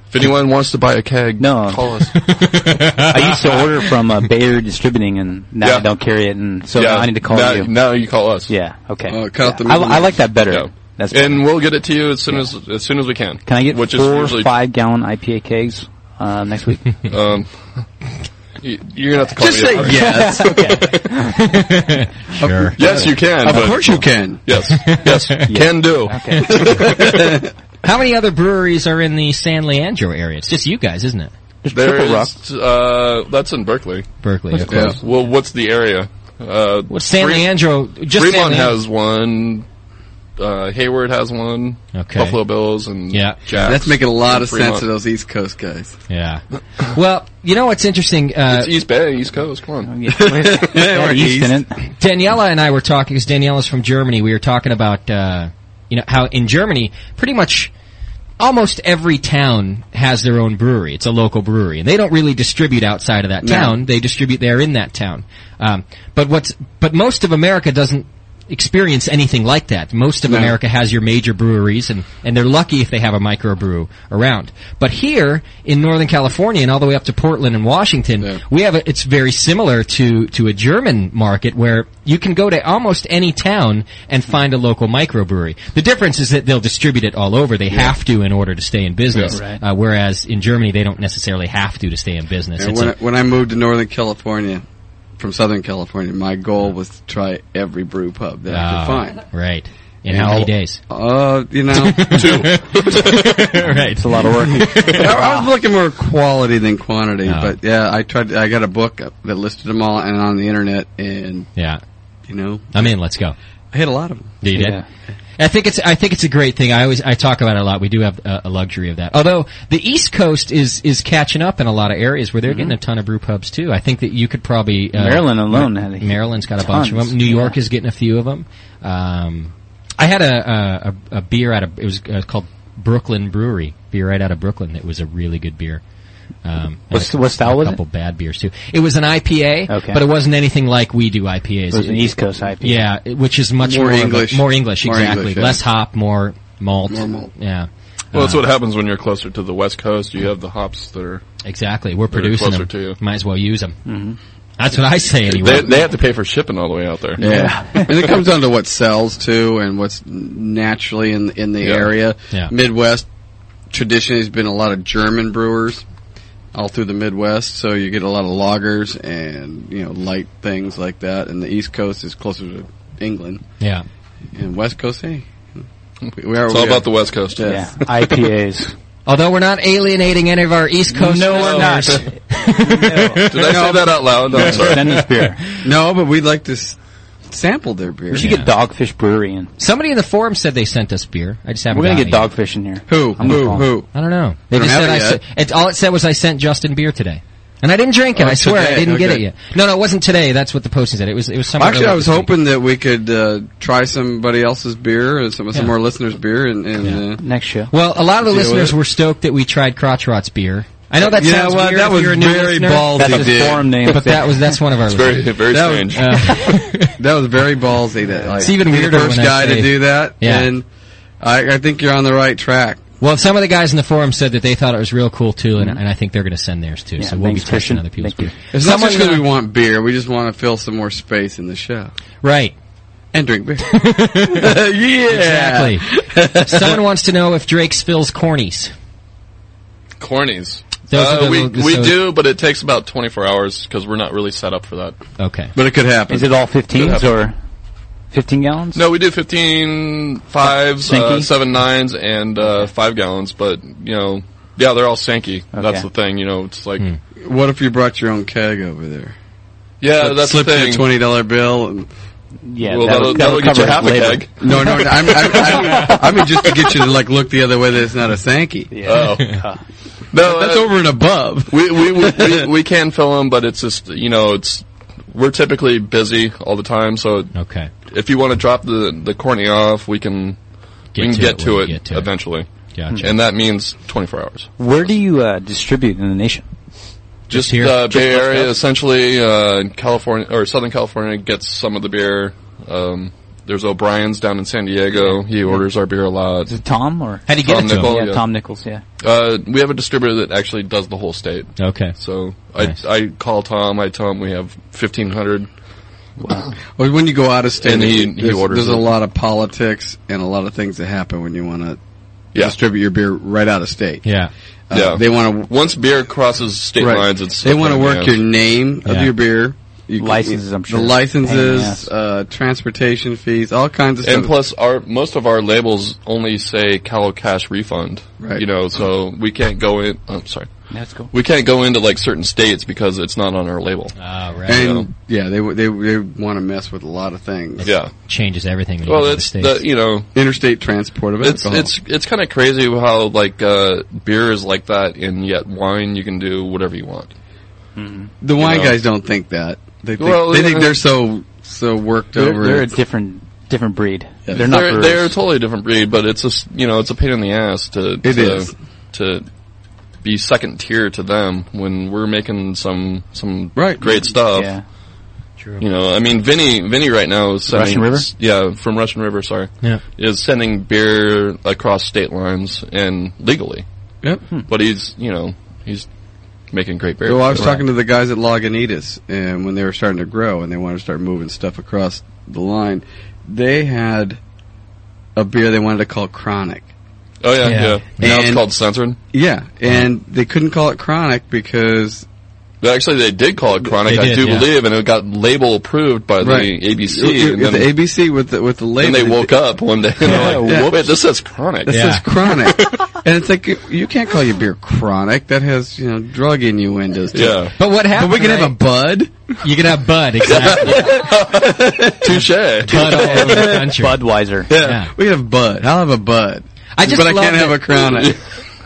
G: if anyone wants to buy a keg, no. call us.
C: I used to order from uh, Bayer Distributing, and now
G: Yeah.
C: I don't carry it, and so
G: Yeah.
C: now I need to call
G: Now-
C: you.
G: Now you call us.
C: Yeah. Okay.
G: Uh, count
C: Yeah.
G: the
C: I, li- I
G: minutes.
C: like that better.
G: Yeah.
C: That's
G: and we'll get it to you as soon as as soon as we can.
C: Can I get
G: which is
C: four
G: usually
C: five gallon IPA kegs uh, next week?
G: um. you- You're gonna have to call
C: Just
G: me
C: say
G: up.
C: yes.
A: Sure.
G: Yes, you can.
B: Of
G: but-
B: course you can.
G: Yes. Yes. Can do.
A: How many other breweries are in the San Leandro area? It's just you guys, isn't it?
G: There is, uh, that's in Berkeley.
A: Berkeley,
G: That's
A: of course.
G: Yeah. Well, what's the area? Uh,
A: What's San Leandro- just San
G: Fremont
A: Leandro-
G: has one. Uh, Hayward has one.
A: Okay.
G: Buffalo Bills and
A: Yeah.
G: Jack's
B: That's making a lot
G: and
B: of sense
G: Fremont.
B: to those East Coast guys.
A: Yeah. Well, you know what's interesting? Uh,
G: It's East Bay, East Coast. Come on.
A: Yeah, Daniela and I were talking because Daniela's from Germany. We were talking about uh, you know how in Germany, pretty much almost every town has their own brewery. It's a local brewery, and they don't really distribute outside of that
E: No.
A: town. They distribute there in that town. Um, but what's but most of America doesn't experience anything like that. Most of
E: No.
A: America has your major breweries, and and they're lucky if they have a microbrew around. But here in Northern California and all the way up to Portland and Washington, we have a, it's very similar to to a German market where you can go to almost any town and find a local microbrewery. The difference is that they'll distribute it all over. They have to in order to stay in business.
B: Yeah. Right.
A: Uh, whereas in Germany, they don't necessarily have to to stay in business.
B: And
A: It's
B: when,
A: a-
B: I, when I moved to Northern California from Southern California, my goal was to try every brew pub that
A: Ah,
B: I could find.
A: Right. In how many
B: I'll-
A: days?
B: Uh, you know, two.
A: right,
B: it's a lot of work. I, I was looking more quality than quantity,
A: Oh.
B: but yeah, I tried. I got a book that listed them all and on the internet, and
A: yeah,
B: you know,
A: I'm in. Let's go.
B: I hit a lot of them.
A: You did. I think it's I think it's a great thing. I always I talk about it a lot. We do have uh, a luxury of that. Although the East Coast is is catching up in a lot of areas where they're getting a ton of brew pubs too. I think that you could probably uh,
C: Mm-hmm. Maryland alone had a-
A: Maryland's got a bunch of
C: tons,
A: them. New York is getting a few of them. Um, I had a a, a, a beer out of it was uh, called Brooklyn Brewery beer right out of Brooklyn that was a really good beer. Um,
C: What's-
A: and a-
C: what style was
A: a
C: it?
A: couple bad beers too. It was an IPA,
C: Okay.
A: but it wasn't anything like we do IPAs.
C: It was an East Coast IPA.
A: Yeah, it- which is much
B: More
A: more, of a-
B: English.
A: more English,
B: More
A: exactly.
B: English, yeah.
A: Less hop, more malt.
B: More malt.
A: Yeah.
G: Well, that's
A: Uh,
G: what happens when you're closer to the West Coast. You have the hops that are
A: exactly. We're
G: that are
A: producing
G: closer
A: them.
G: to you.
A: Might as well use them.
C: Mm-hmm.
A: That's what I say anyway.
G: They, they have to pay for shipping all the way out there.
B: Yeah, and it comes down to what sells too, and what's naturally in in the
G: Yeah.
B: area.
G: Yeah.
B: Midwest traditionally has been a lot of German brewers all through the Midwest, so you get a lot of lagers and you know light things like that. And the East Coast is closer to England,
A: yeah.
B: and West Coast, hey, we we are.
G: It's all
B: we are.
G: about the West Coast.
B: Yes.
C: IPAs.
A: Although we're not alienating any of our East Coast
B: No, we're not.
A: listeners.
B: Did
G: I say that out loud? I'm sorry.
C: Send us beer.
B: No, Oh, but we'd like to s- sample their beer.
C: We should get Dogfish Brewery in.
A: Somebody in the forum said they sent us beer. I just haven't.
C: We're gonna
A: gotten it
C: get
A: yet.
C: Dogfish in here.
B: Who?
C: I'm gonna
B: Who?
C: call him.
B: Who?
A: I don't know. They,
C: They
A: just
C: don't
A: said I
C: have it
A: sent, it, all it said was I sent Justin beer today. And I didn't drink it.
B: Oh,
A: I swear I
B: today,
A: didn't get
B: okay.
A: it yet. No, no, it wasn't today. That's what the posting said. It was it was somewhere
B: Actually,
A: earlier
B: I was
A: this week.
B: hoping that we could uh, try somebody else's beer, or some, some more listeners' beer, and, and uh,
C: next show.
A: Well, a lot of the listeners were stoked that we tried Crotch Rot's beer. I know that
B: You know
A: sounds
B: what?
A: weird
B: That
A: if
B: was
A: you're a new
B: very
A: listener.
B: ballsy,
C: That's his
B: dude.
C: forum name.
A: But that was that's one of our
G: It's very,
A: listeners. uh,
G: very
B: That was-
G: strange.
B: that was very ballsy. That like,
A: It's even
B: you're the
A: weirder
B: first
A: when I
B: guy
A: say-
B: to do that,
A: Yeah.
B: and I, I think you're on the right track.
A: Well, some of the guys in the forum said that they thought it was real cool too,
B: Mm-hmm.
A: and, and I think they're going to send theirs too. so we'll be
C: thanks,
A: testing
C: Christian.
A: other people's
C: Thank
A: beer.
C: you.
B: It's not
A: Someone,
B: just because
A: uh,
B: we want beer; we just want to fill some more space in the show
A: Right.
B: and drink beer. yeah,
A: Exactly. Someone wants to know if Drake spills cornies.
G: Cornies.
A: Those are
G: Uh,
A: the
G: we
A: little-
G: we
A: so-
G: do, but it takes about 24 hours because we're not really set up for that.
A: Okay.
B: But it could happen.
C: Is it all 15s or 15 gallons?
G: No, we do 15 fives, uh,
C: Sankey?
G: 7 nines, and uh, 5 gallons, but, you know, yeah, they're all Sankey.
C: Okay.
G: That's the thing, you know, it's like,
B: What if you brought your own keg over there?
G: Hmm. yeah, that's the
B: Slip in a
G: thing.
B: twenty dollar bill. And,
C: Yeah,
G: well,
C: that
G: that'll,
C: would-
G: that'll,
C: that would
G: get you
C: cover
G: half
C: it later.
G: a keg.
B: no, no, no I'm, I'm, I'm, I mean just to get you to like look the other way that it's not a Sankey.
G: Oh. no,
B: That's
G: uh,
B: over and above.
G: we, we, we, we, we can fill them, but it's just, you know, it's, we're typically busy all the time, so
A: Okay.
G: if you want to drop the, the corny off, we can, we can get to
A: when
G: it,
A: you get to
G: eventually.
A: Gotcha.
G: And that means 24 hours.
C: Where do you uh, distribute in the nation?
G: Just
A: here?
G: uh, Bay Area, essentially, uh, California or Southern California gets some of the beer. Um, there's O'Brien's down in San Diego. He orders our beer a lot.
C: Is it Tom or
A: How do you get
G: Tom
A: it to
G: Nichol,
A: him?
C: yeah,
G: yeah.
C: Tom Nichols? Yeah,
G: Uh, we have a distributor that actually does the whole state.
A: Okay.
G: So
A: Nice.
G: I, I call Tom. I tell him we have 1500.
B: Well, When you go out of state,
G: And he- he
B: there's,
G: orders
B: there's
G: it.
B: a lot of politics and a lot of things that happen when you want to
G: Yeah.
B: distribute your beer right out of state.
A: Yeah.
B: Uh,
G: Yeah.
B: They want to
G: Once beer crosses state lines, it's
B: they want to
G: okay,
B: work
G: yeah.
B: your name
A: Yeah.
B: of your beer. You can-
C: Licenses, I'm sure. Pain in
B: The
C: the ass.
B: licenses, uh, transportation fees, all kinds of
G: And
B: stuff.
G: plus, our most of our labels only say Calo Cash Refund.
B: Right.
G: You know, so we can't go in. oh, I'm sorry.
C: that's cool.
G: We can't go into like certain states because it's not on our label.
A: Ah, right.
B: and yeah, they they they want to mess with a lot of things.
G: yeah.
A: Changes everything. when you
G: Well,
A: get to the
G: it's
A: States.
G: the, you know,
B: Interstate transport of
G: it's
B: alcohol.
G: it's it's kind of crazy how like uh, beer is like that, and yet wine you can do whatever you want.
B: the wine
G: know.
B: guys don't think that. They think,
G: Well,
B: they
G: yeah.
B: think they're so so worked
C: They're,
B: over.
C: they're a
B: it.
C: different different breed.
B: Yeah.
C: They're not.
G: they're,
C: brewers.
G: they're a totally different breed, but it's just you know it's a pain in the ass to
B: It
G: to,
B: is.
G: to be second tier to them when we're making some some
B: Right.
G: great stuff.
C: yeah.
G: You know, I mean, Vinny, Vinny right now is sending,
C: Russian River?
G: yeah, from Russian River, sorry,
A: Yeah.
G: is sending beer across state lines and legally.
B: Yep.
G: But he's, you know, he's making great beer.
B: Well, Hmm. Oh, I was talking to the guys at Lagunitas, and when they were starting to grow and they wanted to start moving stuff across the line, they had a beer they wanted to call Chronic.
G: Oh yeah,
A: Yeah.
G: yeah. Now it's
B: And-
G: called censored.
B: Yeah, and they couldn't call it Chronic because
G: Actually, they did call it chronic.
A: They
G: I
A: did,
G: do
A: yeah.
G: believe, and it got label approved by the
B: Right.
G: ABC.
B: with
G: and then,
B: the ABC with the with the label,
G: then they woke up one day and they're like,
B: Yeah.
G: "Whoa, wait, this says chronic."
B: That
A: Yeah.
B: says Chronic, and it's like you, you can't call your beer Chronic. That has you know drug innuendos. To
G: Yeah.
B: it.
A: But what
B: But
A: happened?
B: we can have a
A: right?
B: Bud.
A: You can have Bud, exactly.
G: Touche.
A: Bud all over the country.
C: Budweiser.
A: Yeah.
B: We can have Bud. I'll have a Bud.
A: I just
B: but I
A: love
B: can't have
A: that-
B: a Chronic.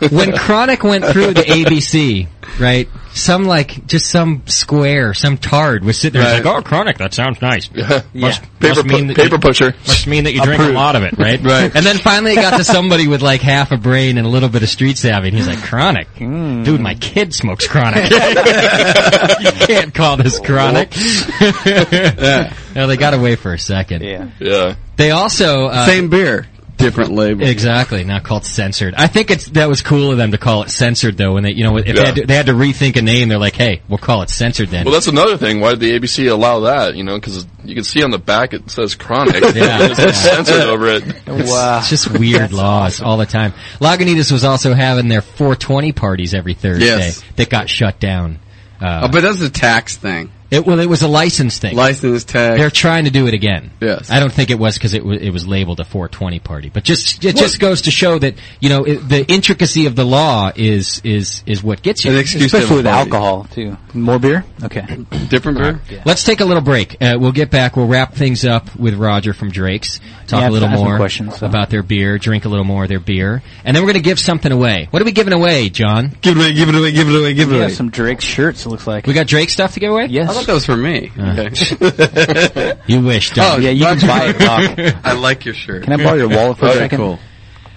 A: when Chronic went through the ABC, right? Some like just some square, some tard was sitting there
B: Right.
A: like, "Oh, Chronic, that sounds nice. Must,
G: Paper,
A: must mean
G: pu-
A: that
G: paper
A: you,
G: pusher.
A: must mean that you drink a lot of it, right?
B: Right.
A: And then finally it got to somebody with like half a brain and a little bit of street savvy, and he's like, "Chronic, dude, my kid smokes Chronic. you can't call this Chronic." no, they got away for a second.
C: Yeah.
G: Yeah.
A: They also uh,
B: Same beer, different label.
A: Exactly, not called censored. I think it's that was cool of them to call it censored though. When they, you know, if they,
G: Yeah.
A: had to, they had to rethink a name, they're like, "Hey, we'll call it censored then."
G: Well, that's another thing. Why did the ABC allow that? You know, because you can see on the back it says chronic.
A: Yeah.
G: It's censored over it.
A: it's,
C: Wow.
A: it's just weird laws all the time. Lagunitas was also having their 420 parties every Thursday
B: Yes.
A: that got shut down. Uh,
B: Oh, but that's a tax thing.
A: It, well, it was a license thing.
B: License tag.
A: They're trying to do it again.
B: Yes.
A: I don't think it was because it, wa it was labeled a 420 party, but just it
B: Well-
A: just goes to show that you know it, the intricacy of the law is is is what gets you.
C: An excuse to Especially have a with party. alcohol, too. More beer? Okay.
B: Different
C: beer?
A: Let's take a little break. Uh, we'll get back. We'll wrap things up with Roger from Drake's. Talk
C: Yeah,
A: a little
C: I have some
A: more
C: questions, so.
A: about their beer. Drink a little more of their beer, and then we're going to give something away. What are we giving away, John?
B: Give it away! Give it away! Give it away! Give
C: We have some Drake shirts, it looks like.
A: We got Drake stuff to give away?
C: Yes.
B: I thought that was for me. Okay.
A: you wish, Doc.
B: Oh,
A: Yeah, you can
B: Roger,
A: buy it, Doc.
B: I like your shirt.
A: Can I borrow your wallet for a
B: Okay,
A: second?
B: Cool.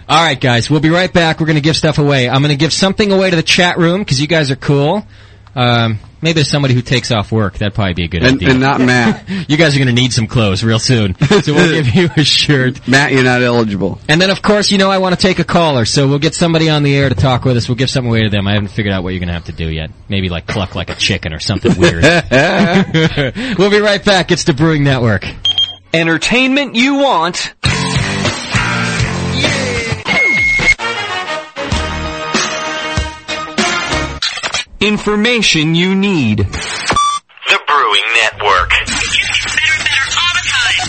A: All right, guys, we'll be right back. We're going to give stuff away. I'm going to give something away to the chat room because you guys are cool. Um, maybe there's somebody who takes off work. That'd probably be a good
B: And-
A: idea.
B: and not Matt.
A: you guys are going to need some clothes real soon, so we'll give you a shirt.
B: Matt, you're not eligible.
A: And then, of course, you know I want to take a caller, so we'll get somebody on the air to talk with us. We'll give something away to them. I haven't figured out what you're going to have to do yet. Maybe like cluck like a chicken or something weird. we'll be right back. It's the Brewing Network.
F: Entertainment you want. Information you need. The Brewing Network.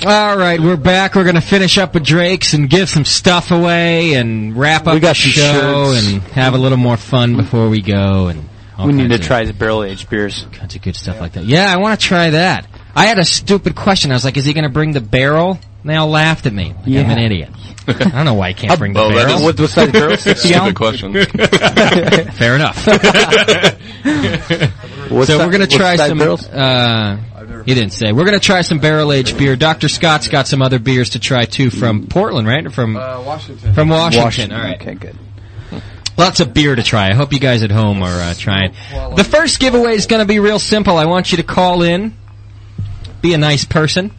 A: All right, we're back. We're going to finish up with Drake's and give some stuff away and wrap up
C: We got
A: the
C: some
A: show
C: shirts.
A: and have a little more fun before we go. And all
C: we need to
A: kinds of-
C: try his barrel aged beers.
A: Kinds of good stuff like that. Yeah, I want to try that. I had a stupid question. I was like, "Is he going to bring the barrel?" And they all laughed at me. Like I'm an idiot. I don't know why he can't bring the
G: Well, that
A: barrel.
G: is- What- what size barrel? Stupid question.
A: Fair enough.
G: What
A: so
G: si-
A: we're gonna
G: what
A: try
G: size
A: some.
G: barrels?
A: Uh, he didn't say. We're gonna try some barrel aged beer. Doctor Scott's got some other beers to try too from Portland, right? Or From
B: Uh, Washington.
A: From Washington.
B: Washington,
A: All right.
B: okay,
C: good.
A: Lots of beer to try. I hope you guys at home are uh, trying. The first giveaway is going to be real simple. I want you to call in. Be a nice person.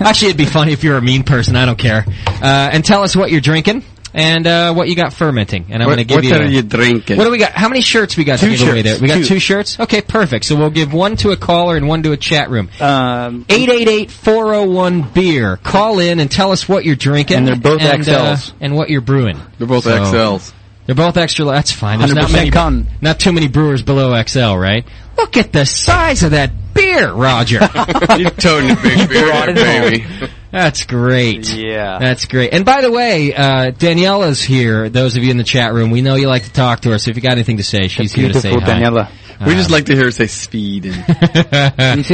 A: Actually, it'd be funny if you're a mean person. I don't care. Uh, and tell us what you're drinking and uh, what you got fermenting. And I'm
B: What-
A: going to give
B: what
A: you.
B: are
A: a-
B: you drinking?
A: What do we got? How many shirts we got
B: Two
A: to give away
B: shirts.
A: there? We got
B: Two.
A: two shirts. Okay, perfect. So we'll give one to a caller and one to a chat room.
C: Um,
A: Eight eight eight four zero one beer. Call in and tell us what you're drinking.
C: And they're both
A: and, uh,
C: XLs.
A: and what you're brewing.
B: They're both XLs.
A: They're both extra. That's fine. There's not
C: 100%
A: many,
C: cotton.
A: not too many brewers below XL, right? Look at the size of that beer, Roger.
B: You're toting a big beer, baby.
A: That's great.
C: Yeah.
A: That's great. And by the way, uh, Daniela's here. Those of you in the chat room, we know you like to talk to her. So if you got anything to say, she's here to say hi.
B: We
A: Um,
B: just like to hear her say speed. And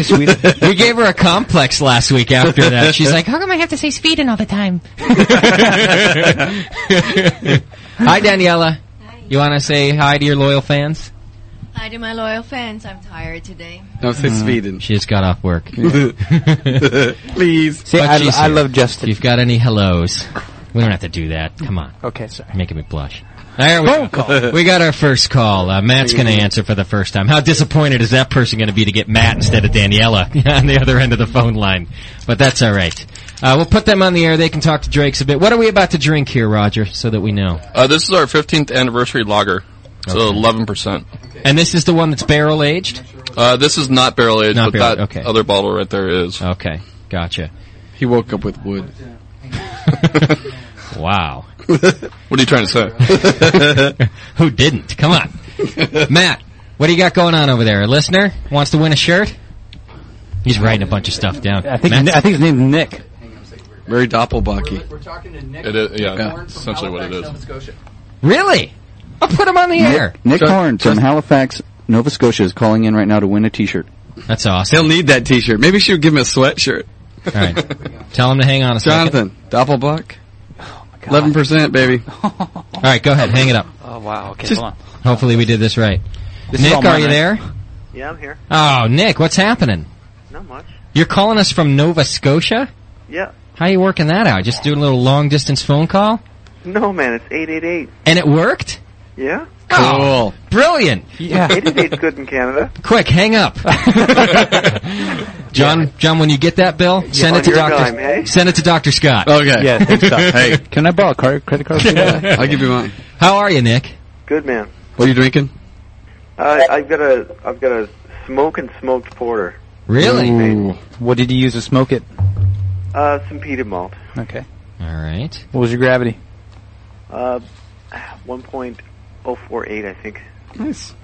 A: we gave her a complex last week after that. She's like,
J: how come I have to say Sweden all the time?
A: "Hi, Daniela. You want to say hi to your loyal fans?"
K: Hi to my loyal fans. I'm tired today.
B: No, say Sweden.
A: Mm. She just got off work.
B: Please.
C: See, I- I love
A: Justin. If you've got any hellos, we don't have to do that. Come on.
C: Okay, sorry.
A: You're making me blush. There we go. We got our first call. Uh, Matt's going to answer for the first time. How disappointed is that person going to be to get Matt instead of Daniela on the other end of the phone line? But that's all right. Uh, we'll put them on the air. They can talk to Drake's a bit. What are we about to drink here, Roger, so that we know?
G: Uh, this is our 15th anniversary lager. So 11%.
A: And this is the one that's barrel aged?
G: Uh, this is not barrel aged,
A: Not
G: but
A: barrel-
G: that other bottle right there is.
A: Okay. Gotcha.
B: He woke up with wood.
A: Wow.
G: what are you trying to say?
A: Who didn't? Come on. Matt, what do you got going on over there? A listener wants to win a shirt? He's writing a bunch of stuff down.
C: I think,
A: Matt's-
C: I think his name's Nick.
B: Very doppelbucky.
I: We're talking to Nick.
G: It is, yeah,
I: Horn from
G: that's essentially what it
I: Halifax,
G: is.
I: Nova Scotia.
A: Really? I'll put him on the air.
D: Nick Horn from Halifax, Nova Scotia is calling in right now to win a t-shirt.
A: That's awesome.
B: He'll need that T-shirt. Maybe she would give him a sweatshirt.
A: All right. Tell him to hang on a
B: Jonathan, Doppelbuck. Eleven percent, baby.
A: All right, go ahead. Hang it up.
C: Oh, wow. Okay,
B: Just-
C: hold on.
A: Hopefully we did this right.
C: This is
A: Nick,
C: all
A: are
C: mine,
A: you
C: right?
A: there?
L: Yeah, I'm here.
A: Oh, Nick, what's happening?
L: Not much.
A: You're calling us from Nova Scotia?
L: Yeah.
A: How you working that out? Just doing a little long distance phone call?
L: No, man, it's 888.
A: And it worked?
L: Yeah?
A: Oh, brilliant.
L: 888's good in Canada.
A: Quick, hang up. John, John, when you get that bill, send it
L: On
A: to
L: your
A: Doctor.
L: dime, eh?
A: Send it to Doctor Scott.
B: Okay.
C: Yeah, thanks, Doc.
B: Hey.
C: Can I borrow a card, credit card?
B: I'll give you mine.
A: How are you, Nick?
L: Good, man.
B: What are you drinking?
L: Uh, I've got a, I've got a smoke and smoked porter.
A: Really?
C: What did you use to smoke it?
L: Uh, some peated malt.
C: Okay.
A: All right.
C: What was your gravity?
L: Uh, 1.048, I think.
B: Nice.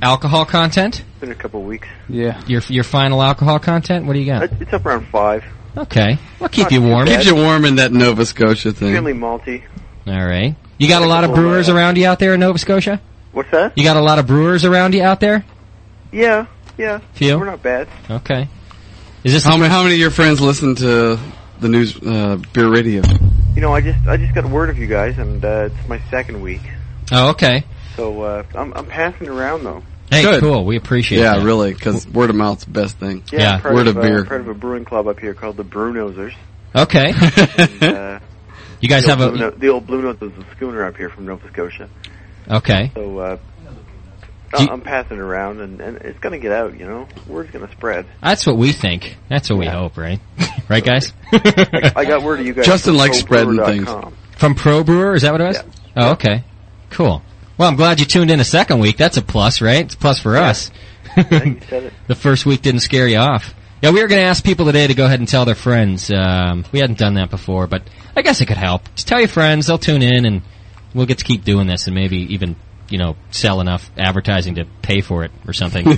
A: alcohol content?
L: It's been a couple of weeks.
C: Yeah.
A: Your your final alcohol content? What do you got?
L: It's up around five.
A: Okay. Well, keep
L: Not
A: you
L: too
A: warm.
L: bad. Keeps you
B: warm in that Nova Scotia
L: Extremely malty.
A: All right. You got a lot of brewers around you out there in Nova Scotia?
L: What's that?
A: You got a lot of brewers around you out there?
L: Yeah, yeah.
A: Few?
L: We're not bad.
A: Okay. Is this
B: how many how many of your friends listen to the news uh, beer radio?
L: You know, I just I just got word of you guys, and uh, it's my second week,
A: Oh, okay.
L: so uh, I'm I'm passing it around though.
A: Hey, cool. We appreciate
B: yeah,
A: that.
B: really, because word of mouth's the best thing.
L: Yeah, I'm part
B: word
L: of,
B: of,
L: uh,
B: beer.
L: part of a brewing club up here called the Brunosers.
A: Okay.
L: Uh,
A: you guys
L: the
A: have
L: old
A: a
L: Blue Note- the old Blue Note is a schooner up here from Nova Scotia.
A: okay.
L: So uh,
A: Do you-
L: I'm passing it around, and, and it's going to get out. You know, word's going to spread.
A: That's what we think. That's what we hope, right? right, guys.
L: I got word of you guys.
A: Justin
L: from
A: likes spreading
L: ProBrewer.com.
A: From Pro Brewer, is that what it was? Oh, okay. Cool. Well, I'm glad you tuned in a second week. That's a plus, right? It's a plus for us. the first week didn't scare you off. Yeah, we were going to ask people today to go ahead and tell their friends. Um, we hadn't done that before, but I guess it could help. Just tell your friends; they'll tune in, and we'll get to keep doing this, and maybe even you know sell enough advertising to pay for it or something,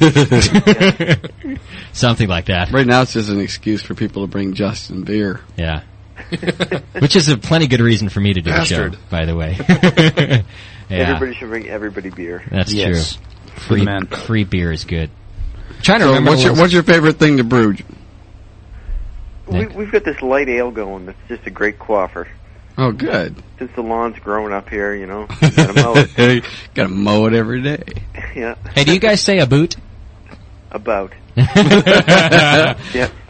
A: something like that.
B: Right now, it's just an excuse for people to bring Justin beer.
A: Yeah. Which is a plenty good reason for me to do the
B: Bastard.
A: show, by the way. yeah,
L: Everybody should bring everybody beer.
A: that's
B: Yes.
A: true. Free,
B: man.
A: free beer is good. I'm trying to
B: So
A: remember
B: what's your
A: what-
B: what's your favorite thing to brew?
L: We, we've got this light ale going. That's just a great quaffer.
B: Oh, good.
L: Since the lawn's growing up here, you know. gotta mow it.
B: Got to mow it every day.
L: yeah.
A: Hey, do you guys say a boot?
L: About. yeah.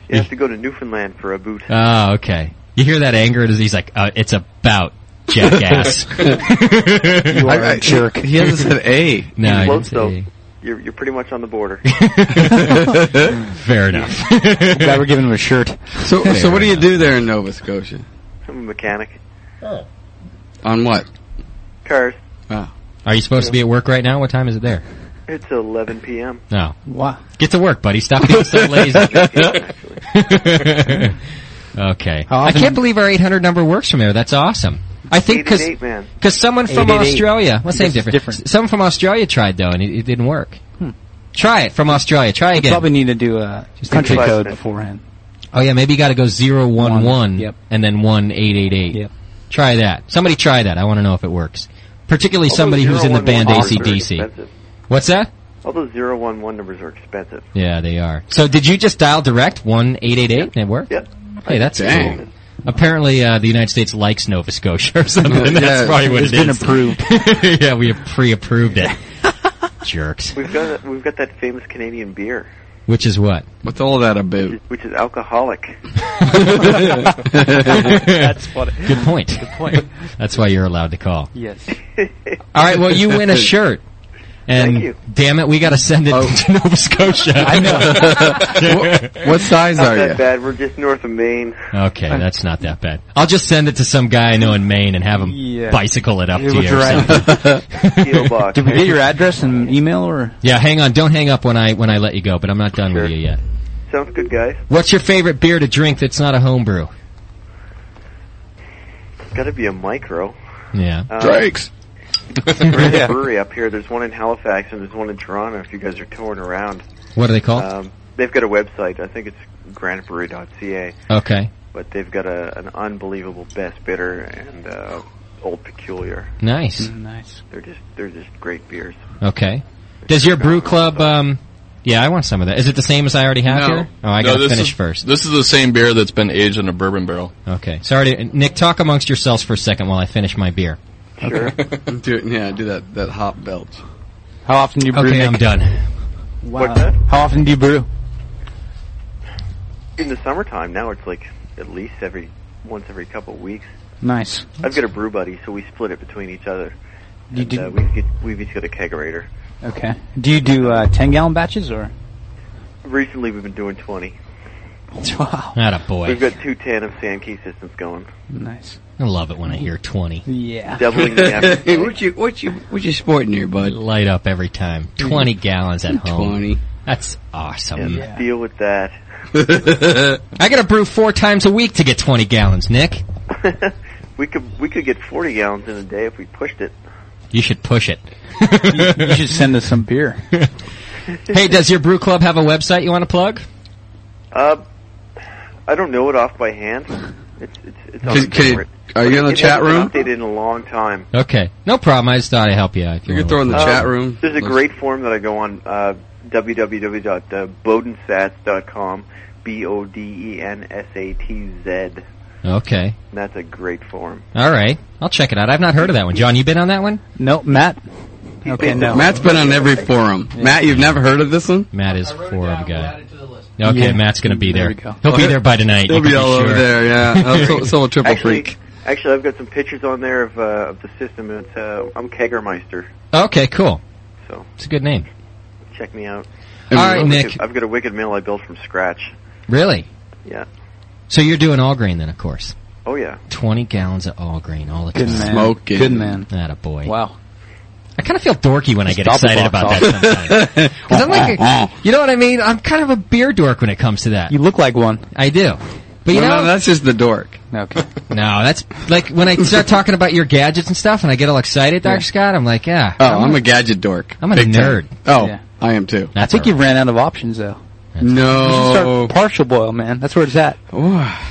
L: You have to go to Newfoundland for a boot.
A: Oh, okay. You hear that anger? He's like, uh, it's about jackass.
L: You are a
B: I- jerk. he hasn't said A.
A: No,
L: You're
A: I
L: close,
A: didn't say
L: though.
A: A.
L: You're, you're pretty much on the border.
A: Fair enough.
C: Glad we're giving him a shirt.
B: So so what do you do there in Nova Scotia?
L: I'm a mechanic.
B: On what?
L: Cars.
B: Ah.
A: Are you supposed to be at work right now? What time is it there?
L: It's 11 p.m.
A: No.
C: Wow.
A: Get to work, buddy. Stop being so lazy. okay.
C: How
A: I
C: often-
A: can't believe our 800 number works from there. That's awesome. I think because
C: 888, man.
A: someone from
C: 888.
A: Australia, well, same
C: This is
A: difference.
C: different.
A: Someone from Australia tried though, and it, it didn't work.
B: Hmm.
A: Try it from Australia. Try
C: We
A: again.
C: probably need to do a country
A: think about
C: code
A: it.
C: beforehand.
A: Oh yeah, maybe you got to go zero one one
C: One. Yep.
A: and then one eight eight eight. Yep. Try that. Somebody try that. I want to know if it works. Particularly
L: Although
A: somebody who's in the
L: 011
A: band
L: numbers are
A: ACDC.
L: expensive.
A: What's that?
L: All those 011 numbers are expensive.
A: Yeah, they are. So did you just dial direct one eight eight eight and it worked?
L: Yep.
A: Hey, that's
L: Dang.
A: cool. Apparently, uh, the United States likes Nova Scotia or something.
C: Yeah,
A: that's probably what
C: it's
A: it
C: been
A: is. approved. yeah, we have pre-approved it. Jerks.
L: We've got we've got that famous Canadian beer,
A: Which is what?
B: What's all that about?
L: which is alcoholic.
A: That's
L: funny.
A: Good point.
L: Good point.
A: That's why you're allowed to call.
C: Yes.
A: All right. Well, you win a shirt. And damn it, we got to send it to Nova Scotia.
L: I
B: Oh. know. what size
L: Not
A: are
L: that
A: you?
L: bad. We're just north of Maine.
A: Okay, that's not that bad. I'll just send it to some guy I know in Maine and have him
L: Yeah.
A: bicycle it up
C: It
A: to
C: was
A: you. Or
C: right.
A: something.
C: Did we get your address and email or?
A: Yeah, hang on. Don't hang up when I when I let you go, but I'm not done with you yet.
L: Sounds good, guys.
A: What's your favorite beer to drink that's not a homebrew?
L: It's got to be a micro.
A: Yeah.
L: Um, There's a brewery up here. There's one in Halifax and there's one in Toronto. If you guys are touring around,
A: What are they called?
L: Um, they've got a website. I think it's grantbrewery.ca.
A: Okay.
L: But they've got a, an unbelievable best bitter and uh, old peculiar.
A: Nice.
C: Mm, Nice.
L: They're just they're just great beers.
A: Okay. Does your brew club? Um, yeah, I want some of that. Is it the same as I already have
G: No.
A: here? Oh, I
G: No,
A: got to
G: this
A: finish
G: is-
A: first.
G: This is the same beer that's been aged in a bourbon barrel.
A: Okay. Sorry, to, Nick. Talk amongst yourselves for a second while I finish my beer.
B: Sure. do, yeah, do that that hop belt.
C: How often do you brew?
A: Okay, I'm done.
L: What's that?
C: How often do you brew?
L: In the summertime now, it's like at least every once every couple of weeks.
C: Nice.
L: I've got a brew buddy, so we split it between each other.
C: You
L: and,
C: did-
L: uh, we get, we've each got a kegerator.
C: Okay. Do you do uh, ten gallon batches or?
L: Recently, we've been doing twenty.
C: Wow.
A: Not a boy.
L: We've got two tandem sand key systems going.
C: Nice.
A: I love it when I hear twenty.
C: Yeah.
L: Doubling the average.
B: Hey, what you what you what you sporting here, bud?
A: Light up every time. Twenty gallons at home.
B: 20.
A: That's awesome.
L: And Deal with that.
A: I got to brew four times a week to get twenty gallons, Nick.
L: We could we could get forty gallons in a day if we pushed it.
A: You should push it.
C: you should send us some beer.
A: hey, does your brew club have a website you want to plug?
L: Uh, I don't know it off by hand. It's it's, it's on
A: Can- can you-
L: favorite.
B: are you
L: But
B: in the
L: it
B: chat
L: hasn't
B: room?
L: been Updated in a long time.
A: Okay, no problem. I just thought I'd help you out. if
B: You could
A: wanna
B: throw in the
A: look.
L: Um,
B: chat room.
L: There's a
B: Let's-
L: great forum that I go on, uh, www.bodensats.com, E B-O-D-E-N-S-A-T-Z. And
A: Um, Okay,
L: that's a great forum.
A: all right. I'll check it out. I've not heard of that one. John, you been on that one?
C: No, Matt.
L: Okay,
C: no.
B: Matt's been on every forum. Matt, you've never heard of this one?
A: Matt is forum guy. Okay,
B: Yeah.
A: Matt's going to be
B: There
A: there.
B: we go.
A: He'll be
B: Okay.
A: there by tonight.
B: He'll
A: you
B: be
A: can
B: all over
A: sure.
B: there, yeah. Oh, so- so will Triple
L: Actually, Actually, I've got some pictures on there of, uh, of the system. It's, uh, I'm Kegermeister.
A: Okay, cool.
L: So
A: it's a good name.
L: Check me out.
A: All
L: I've got
A: right,
L: a
A: Nick.
L: wicked- I've got a wicked mill I built from scratch.
A: Really?
L: Yeah.
A: So you're doing all grain then, of course.
L: Oh, yeah.
A: Twenty gallons of all grain all the
L: Good
A: time.
L: man. Smoking. Good man.
A: That boy.
C: Wow.
A: I kind of feel dorky when I get
C: Stop the
A: excited
C: box
A: about
C: off.
A: that sometimes. 'Cause I'm like, a- you know what I mean? I'm kind of a beer dork when it comes to that. You
C: look like one.
A: I do. But you
B: Well,
A: know,
B: no, that's just the dork.
C: Okay.
A: no, that's like when I start talking about your gadgets and stuff, and I get all excited, Dr. Scott. I'm like, yeah.
B: Oh, I'm a gadget dork.
A: I'm a
B: Big time.
A: nerd.
B: Oh, I am too.
C: I think you ran out of options though.
B: No.
C: You should start partial boil, man. That's where it's at.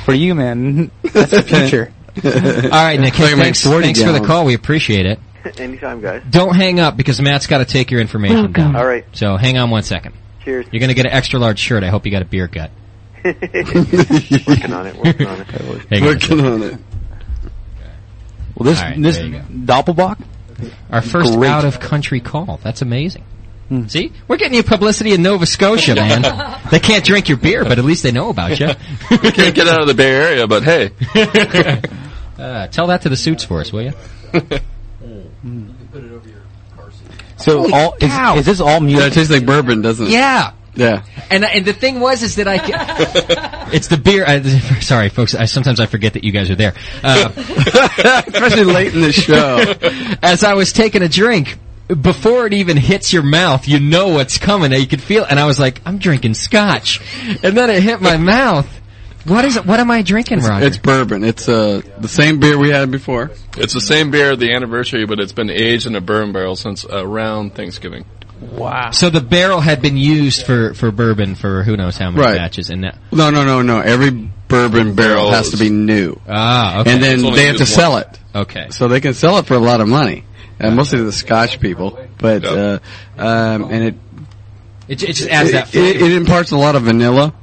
C: For you, man. That's the future.
A: all right, Nick. hey, thanks, thanks for the call. We appreciate it.
L: Anytime, guys.
A: Don't hang up because Matt's got to take your information
L: Welcome.
A: down.
L: All right.
A: So hang on one second.
L: Cheers.
A: You're going to get an extra large shirt. I hope you got a beer gut.
L: working on it, working on it.
A: Hang on.
B: Working on it.
C: Well, this
A: All right,
C: this
A: there you go.
C: Doppelbach.
A: Our first
C: Great. Hmm.
A: out of country call. That's amazing. See, we're getting you publicity in Nova Scotia, man. they can't drink your beer, but at least they know about you.
G: We can't get out of the Bay Area, but hey.
A: Uh, tell that to the suits for us, will you?
C: So
A: Holy
C: all is,
A: cow.
C: is this all music?
B: That tastes like bourbon, doesn't it?
A: Yeah.
B: Yeah.
A: And and the thing was is that I ca- it's the beer. I, sorry, folks. I, sometimes I forget that you guys are there, uh,
B: especially late in the show.
A: As I was taking a drink. Before it even hits your mouth, you know what's coming. You could feel, and I was like, "I'm drinking scotch," and then it hit my mouth. What is it? What am I drinking,
B: It's,
A: Roger?
B: it's bourbon. It's uh, the same beer we had before.
G: It's the same beer, the anniversary, but it's been aged in a bourbon barrel since around Thanksgiving.
C: Wow.
A: So the barrel had been used for for bourbon for who knows how many
B: Right.
A: batches, and that
B: No, no, no, no. Every bourbon barrel has to be new.
A: Ah, okay.
B: And then
A: It's only
B: they have to
A: used
B: sell
A: once.
B: it.
A: Okay.
B: So they can sell it for a lot of money. And mostly to the Scotch people, but uh, um, and it
A: It- it just adds that
B: It, it,
A: flavor.
B: it imparts a lot of vanilla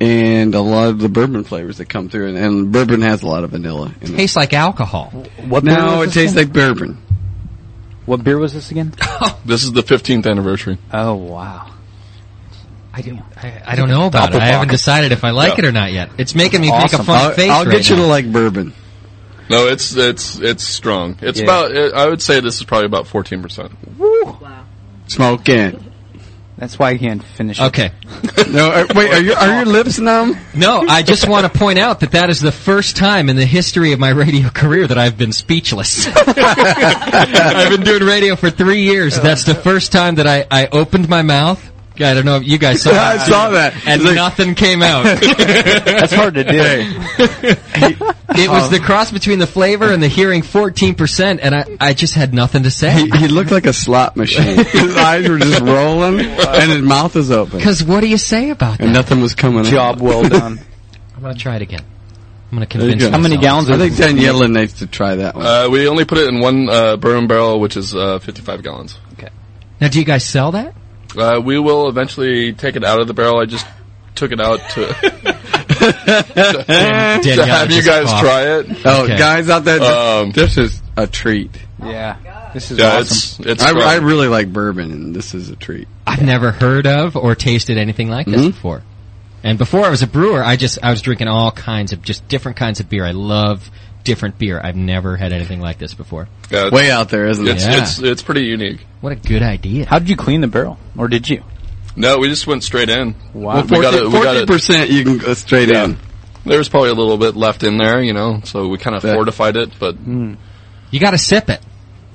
B: and a lot of the bourbon flavors that come through, and, and bourbon has a lot of vanilla. In it.
A: tastes like alcohol.
C: What beer
B: no,
C: was
B: it
C: this
B: tastes
C: again?
B: like bourbon.
C: What beer was this again?
G: This is the 15th anniversary.
C: Oh wow.
A: I don't. I, I don't know about it. I haven't decided if I like it or not yet. It's making me make a fun
B: I'll,
A: face.
B: I'll
A: right
B: get you
A: now.
B: to like bourbon.
G: No, it's it's it's strong. It's
B: Yeah.
G: about. uh, I would say this is probably about 14 percent.
B: Smoking.
C: That's why I can't finish.
A: Okay.
B: no, uh, wait. Are, you, are your lips numb?
A: No, I just want to point out that that is the first time in the history of my radio career that I've been speechless. I've been doing radio for three years. That's the first time that I, I opened my mouth. I don't know if you guys saw
B: I
A: that.
B: saw that.
A: And
B: It's like-
A: nothing came out.
B: That's hard to do. Um,
A: It was the cross between the flavor and the hearing 14%, and I, I just had nothing to say.
B: He looked like a slot machine. His eyes were just rolling, and his mouth was open,
A: Because what do you say about that?
B: and nothing was coming.
A: Job
C: well done.
A: I'm going to try it again. I'm going to
B: There you
A: convince
B: go.
A: myself.
B: I think Daniela needs to try that one.
G: Uh, we only put it in one uh, bourbon barrel, which is uh, 55 gallons.
A: Now, do you guys sell that?
G: Uh, we will eventually take it out of the barrel. I just took it out to, to,
B: Dan-
G: to
B: Danielle
G: have you
B: just
G: guys
B: coughed.
G: try it.
B: Oh, guys out there, this,
G: Um,
B: this is a treat.
C: Yeah. This is
G: Yeah,
C: awesome.
G: it's-
B: I,
G: strong.
B: I really like bourbon, and this is a treat.
A: I've never heard of or tasted anything like this
B: Mm-hmm.
A: before. And before I was a brewer, I just I was drinking all kinds of just different kinds of beer. I love different beer. I've never had anything like this before.
G: Yeah, it's-
B: Way out there, isn't it?
G: uh, it's,
A: Yeah.
G: It's, it's pretty unique.
A: What a good idea.
C: How did you clean the barrel, or did you?
G: No, we just went straight in.
C: Wow.
G: We got it- we got it-
B: percent you can go straight in.
G: There was probably a little bit left in there, you know, so we kind of fortified it, but
A: You got to sip it.
C: Hmm.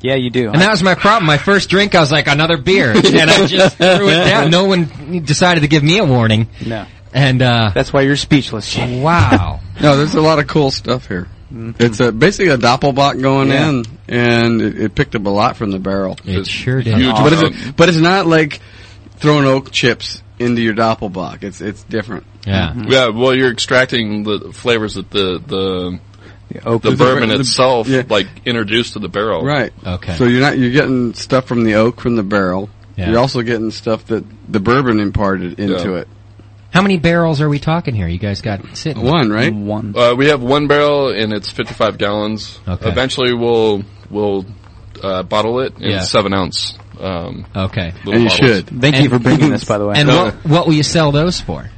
C: Yeah, you do.
A: And that was my problem. My first drink, I was like another beer, and I just threw it down. No one decided to give me a warning.
C: No.
A: And uh,
C: that's why you're speechless.
A: Wow.
B: No, there's a lot of cool stuff here. It's a, basically a doppelbock going
C: Yeah.
B: in, and it, it picked up a lot from the barrel.
A: It
B: It's
A: sure did.
B: huge But, it's,
A: amount.
B: but it's not like throwing oak chips into your doppelbock. It's it's different.
C: Mm-hmm.
G: Yeah. Well, you're extracting the flavors that the the the,
B: oak- the-
G: bourbon
B: the-
G: itself like introduced to the barrel.
B: Right. So you're not you're getting stuff from the oak from the barrel.
A: Yeah.
B: You're also getting stuff that the bourbon imparted into
G: Yeah.
B: it.
A: How many barrels are we talking here? You guys got sitting
B: One, right?
C: One.
G: Uh, we have one barrel and it's 55 gallons.
A: Okay.
G: Eventually, we'll we'll uh, bottle it in
A: Yeah.
G: seven ounce. Um,
A: Okay.
G: little
A: And you
G: bottles.
A: should. Thank you And- for bringing this, by the way. and
G: No.
A: what- what will you sell those for?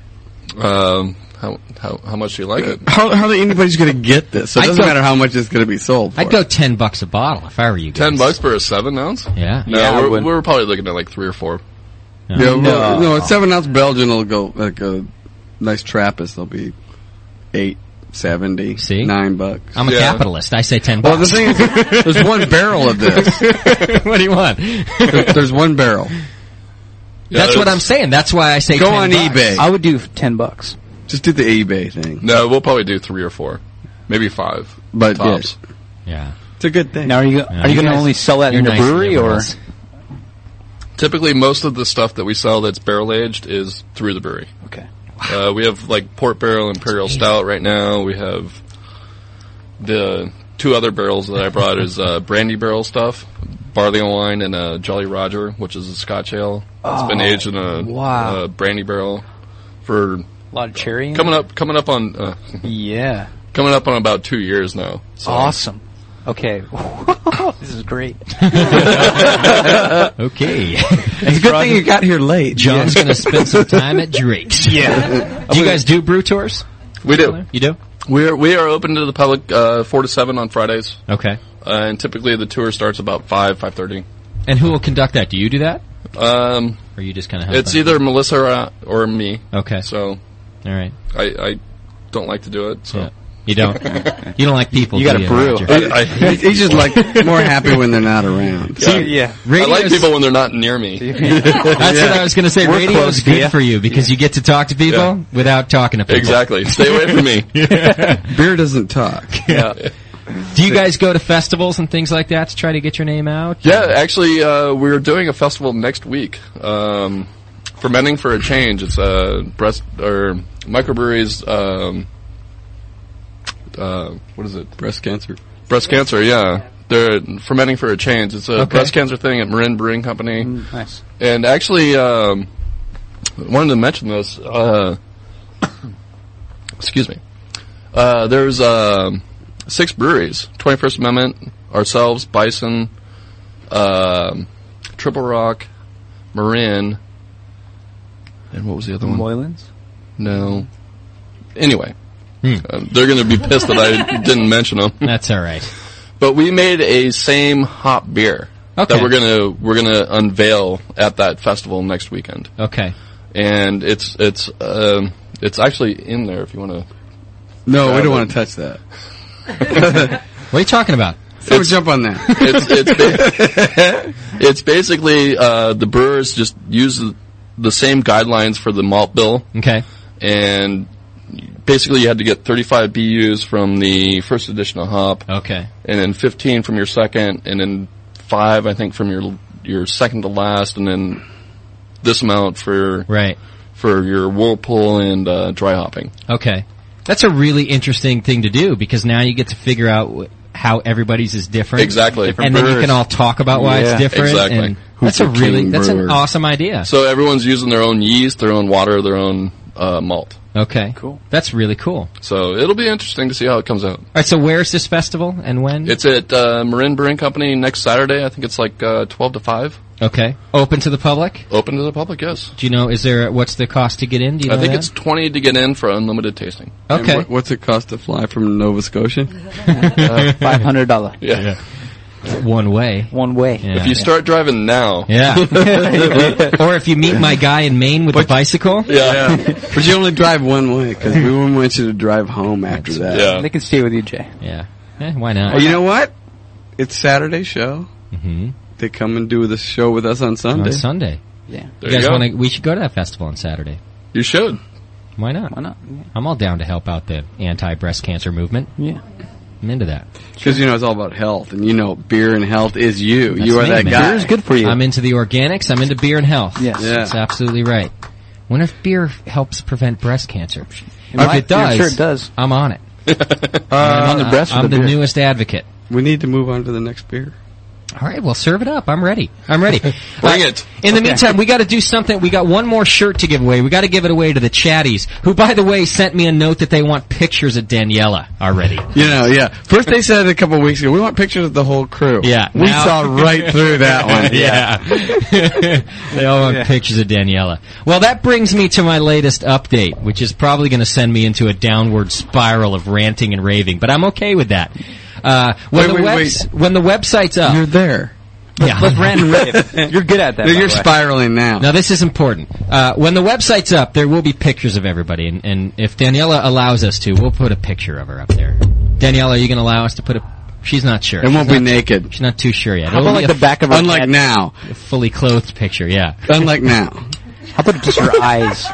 G: Um, how how how much do you like it?
B: How how anybody's going to get this? So it
G: I'd
B: doesn't
G: go-
B: matter how much it's going to be sold. For.
A: I'd go ten bucks a bottle if I were you.
G: Ten bucks for a seven ounce?
A: Yeah.
G: No,
A: Yeah, I
G: we're,
A: would.
G: we're probably looking at like three or four.
B: Yeah, well, no. a seven ounce Belgian will go like a nice Trappist. They'll be eight seventy, See? nine bucks.
A: I'm a capitalist. I say ten bucks.
B: Well, the thing is, there's one barrel of this.
A: what do you want?
B: there's one barrel.
A: That's what I'm saying. That's why I say
B: Go
A: 10
B: on
A: bucks.
B: eBay.
C: I would do ten bucks.
B: Just do the eBay thing.
G: No, we'll probably do three or four, maybe five.
B: But
G: tops.
A: Yeah.
B: It's a good thing.
C: Now, are you
G: Yeah.
C: are you,
G: You
C: going to
G: guys-
C: only sell that
G: you're
C: in the
G: nice
C: brewery or?
G: liberals. Typically, most of the stuff that we sell that's barrel aged is through the brewery.
C: Okay.
G: Uh, we have like port barrel imperial stout right now. We have the two other barrels that I brought is uh, brandy barrel stuff, barley and wine, and a Jolly Roger, which is a Scotch ale. it's been
C: Oh,
G: aged in a
C: wow.
G: uh, brandy barrel for a
C: lot of cherry. in
G: Coming
C: it?
G: up, coming up on uh,
C: yeah,
G: coming up on about two years now. So.
C: Awesome. Okay. this is great.
A: okay.
C: It's a good thing you got
B: here late.
A: John's
C: Yeah.
A: going to spend some time at Drake's.
C: Yeah.
A: Do you guys do brew tours?
G: We do.
A: You do.
G: We are we are open to the public uh, four to seven on Fridays,
A: Okay.
G: uh, and typically the tour starts about five five thirty.
A: And who will conduct that? Do you do that?
G: Um,
A: or you just kind of
G: it's either Melissa or, uh, or me.
A: Okay.
G: So,
A: all right.
G: I, I don't like to do it. So
A: You don't. you don't like people.
G: You
A: do
G: gotta brew.
A: Roger?
G: I- I-
B: He's he's just like more happy when they're not around.
G: Yeah. I like people when they're not near me.
A: That's what I was going to say.
G: We're
A: Radio
G: close
A: is
G: to
A: good
G: you.
A: for you because you get to talk to people
G: Yeah.
A: without talking to people.
G: Exactly. Stay away from me.
B: Beer doesn't talk.
G: Yeah.
A: Do you guys go to festivals and things like that to try to get your name out?
G: Yeah, actually, uh, we're doing a festival next week. Um, fermenting for a change. It's uh, breast or microbreweries. Um, uh, what is it?
B: Breast cancer.
G: Breast cancer. Yeah, they're fermenting for a change. It's a
B: Okay.
G: breast cancer thing at Marin Brewing Company.
C: Mm, nice.
G: And actually, um, wanted to mention this. Uh, excuse me. Uh, there's um six breweries: Twenty First Amendment, ourselves, Bison, um, Triple Rock, Marin, and what was the other one?
C: Moylan's.
G: No. Anyway, um, they're going to be pissed that I didn't mention them.
A: That's all right.
G: But we made a same hop beer
A: Okay.
G: that we're gonna we're gonna unveil at that festival next weekend.
A: Okay.
G: And it's it's um, it's actually in there if you want to.
B: No, we don't want to touch that.
A: what are you talking about?
B: Someone jump on that.
G: It's it's, ba- it's basically uh, the brewers just use the- the same guidelines for the malt bill.
A: Okay.
G: And basically, you had to get 35 BUs from the first edition of hop.
A: Okay.
G: And then 15 from your second, and then five, I think, from your your second to last, and then this amount for
A: right
G: for your whirlpool and uh, dry hopping.
A: Okay. That's a really interesting thing to do because now you get to figure out wh- how everybody's is different.
G: Exactly.
A: And then you can all talk about why
G: Yeah.
A: it's different.
G: Exactly.
A: and
G: Who's
A: that's a
G: the
A: really,
G: king
A: that's an
G: brewer?
A: awesome idea.
G: So everyone's using their own yeast, their own water, their own uh, malt.
A: Okay. Cool. That's really cool.
G: So it'll be interesting to see how it comes out.
A: All right. So where's this festival and
C: Mm-hmm.
A: when?
G: It's at uh, Marin Brewing Company next Saturday. I think it's like uh, twelve to five.
A: okay. Open to the public?
G: Open to the public, yes.
A: Do you know, is there, what's the cost to get in? Do you know
G: I think
A: that?
G: it's twenty to get in for unlimited tasting.
A: Okay.
B: And what- what's it cost to fly from Nova Scotia?
C: Five hundred dollar.
G: Uh, Yeah.
A: One way.
C: One way.
G: If you start driving now,
A: Yeah. or if you meet my guy in Maine with a bicycle.
G: Yeah.
B: but you only drive one way because we wouldn't want you to drive home after that.
C: They can stay with you, Jay.
A: Yeah. why not?
D: Oh,
B: Well, you know what? It's Saturday show.
A: Mm-hmm.
B: They come and do the show with us on Sunday.
A: On Sunday.
C: Yeah.
B: There
A: you guys
B: you go.
A: want to, we should go to that festival on Saturday.
G: You should.
A: Why not? Why
C: not?
A: I'm all down to help out the anti-breast cancer movement.
C: Yeah.
A: I'm into that.
B: Because you know it's all about health, and you know beer and health is you. you are that guy.
A: I'm into the organics. I'm into beer and health.
B: Yes. Yeah.
A: that's absolutely right. Wonder if beer helps prevent breast cancer. If
B: might.
A: it does,
B: I'm sure it does.
A: I'm on it. Uh,
B: I'm on the breast for
A: I'm the
B: the beer.
A: newest advocate.
B: We need to move on to the next beer.
A: All right, well, serve it up. I'm ready. I'm ready. Bring
B: it.
A: In the
B: Okay.
A: meantime, we got to do something. We got one more shirt to give away. We got to give it away to the chatties, who, by the way, sent me a note that they want pictures of Daniela already.
B: You know, yeah. First they said a couple weeks ago, we want pictures of the whole crew.
A: Yeah,
B: We
A: now-
B: saw right through that one.
A: yeah, they all want pictures of Daniela. Well, that brings me to my latest update, which is probably going to send me into a downward spiral of ranting and raving, but I'm okay with that. Uh, when
B: Wait,
A: the
B: wait,
A: webs- when the website's up, you're
B: there.
A: Yeah,
B: Let's rant and rave.
A: You're good at
B: that, No, by you're the way. spiraling now.
A: Now this is important. Uh, when the website's up, there will be pictures of everybody, and, and if Daniela allows us to, we'll put a picture of her up there. Daniela, are you going to allow us to put a? She's not sure.
B: It won't
A: She's
B: be
A: not-
B: naked.
A: She's not too sure yet.
B: How about like the back of her Unlike head? now.
A: a fully clothed picture. Yeah,
B: Unlike now.
A: How about just her eyes?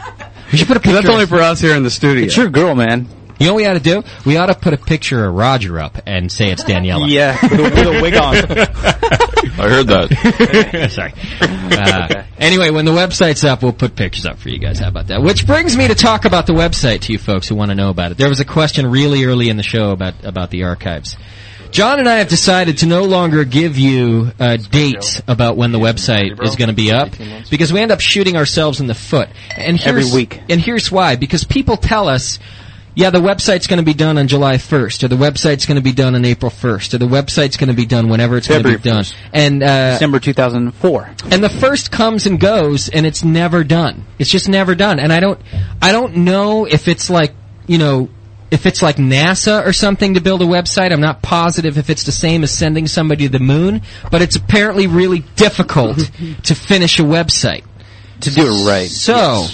A: We should put a picture.
B: That's only for us here in the studio.
A: It's your girl, man. You know what we ought to do? We ought to put a picture of Roger up and say it's Daniela.
C: Yeah, uh, with a- with a wig on.
A: I heard that. Sorry. Uh, anyway, when the website's up, we'll put pictures up for you guys. How about that? Which brings me to talk about the website to you folks who want to know about it. There was a question really early in the show about about the archives. John and I have decided to no longer give you uh, dates about when the website is going to be up because we end up shooting ourselves in the foot. And here's,
C: Every week.
A: And here's why: because people tell us. Yeah, the website's going to be done on July 1st, or the website's going to be done on April 1st, or the website's going to be done whenever it's going to be done. And uh,
C: December 2004.
A: And the first comes and goes, and it's never done. It's just never done. And I don't, I don't know if it's like, you know, if it's like NASA or something to build a website. I'm not positive if it's the same as sending somebody to the moon, but it's apparently really difficult to finish a website.
C: To do it right.
A: So.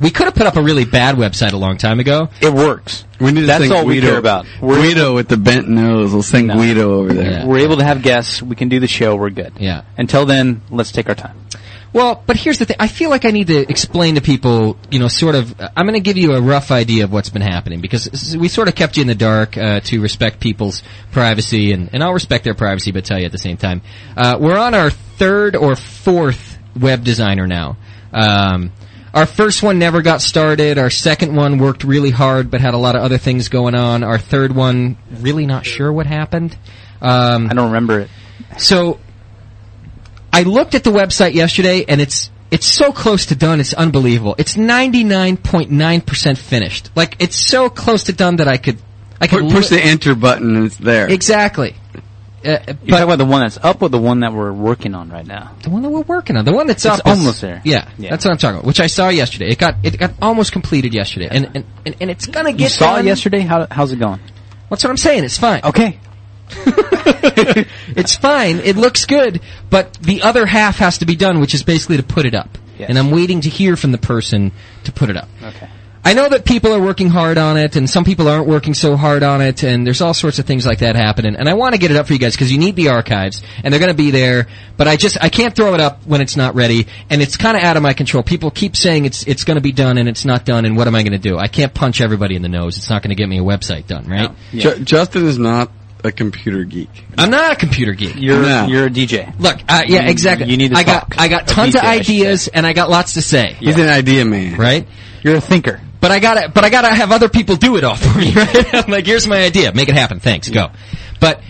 A: We could have put up a really bad website a long time ago.
C: It works.
B: We need to
C: That's
B: sing
C: all we
B: Guido.
C: care about.
B: Guido with the bent nose. We'll sing Guido over there.
C: We're able to have guests. We can do the show. We're good.
A: Yeah.
C: Until then, let's take our time.
A: Well, but here's the thing. I feel like I need to explain to people, you know, sort of. uh, I'm going to give you a rough idea of what's been happening because s- we sort of kept you in the dark uh, to respect people's privacy, and, and I'll respect their privacy, but tell you at the same time, uh, we're on our third or fourth web designer now. Um, our first one never got started. Our second one worked really hard, but had a lot of other things going on. Our third one, really not sure what happened. Um, I
C: don't remember it.
A: So I looked at the website yesterday and it's it's so close to done, it's unbelievable. It's 99.9% finished. Like it's so close to done that I could I could
B: Pu- push
A: li-
B: the enter button and it's there.
A: Exactly. Uh,
C: You talk about the one that's up or the one that we're working on right now?
A: The one that we're working on. The one that's
C: It's
A: up is-
C: almost there.
A: Yeah, That's what I'm talking about, which I saw yesterday. It got it got almost completed yesterday. And and, and, and it's going to get
C: you saw
A: done.
C: it yesterday. How, how's it going?
A: That's what I'm saying. It's fine.
C: Okay.
A: it's fine. It looks good, but the other half has to be done, which is basically to put it up.
C: Yes.
A: And I'm waiting to hear from the person to put it up.
C: Okay.
A: I know that people are working hard on it, and some people aren't working so hard on it, and there's all sorts of things like that happening. And I want to get it up for you guys because you need the archives, and they're going to be there. But I just I can't throw it up when it's not ready, and it's kind of out of my control. People keep saying it's it's going to be done, and it's not done. And what am I going to do? I can't punch everybody in the nose. It's not going to get me a website done, right?
B: Ju- Justin is not a computer geek.
A: I'm not a computer geek.
C: You're
B: No.
C: you're a DJ.
A: Look, uh, yeah,
C: You-
A: exactly.
C: You need to
A: I
C: talk.
A: got I got
C: A
A: tons of
C: DJ, I should
A: ideas and I got lots to say.
B: He's an idea man,
A: right?
C: You're a thinker.
A: But I gotta but I gotta have other people do it all for me. Right? I'm like, here's my idea, make it happen. Thanks, go. But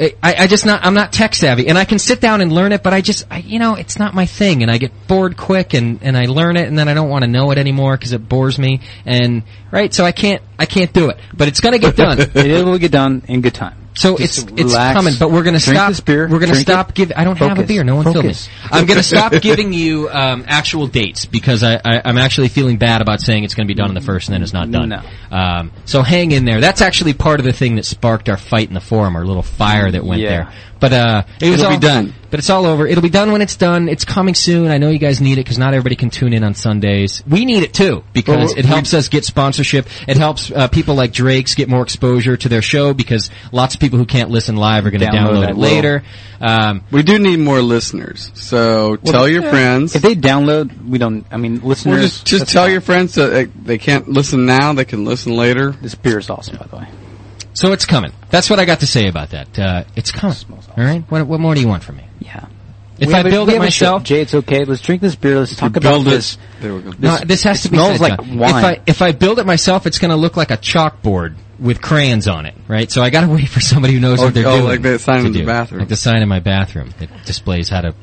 A: uh, I, I just not I'm not tech savvy and I can sit down and learn it, but I just I, you know it's not my thing and I get bored quick and and I learn it and then I don't want to know it anymore because it bores me and right so I can't I can't do it. But it's gonna get done.
C: it will get done in good time.
A: So
C: Just
A: it's it's
C: relax.
A: coming, but we're gonna
C: Drink
A: stop.
C: This beer.
A: We're gonna
C: Drink
A: stop
C: it.
A: giving. I don't have a
C: Focus.
A: beer. No one
C: Focus.
A: filled me. I'm gonna stop giving you um, actual dates because I, I I'm actually feeling bad about saying it's gonna be done on the first and then it's not done. Um, so hang in there. That's actually part of the thing that sparked our fight in the forum, our little fire that went
C: Yeah.
A: there. But uh, it was
B: It'll be
A: all-
B: done.
A: But it's all over. It'll be done when it's done. It's coming soon. I know you guys need it because not everybody can tune in on Sundays. We need it too because
B: Well,
A: it
B: we-
A: helps helps us get sponsorship. It helps uh, people like Drake's get more exposure to their show because lots of people who can't listen live are going to download, it later. Um,
B: we do need more listeners, so
C: Well,
B: tell your
C: yeah.
B: friends.
C: If they download, we don't. I mean, listeners.
B: Well, just just
C: that's
B: tell
C: fine.
B: your friends that they, they can't listen now; they can listen later.
C: This beer is awesome, by the way.
A: So it's coming. That's what I got to say about that. Uh, it's coming. All right. What, what more do you want from me?
C: Yeah.
A: If
C: We
A: I
C: have a-
A: build
C: we
A: it
C: have a show.
A: myself,
C: Jay, it's okay. Let's drink this beer. Let's talk about
A: build it-
C: this.
B: There we go.
A: No, this has to be
C: smells
A: said,
C: like
A: John.
C: wine.
A: If I if I build it myself, it's going to look like a chalkboard with crayons on it, right? So I got to wait for somebody who knows
B: Oh,
A: what they're
B: oh,
A: doing.
B: like that sign
A: to
B: in the
A: do.
B: bathroom.
A: Like the sign in my bathroom that displays how to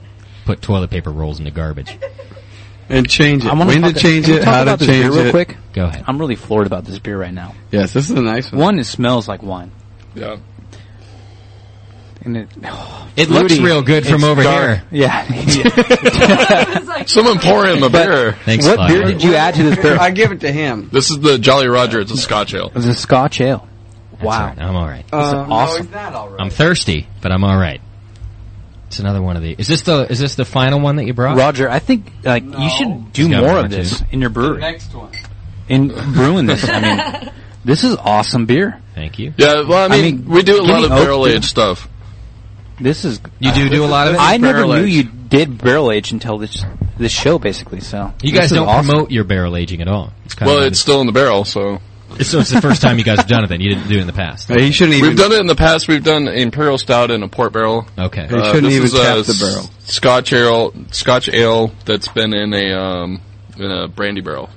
A: put toilet paper rolls into garbage.
B: And change it.
C: I wanna
B: When
C: talk-
B: to change
C: can we
B: it,
C: talk
B: how to
C: about this
B: change
C: beer real
B: it.
C: quick?
A: Go ahead.
C: I'm really floored about this beer right now.
B: Yes, this is a nice one.
C: One, it smells like wine.
G: Yeah.
C: And it,
A: It looks
C: fruity.
A: real good from
C: It's
A: over
C: dark.
A: here.
C: Yeah.
G: Someone pour him a beer.
C: what beer did you add to this beer?
B: I give it to him.
G: This is the Jolly Roger. It's a Scotch ale.
C: It's a Scotch ale. Wow.
A: I'm all right.
C: This is
B: Uh, no,
C: awesome.
A: I'm thirsty, but I'm all right. It's another one of the. Is this the is this the final one that you brought?
C: Roger, I think like you should do
A: He's got
C: more
A: one
C: of
A: too.
C: this in your brewery.
I: Next one.
C: In brewing this, I mean, this is awesome beer.
A: Thank you.
G: Yeah, well, I mean, we do a
C: give
G: lot
C: me
G: of
C: oak,
G: barrel
C: dude.
G: aged stuff.
C: This is uh,
A: You do do a lot of it?
C: I never
A: Barrel
C: knew
A: aged.
C: you did barrel age until this this show, basically. So
A: You
C: This
A: guys
C: is
A: don't
C: awesome.
A: promote your barrel aging at all. It's kind
G: well,
A: of
G: it's still in the barrel, so.
A: so it's the first time you guys have done it. Then you didn't do it in the past.
B: Hey, you Uh, shouldn't even-
G: We've done it in the past. We've done imperial stout in a port barrel. Uh,
A: Okay.
B: You shouldn't
G: this
B: even
G: is a
B: tap the
G: s-
B: barrel.
G: Scotch ale, Scotch ale that's been in a um, in a brandy barrel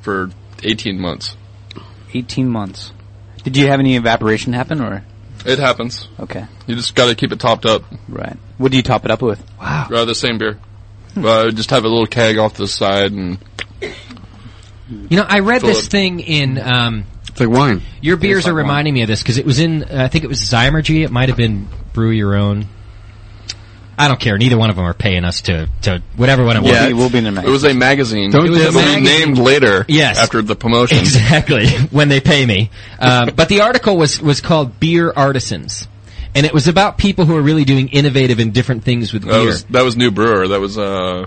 G: for 18 months.
C: Eighteen months. Did you have any evaporation happen, or
G: It happens.
C: Okay.
G: You just got to keep it topped up.
C: Right. what do you top it up with? Wow.
G: Uh, the same beer. Uh, just have a little keg off to the side and
A: You know, I read
G: Full
A: this
G: of-
A: thing in. Um,
B: it's like wine.
A: Your beers
G: Tastes like
A: are reminding me of this because it was in. Uh, I think it was Zymergy. It might have been Brew Your Own. I don't care. Neither one of them are paying us to to whatever one it
G: Yeah,
A: was.
G: We'll be in the it magazine. was a magazine.
A: It
G: Don't
A: was
G: they
A: a
G: have a
A: magazine.
G: named later
A: Yes.
G: after the promotion.
A: Exactly. when they pay me. Uh, but the article was, was called Beer Artisans. And it was about people who are really doing innovative and different things with
G: That
A: beer.
G: was that was New Brewer. That was uh,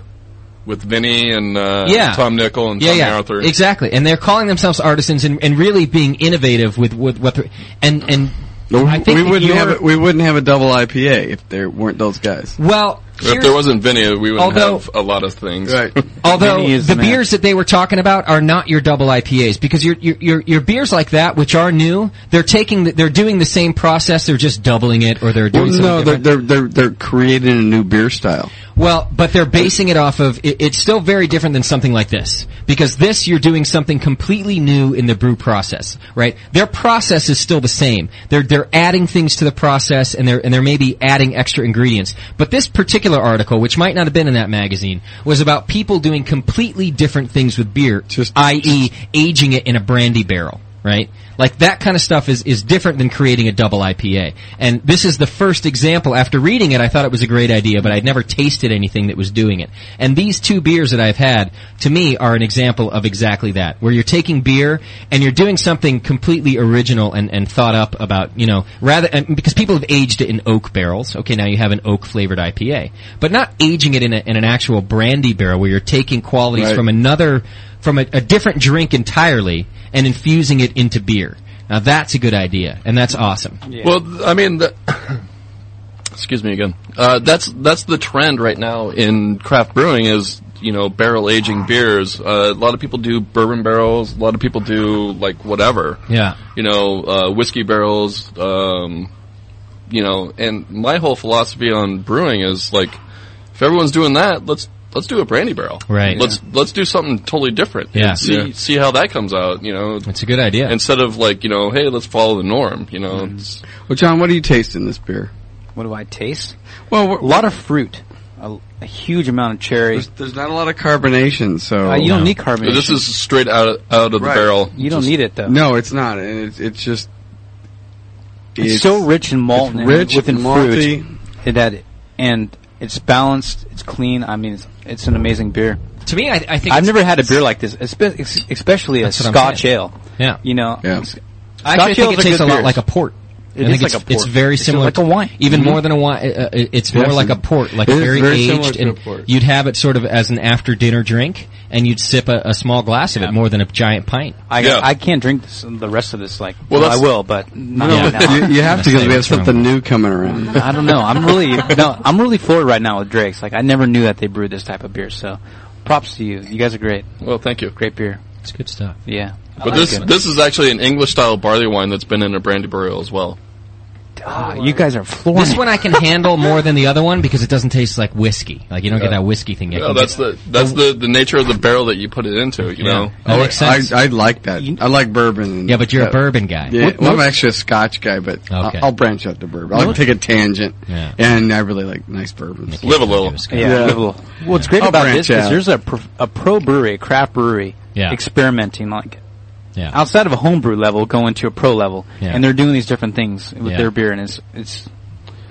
G: with Vinny and uh,
A: yeah.
G: Tom Nickel and
A: yeah,
G: Tommy
A: yeah.
G: Arthur.
A: Exactly. And they're calling themselves artisans and, and really being innovative with, with what they're, and, and I think
B: we
A: that
B: wouldn't
A: your-
B: have a, we wouldn't have a double IPA if there weren't those guys.
A: Well,
G: If there wasn't Vinny, we would
A: Although-
G: have a lot of things.
B: Right.
A: Although the beers that they were talking about are not your double IPAs because your your your, your beers like that, which are new, they're taking the, they're doing the same process. They're just doubling it or they're
B: Well,
A: doing something
B: no, they're,
A: different.
B: they're they're they're creating a new beer style.
A: Well, but they're basing it off of it, it's still very different than something like this because this you're doing something completely new in the brew process, right? Their process is still the same. They're they're adding things to the process and they're and they're maybe adding extra ingredients. But this particular article, which might not have been in that magazine, was about people doing completely different things with beer, i.e., aging it in a brandy barrel right? Like that kind of stuff is, is different than creating a double IPA. And this is the first example. After reading it, I thought it was a great idea, but I'd never tasted anything that was doing it. And these two beers that I've had, to me, are an example of exactly that, where you're taking beer and you're doing something completely original and, and thought up about, you know, rather, and because people have aged it in oak barrels. Okay, now you have an oak flavored IPA. But not aging it in, a, in an actual brandy barrel where you're taking qualities
M: Right.
A: from a another from a, a different drink entirely and infusing it into beer. Now that's a good idea, and that's awesome.
G: Well, th- I mean, the, excuse me again. Uh, that's that's the trend right now in craft brewing is you know barrel aging beers. Uh, a lot of people do bourbon barrels. A lot of people do like whatever.
A: Yeah.
G: You know, uh, whiskey barrels. Um, you know, and my whole philosophy on brewing is like, if everyone's doing that, let's let's do a brandy barrel.
A: Right.
G: Let's let's do something totally different.
A: Yeah.
G: And See
A: Yeah.
G: see how that comes out. You know.
A: It's a good idea.
G: Instead of like you know, hey, let's follow the norm. You know. It's,
B: Well, John, what do you taste in this beer?
C: What do I taste? a
B: Well,
C: lot of fruit, a, a huge amount of cherry. There's,
B: not a lot of carbonation, so
C: Uh, you don't No. need carbonation.
G: This is straight out of, out of the
B: Oh, Right.
G: barrel.
C: You don't
G: Just-
C: need it though.
B: No, it's not, and it's it's just
C: It's, so rich in malt,
B: it's
C: and
B: rich
C: within
B: and malty.
C: fruit, it had, and it's balanced. It's clean. I mean, it's, it's an amazing beer.
A: To me, I, I think
C: I've
A: it's-
C: never had a beer like this, espe- ex- especially a
A: That's what I'm
C: Scotch
A: saying.
C: ale.
A: Yeah.
C: you know.
A: Yeah.
C: Sc-
A: I actually
C: Scotch
A: think
C: ales
A: it
C: are
A: tastes
C: good
A: a lot
C: beers.
A: like a port.
C: It
A: I
C: is
A: think
C: like
A: it's,
C: a port.
A: It's very
C: It's
A: similar,
C: like a wine.
A: even
C: Mhm.
A: more than a wine. uh, uh, It's more
C: Yes,
A: like a
C: it-
A: port, like
C: it is
A: very,
C: very similar
A: aged,
C: to a
A: and
C: port.
A: you'd have it sort of as an after-dinner drink, and you'd sip a, a small glass of it more than a giant pint.
C: I, I can't drink this, the rest of this. Like,
A: Well,
C: well,
A: that's-
C: I will, but not
B: No,
C: right now.
B: you, you have to because we have something new coming around.
C: I don't know. I'm really no. I'm really floored right now with Drake's. Like I never knew that they brewed this type of beer. So, props to you. You guys are great.
G: Well, thank you.
C: Great beer.
A: It's good stuff.
C: Yeah. Oh,
G: But this this is actually an English style barley wine that's been in a brandy burial as well.
C: Ah, you guys are flooring.
A: This one I can handle more than the other one because it doesn't taste like whiskey. Like you don't get that whiskey thing. I
G: No,
A: can
G: that's
A: get-
G: the that's the, the nature of the barrel that you put it into. You
A: Yeah.
G: know,
A: That makes sense.
B: Oh, I, I like that. I like bourbon. Uh,
A: Yeah, but you're a bourbon guy.
B: Yeah,
A: What-
B: well, I'm
A: what-
B: actually a Scotch guy, but I'll,
A: Okay.
B: I'll branch out to bourbon. I'll
A: What-
B: take a tangent.
A: Yeah.
B: And I really like nice bourbons.
G: Live a little.
C: Yeah, live a little. Well, what's
A: Oh,
C: great
B: I'll
C: about
B: branch
C: this is
B: out.
C: there's a pro, a pro brewery, a craft brewery,
B: Yeah.
C: experimenting like
A: yeah.
C: outside of a homebrew level, going to a pro level,
A: Yeah.
C: and they're doing these different things with
A: Yeah.
C: their beer, and it's it's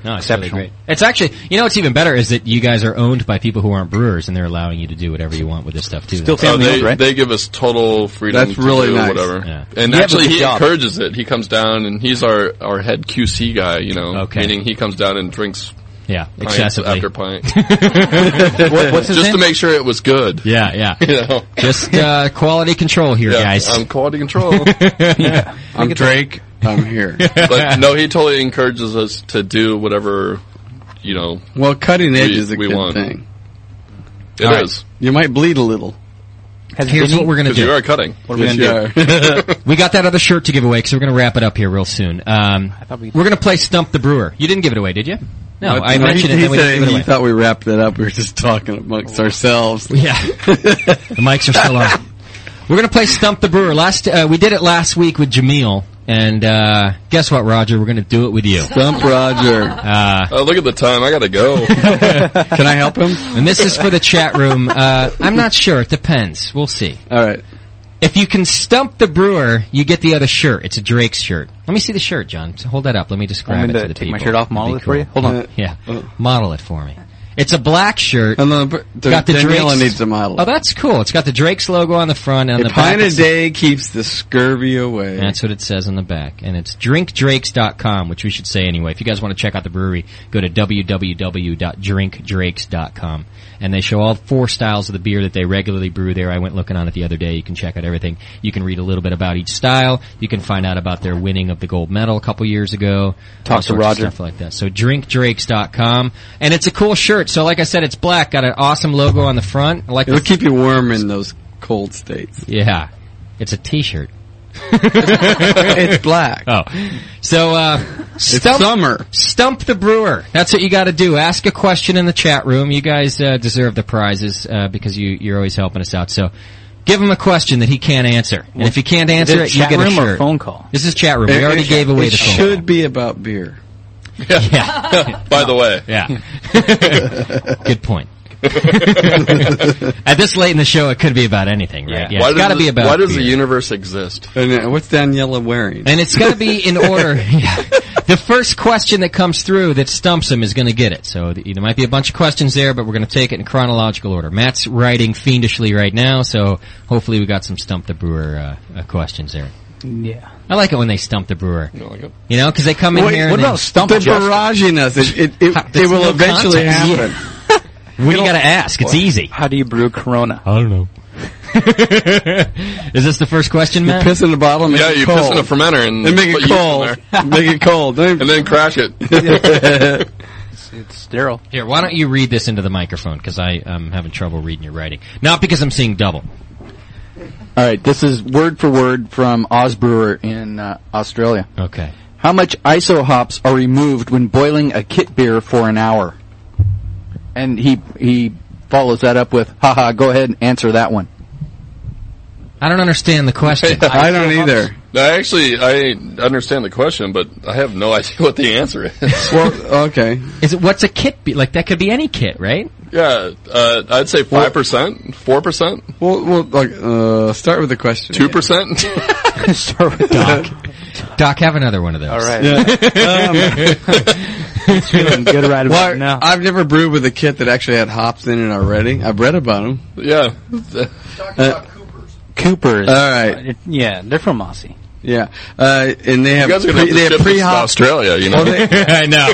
A: No, it's really
C: exceptional.
A: great. It's actually, you know, what's even better is that you guys are owned by people who aren't brewers, and they're allowing you to do whatever you want with this stuff too.
G: So they, they give us total freedom.
A: That's
G: to
A: really
G: do
A: nice.
G: Whatever.
A: Yeah.
G: And
A: Yeah, but
G: actually,
A: good
G: he
A: job.
G: encourages it. He comes down and he's our, our head QC guy. You know,
A: Okay.
G: meaning he comes down and drinks.
A: Yeah,
G: pints
A: excessively.
G: after pint.
A: What- what's his
G: Just to
A: name?
G: make sure it was good.
A: Yeah, yeah.
G: You know?
A: Just uh, quality control here,
G: Yeah,
A: guys.
G: I'm quality control. Yeah.
B: I'm Drake. I'm here.
G: but no, he totally encourages us to do whatever you know.
B: Well, cutting edge
G: we-
B: is a
G: we
B: good
G: want.
B: thing.
G: It is.
B: All right. You might bleed a little.
A: Here's what we're gonna do.
B: What are we gonna do?
A: we got that other shirt to give away, so we're gonna wrap it up here real soon. Um, we are gonna play Stump the Brewer. You didn't give it away, did you? No, I mentioned
B: he,
A: it.
B: He
A: then we
B: said
A: didn't give it
B: he
A: away.
B: thought we wrapped it up. We were just talking amongst ourselves.
A: Yeah. the mics are still on. We're gonna play Stump the Brewer. Last uh, we did it last week with Jameel, and uh, guess what, Roger? We're gonna do it with you.
B: Stump Roger.
A: Uh,
G: Oh, look at the time. I gotta go.
B: Can I help him?
A: And this is for the chat room. Uh, I'm not sure. It depends. We'll see.
B: All right.
A: If you can stump the brewer, you get the other shirt. It's a Drake's shirt. Let me see the shirt, John. Hold that up. Let me describe
C: Want
A: it
C: me
A: to,
C: to
A: the
C: take
A: people.
C: my shirt off, model
A: That'd be Uh,
C: it for you? Hold on.
A: Yeah. Model it for me. It's a black shirt.
B: And the,
A: got the
B: Daniela
A: Drake's.
B: needs to model.
A: Oh, that's cool. It's got the Drake's logo on the front and on
B: A
A: the back.
B: pint a
A: it's-
B: day keeps the scurvy away.
A: That's what it says on the back. And it's drinkdrakes.com, which we should say anyway. If you guys want to check out the brewery, go to www.drinkdrakes.com. And they show all four styles of the beer that they regularly brew there. I went looking on it the other day. You can check out everything. You can read a little bit about each style. You can find out about their winning of the gold medal a couple years ago.
C: Talk
A: All
C: to
A: sorts of
C: Roger.
A: Stuff like that. So drinkdrakes.com. And it's a cool shirt. So like I said, it's black. Got an awesome logo on the front. I like
B: It'll
A: the-
B: keep you warm in those cold states.
A: Yeah. It's a t-shirt.
B: it's black.
A: Oh, so uh, stump,
B: summer.
A: Stump the brewer. That's what you got to do. Ask a question in the chat room. You guys uh, deserve the prizes uh, because you, you're always helping us out. So give him a question that he can't answer, and if he can't
C: Is
A: answer
C: it
A: it, you
C: chat
A: get a
C: room or
A: shirt.
C: phone call?
A: This is chat room. we
B: It-
A: already
B: it-
A: gave away
B: it
A: the phone.
B: should be about beer.
A: Yeah.
G: By the way.
A: Yeah. Good point. At this late in the show, it could be about anything, right? Yeah,
G: Why
A: it's
G: does
A: got to
G: it-
A: be about.
G: Why does
A: beer.
G: the universe exist?
B: And uh, what's Daniela wearing?
A: And it's going to be in order. Yeah. The first question that comes through that stumps him is going to get it. So th- there might be a bunch of questions there, but we're going to take it in chronological order. Matt's writing fiendishly right now, so hopefully we got some stump the brewer uh, uh, questions there.
C: Yeah.
A: I like it when they stump the brewer. You know, because they come in
B: Wait,
A: here.
B: what
A: and
B: about
A: they-
B: stump They're Justin? barraging us. It- it- it-
A: Ha, there's
B: it will
A: no
B: eventually
A: context.
B: happen.
A: Yeah. What do you got to ask? It's easy.
C: How do you brew Corona?
A: I don't know. Is this the first question,
B: You
A: Matt?
B: piss in the bottle and make
G: Yeah,
B: it
G: you
B: cold.
G: piss in a fermenter and
B: And make
G: put
B: it
G: yeast in
B: cold.
G: there.
B: make it cold. and
G: then crash it.
C: It's, it's sterile.
A: Here, why don't you read this into the microphone? Because I'm having trouble reading your writing. Not because I'm seeing double.
D: All right, this is word for word from Oz Brewer in uh, Australia.
A: Okay.
D: How much iso hops are removed when boiling a kit beer for an hour? And he he follows that up with, haha, go ahead and answer that one.
A: I don't understand the question.
D: I don't either.
G: I actually I understand the question, but I have no idea what the answer is.
B: well, okay.
A: Is it what's a kit be? Like that could be any kit, right?
G: Yeah, uh, I'd say five percent, four percent,
B: Well, well, like, uh, start with the question.
G: two percent.
C: Start with Doc.
A: Doc, have another one of those. All
C: right.
B: Um, feeling
C: good right about
B: well,
C: now.
B: I've never brewed with a kit that actually had hops in it already. I've read about Uh, them.
G: Yeah.
C: Coopers.
B: All
C: Oh,
B: right.
C: Yeah, they're from Mossy.
B: Yeah, uh, and they have
C: guys are
B: pre,
C: gonna have to
B: they have
C: ship this to
B: pre-hopped
C: Australia, you know?
A: I know.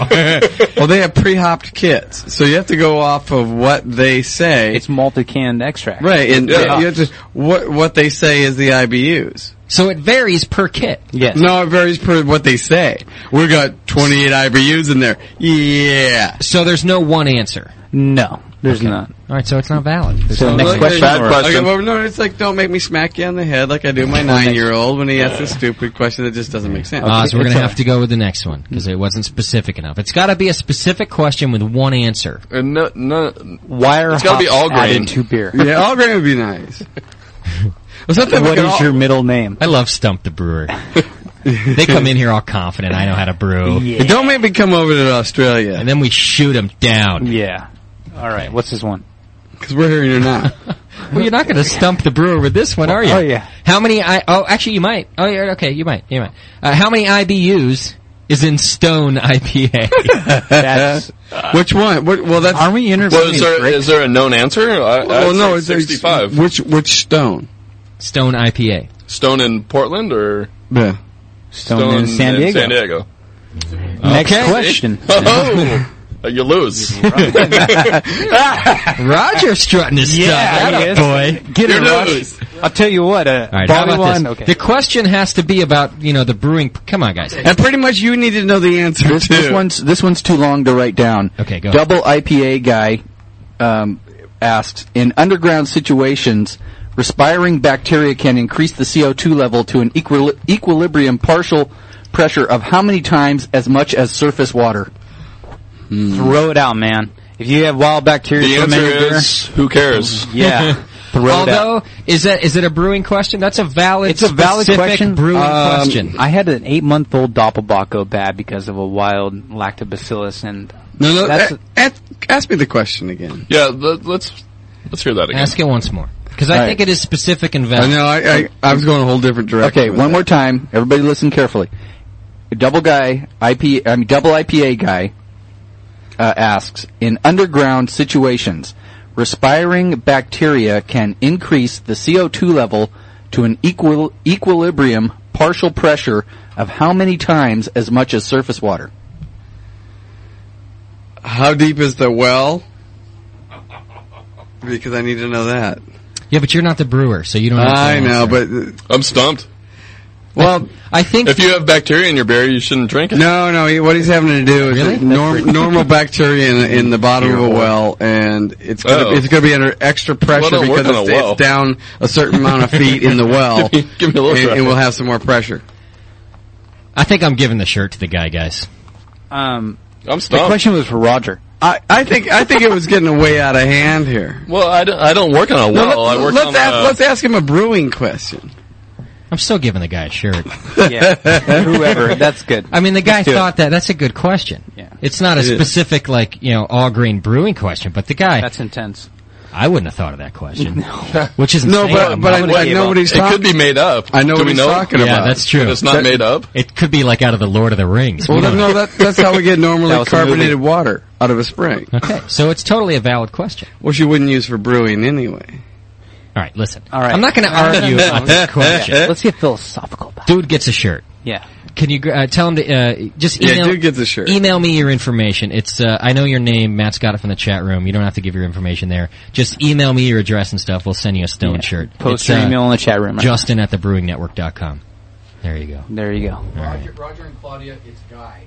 B: well, they have pre-hopped kits, so you have to go off of what they say.
C: It's malted canned extract.
B: right, and
C: Yeah.
B: you have to what what they say is the IBUs.
A: So it varies per kit.
C: Yes.
B: No, it varies per what they say. We got 28 IBUs in there. Yeah.
A: So there's no one answer.
C: No. There's
A: Okay.
C: not.
A: All right, so it's not valid. There's
C: So
A: no
C: next
A: valid-
C: question. Bad question.
B: Okay, well, no, it's like don't make me smack you on the head like I do my nine-year-old when he asks a stupid question that just doesn't make sense.
A: Uh, so we're going to have to go with the next one
B: Hmm.
A: because it wasn't specific enough. It's got to be a specific question with one answer.
G: And no, no,
A: Why
G: it's got to be all grain.
B: Yeah, all grain would be nice. Well, sometimes we
A: What
B: can
A: is
B: all-
A: your
C: middle name?
A: I love Stump the Brewer. they come in here all confident. I know how to brew.
C: Yeah.
B: Don't make me come over to Australia. And
A: then we shoot them down.
C: Yeah. All right. What's this one?
B: Because we're here, you're not.
A: Well, you're not going to stump the brewer with this one, are you?
C: Oh, yeah.
A: How many? I oh, actually, you might. Oh, yeah, okay, you might. You might. Uh, how many IBUs is in Stone IPA?
C: That's-
B: Which one? What, well, that's. Are
C: we
G: Well, is there is there a known answer? I,
B: Well, no, it's it's-
G: sixty-five.
B: Which which stone?
A: Stone IPA.
G: Stone in Portland or
B: Yeah.
G: Stone,
B: in San Diego.
G: San Diego.
C: Next question.
G: Oh, you lose.
A: Roger strutting his
C: Yeah,
A: stuff.
C: he is.
A: boy.
C: Get it, Roger. I'll tell you what. Uh,
A: All right, how
C: Bobby
A: about
C: one.
A: this?
C: Okay.
A: The question has to be about you know the brewing. Come on, guys.
B: And pretty much you need to know the answer
D: This,
B: too.
D: this one's this one's too long to write down.
A: Okay, go.
D: Double IPA guy um, asked in underground situations, respiring bacteria can increase the CO2 level to an equil- equilibrium partial pressure of how many times as much as surface water?
C: Throw it out, man. If you have wild bacteria,
D: The
C: fermenting
D: answer
C: in your
D: is,
G: who cares?
C: Yeah. Throw it out.
A: Although, is that is it a brewing question? That's a valid.
C: It's a valid
A: specific
C: question.
A: Brewing
C: Um,
A: question.
C: I had an eight-month-old doppelbock go bad because of a wild lactobacillus, and
B: no, no.
C: that's
B: a- ask, ask me the question again.
G: Yeah, let, let's let's hear that again.
A: Ask it once more because I
D: All right.
A: think it is specific and valid.
B: a whole different
A: direction
D: Okay,
A: with
D: one more time. Everybody listen carefully. Double guy IP, I mean double IPA guy uh, asks in underground situations, respiring bacteria can increase the CO2 level to an equal equilibrium partial pressure of how many times as much as surface water?
B: How deep is the well? Because I need to know that.
A: Yeah, but you're not the brewer, so you don't. Have to
B: I know,
A: answer.
B: but uh,
G: I'm stumped.
B: Well,
A: I think
G: if you have bacteria in your beer, you shouldn't drink it.
B: No, no. He, what he's having to do is
G: Really?
B: that norm, normal bacteria in, in the bottom of a
G: Terrible.
B: well, and it's gonna,
G: Oh.
B: it's going to be under extra
G: Well,
B: pressure
G: don't work
B: because
G: on a
B: it's,
G: well.
B: it's down a certain amount of feet in the well.
G: Give me- give me a little
B: and,
G: credit.
B: and we'll have some more pressure.
A: I think I'm giving the shirt to the guy, guys.
C: Um,
G: I'm
C: The question was for Roger.
B: I, I think I think it was getting way out of hand here.
G: Well, I don't, I don't work on a
B: No,
G: well.
B: let,
G: I work
B: us
G: on
B: ask,
G: a,
B: let's ask him a brewing question.
A: I'm still giving the guy a shirt.
C: Yeah, whoever. That's good.
A: I mean, the guy
C: Let's do it.
A: thought that. That's a good question. Yeah. It's not a
C: It is.
A: specific, like, you know, all grain brewing question, but the guy. That's
C: intense.
A: I wouldn't have thought of that question. Which is
G: No,
A: insane.
G: but- but I- I know what he's It talk- could be made up. I know Do what we he's know? talking
A: yeah,
G: about.
A: that's true.
G: But it's not That- made up?
A: It could be like out of the Lord of the Rings.
B: Well,
A: We
B: no,
A: don't-
B: no, that, that's how we get
A: That
B: normally
A: was a movie.
B: carbonated water out of a spring,
A: Okay, so it's totally a valid question.
B: which you wouldn't use for brewing anyway.
A: All right, listen.
C: All right.
A: I'm not going to argue about this question.
C: Let's get philosophical. About
A: Dude gets a shirt.
C: Yeah.
A: Can you uh, tell him to uh, just
B: Yeah,
A: email?
B: dude gets a shirt.
A: Email me your information. It's uh, I know your name. Matt's got it from the chat room. You don't have to give your information there. Just email me your address and stuff. We'll send you a stone shirt.
C: Post
A: It's, uh,
C: your email in the chat room.
A: Justin at thebrewingnetwork.com. There you go.
C: There you go.
I: Roger, Roger and Claudia, it's Guy.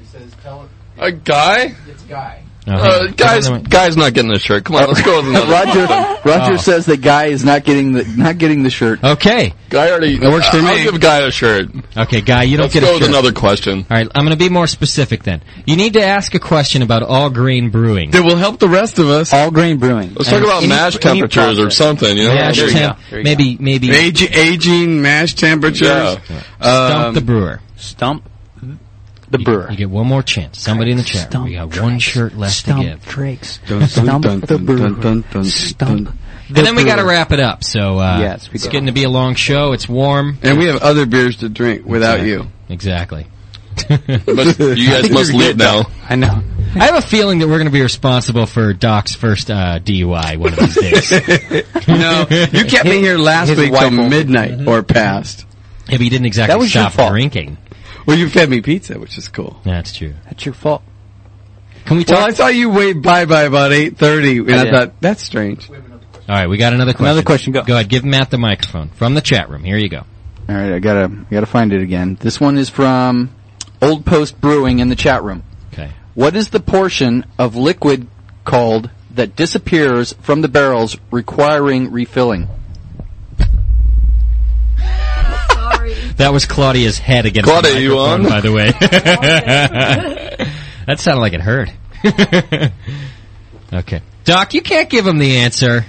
I: He says, tell it.
G: A guy?
I: It's Guy.
G: Uh, guys, guys, not getting this shirt. Come on, let's go with another.
D: Roger
G: one.
D: Roger
G: Oh.
D: says that guy is not getting the not getting the shirt.
A: Okay.
G: Guy already.
D: That works for
G: I'll
D: me.
G: give Guy a shirt.
A: Okay, guy, you don't
G: Let's
A: get a
G: go with
A: shirt.
G: another question.
A: All right, I'm going to be more specific then. You need to ask a question about all grain brewing.
B: That will help the rest of us.
C: All grain brewing.
G: Let's talk about mash temperatures or something. You know,
A: Mash
G: There you
A: temp-
G: go.
A: maybe maybe
B: Age, aging, mash temperatures. Um,
A: Yeah. Stump the brewer.
C: Stump
A: the brewer. You, get one more chance. Somebody in the chat. room. we got one shirt left
C: Stump
A: to give.
C: Drake's.
A: Dun, dun,
C: Stump
A: dun,
C: the
A: dun,
C: brewer.
A: dun, dun,
C: Stump.
A: and then we got to
C: brewer.
A: wrap it up. So uh,
C: Yes, we
A: it's
C: do.
A: getting to be a long show. It's warm,
B: And we have other beers to drink without
A: Exactly.
B: you.
A: Exactly.
G: you guys must leave now.
C: I know.
A: I have a feeling that we're going to be responsible for Doc's first uh, DUI one of these days.
B: no, you kept me here last
A: His
B: week till
A: wife won't-
B: midnight or past.
A: Yeah, but you didn't exactly
B: That was your
A: stop
B: fault.
A: drinking.
B: Well, you fed me pizza, which is cool.
A: That's true.
C: That's your fault.
A: Can we
B: Well, I saw you wave bye bye about eight thirty, and
A: I
B: I,
A: did.
B: thought that's strange.
A: All right, we got another question.
D: Another
A: question. Go. Go ahead. Give Matt the microphone from the chat room. Here you go.
D: All right, I gotta I gotta find it again. This one is from Old Post Brewing in the chat room.
A: Okay.
D: What is the portion of liquid called that disappears from the barrels requiring refilling.
A: That was Claudia's head against
G: Claudia,
A: the
G: you
A: microphone,
G: on?
A: by the way. that sounded like it hurt. okay. Doc, you can't give them the answer.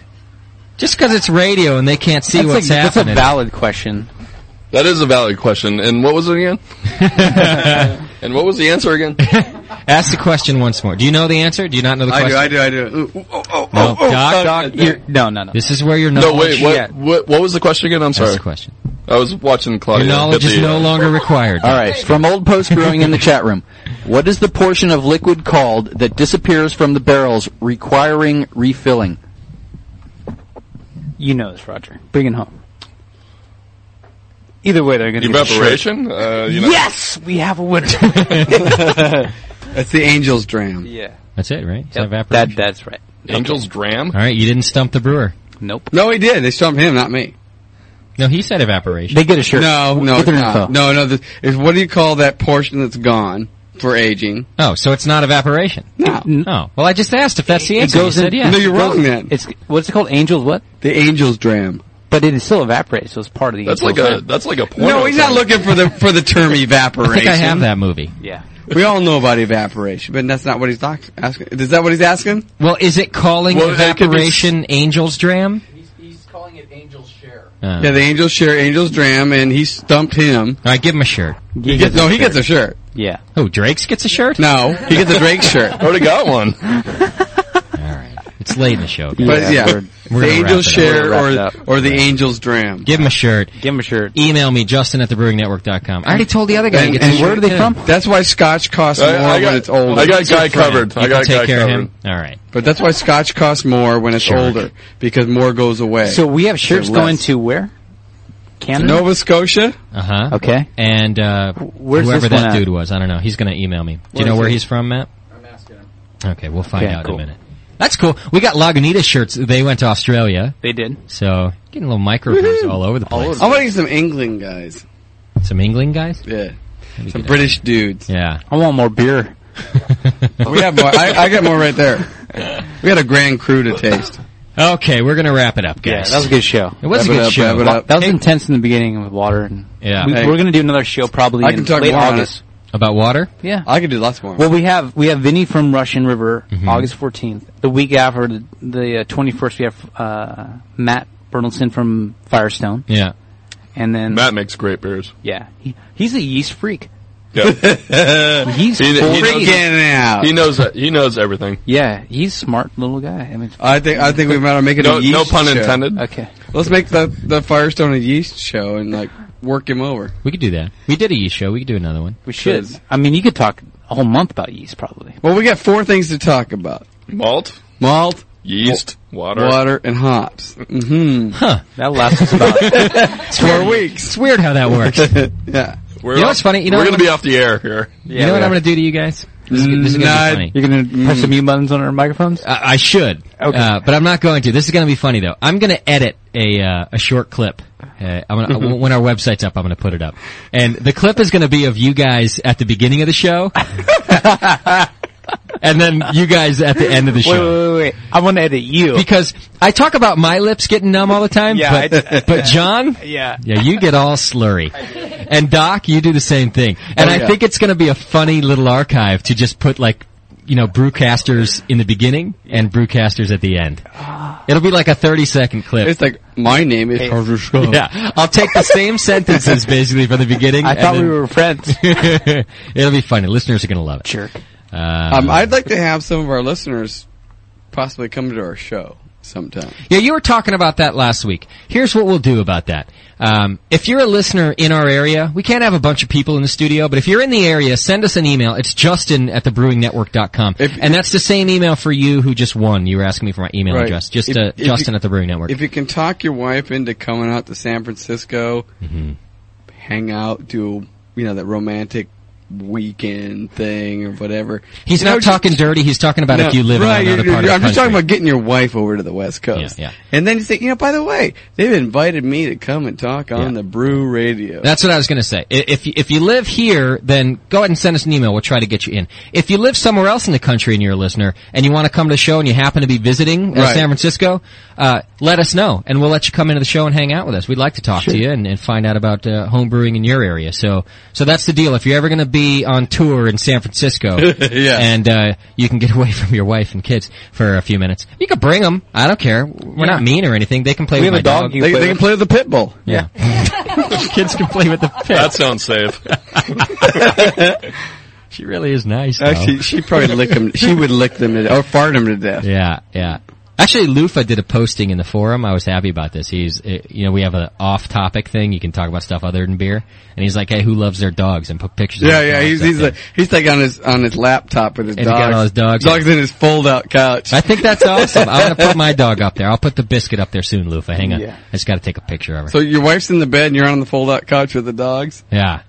A: Just because it's radio and they can't see
G: That's
A: what's
G: a- that's a
A: happening.
G: valid
C: question.
G: That is a valid question. And what was it again? and what was the answer again?
A: Ask the question once more. Do you know the answer? Do you not know the
G: I do, Oh,
A: question?
G: I
B: do, I do.
A: No, Doc,
G: Doc,
A: you're-
C: no, no, no.
A: This is where your
G: No,
A: knowledge.
G: wait, what, what, what was the question again? I'm
A: That's
G: sorry.
A: the question.
G: I was watching Claudia.
A: Your knowledge
G: hit
A: is
G: the,
A: no
G: uh,
A: longer required.
D: All right, from Old Post Brewing in the chat room. What is the portion of liquid called that disappears from the barrels requiring refilling?
C: You know this, Roger. Bring it home. Either way, they're going to
G: Evaporation? Uh, you know.
C: Yes, we have a winner.
B: That's the angel's dram.
C: Yeah.
A: That's it, right? Is that
C: That
A: evaporation?
C: that's right.
G: Angel's dram?
A: All right, you didn't stump the brewer.
C: Nope.
B: No, he did. They stumped him, not me.
A: No, he said evaporation.
B: No, no, it's
A: Get their
B: not.
A: info.
B: no, no. This, is what do you call that portion that's gone for aging?
A: Oh, so it's not evaporation.
B: No.
A: No. Well, I just asked if that's the answer. You said yeah.
B: No, you're wrong then.
C: It's what's it called? Angels what?
B: The angel's dram.
C: But it still evaporates, so it's part of the.
B: That's
C: angel's
B: like a-
C: dram.
G: that's like a
B: no, he's not looking for the for the term evaporation.
A: I think I have that movie.
C: Yeah.
B: We all know about evaporation, but that's not what he's doc- asking. Is that what he's asking?
A: Well, is it calling
B: Well, it could be s-
A: evaporation angel's dram? Uh.
B: yeah, the angels share angels dram, and he stumped him.
A: I give him a shirt.
B: He gets, no, he gets a shirt.
C: Yeah.
A: Who, Oh, Drake's gets a shirt?
B: No, he gets a Drake shirt.
G: already got one.
A: It's late in the show. guys.
B: But yeah,
A: We're
B: the
A: gonna wrap
B: angels
A: it up.
B: share or or the angels dram.
A: Give him a shirt.
C: Give him a shirt.
A: Email me, justin at thebrewingnetwork.com. I already told the other guy. he gets a shirt, too.
B: That's why Scotch costs
A: I- I
B: more
A: got-
B: when it's older.
A: I got Guy covered. I
B: You
A: got
B: can
A: Guy covered. All right.
B: But that's why Scotch costs more when it's older because more goes away.
C: So we have shirts
B: So less.
C: going to where? Canada.
B: Nova Scotia.
A: Uh huh.
C: Okay.
A: And uh,
C: Where's
A: whoever
C: this
A: that
C: one at?
A: dude was, I don't know. He's going to email me. Do
C: Where
A: you know
C: is
A: where
C: it?
A: he's from, Matt? Okay, we'll find
C: Okay,
A: out
C: cool.
A: in a minute. That's cool. We got Lagunitas shirts. They went to Australia.
C: They did.
A: So getting little microbrews all over the place.
B: I want to get some England guys.
A: Some England guys.
B: Yeah.
A: Some
B: British dudes.
A: Yeah.
C: I want more beer.
B: we have more. I, I got more right there. We had a grand crew to taste.
A: Okay, we're gonna wrap it up, guys.
C: Yeah, that was a good show.
A: It was
C: Wrap
A: a
C: it
A: good
C: up,
A: show.
C: wrap it up. That was intense in the beginning with water. And
A: Yeah.
C: we,
A: Hey.
C: we're going to do another show probably
A: I can
C: in
A: talk
C: late
A: more on
C: August.
A: About water?
C: Yeah.
B: I could do lots more.
C: Well, we have we have Vinny from Russian River,
A: Mm-hmm.
C: August fourteenth. The week after the- the twenty first, we have uh, Matt Bernaldson from Firestone.
A: Yeah.
C: and then
G: Matt makes great beers.
C: Yeah, he, he's a yeast freak.
G: Yeah.
C: he's
G: He- he knows-
C: freaking out.
G: He knows that. He knows everything.
C: Yeah, he's smart little guy. I mean,
B: I think I think we might make it
G: No-
B: a yeast
G: no pun
B: show.
G: intended.
C: Okay.
B: Let's make the the Firestone a yeast show and like work him over.
A: We could do that. We did a yeast show. We could do another one.
C: We should. I mean, you could talk a whole month about yeast, probably.
B: Well, we got four things to talk about:
G: malt,
B: malt,
G: yeast, water,
B: water, and hops. hmm
A: Huh?
C: That lasts us about
B: four weeks. It's
A: weird how that works.
B: yeah.
G: We're
A: you know
G: off-
A: what's funny? You know
G: we're
A: what
G: going to be off the air here.
A: You know what I'm going to do to you guys? This is, go- this is going to be funny.
C: You're going to
G: mm.
C: press the mute buttons on our microphones.
A: I, I should, okay. uh, but I'm not going to. This is going to be funny though. I'm going to edit a uh, a short clip. Uh, I'm gonna,
C: Mm-hmm.
A: w- when our website's up, I'm going to put it up, and the clip is going to be of you guys at the beginning of the show, and then you guys at the end of the show.
C: Wait, wait, wait, wait. I want to edit you
A: because I talk about my lips getting numb all the time.
C: Yeah,
A: but,
C: I-
A: but John,
C: Yeah.
A: yeah, you get all slurry, and Doc, you do the same thing. And
C: Oh,
A: I
C: yeah.
A: think it's going to be a funny little archive to just put like. You know, brewcasters in the beginning and brewcasters at the end. It'll be like a thirty-second clip.
B: It's like my name is Carter Scott.
A: Yeah, I'll take the same sentences basically from the beginning.
B: I thought we
A: were
C: friends.
A: It'll be funny. Listeners are going to love it. Uh,
C: Jerk.
B: Um, I'd like to have some of our listeners possibly come to our show sometime.
A: Yeah, you were talking about that last week. Here's what we'll do about that. Um, if you're a listener in our area, we can't have a bunch of people in the studio, but if you're in the area, send us an email. It's justin at thebrewingnetwork.com. and that's the same email for you who just won. You were asking me for my email
B: Right.
A: address. Just
B: If-
A: uh,
B: if you-
A: justin at thebrewingnetwork.
B: If you can talk your wife into coming
A: Mm-hmm.
B: out to San Francisco, hang out, do you know that romantic weekend thing or whatever.
A: He's
B: You
A: not
B: know, just-
A: talking dirty. He's talking about
B: No,
A: if you live
B: right,
A: in another
B: you're-
A: part of
B: you're- I'm
A: the
B: just talking
A: country.
B: about getting your wife over to the West Coast.
A: Yeah,
B: And then you say, you know, by the way, they've invited me to come and talk on the Brew Radio.
A: That's what I was going to say. I- If you- if you live here, then go ahead and send us an email. We'll try to get you in. If you live somewhere else in the country and you're a listener and you want to come to the show and you happen to be visiting uh,
B: Right.
A: San Francisco, uh, let us know and we'll let you come into the show and hang out with us. We'd like to talk to you and, and find out about uh, home brewing in your area. So so that's the deal. If you're ever going to be on tour in San Francisco
B: Yeah.
A: and uh, you can get away from your wife and kids for a few minutes, you can bring them. I don't care. We're not mean or anything. They can play
B: We
A: with
B: have
A: my
B: a dog
A: dog.
B: you They- play they can with. play with the pit bull.
A: Yeah. Kids can play with the pit.
G: That sounds safe.
A: she really is nice. though.
B: Actually, she'd probably lick him. She would lick them to, or fart him to death.
A: Yeah, yeah. Actually, Lufa did a posting in the forum. I was happy about this. He's, uh, you know, we have an off-topic thing. You can talk about stuff other than beer. And he's like, "Hey, who loves their dogs?" And put pictures.
B: Yeah,
A: of his dogs up
B: yeah. He's he's
A: there.
B: like he's like on his on his laptop with his
A: And
B: dogs.
A: he's got all his dogs.
B: Dogs in his fold out couch.
A: I think that's awesome. I'm gonna put my dog up there. I'll put the biscuit up there soon, Lufa. Hang on.
B: Yeah.
A: I just got to take a picture of her.
B: So your wife's in the bed and you're on the fold out couch with the dogs,
A: yeah,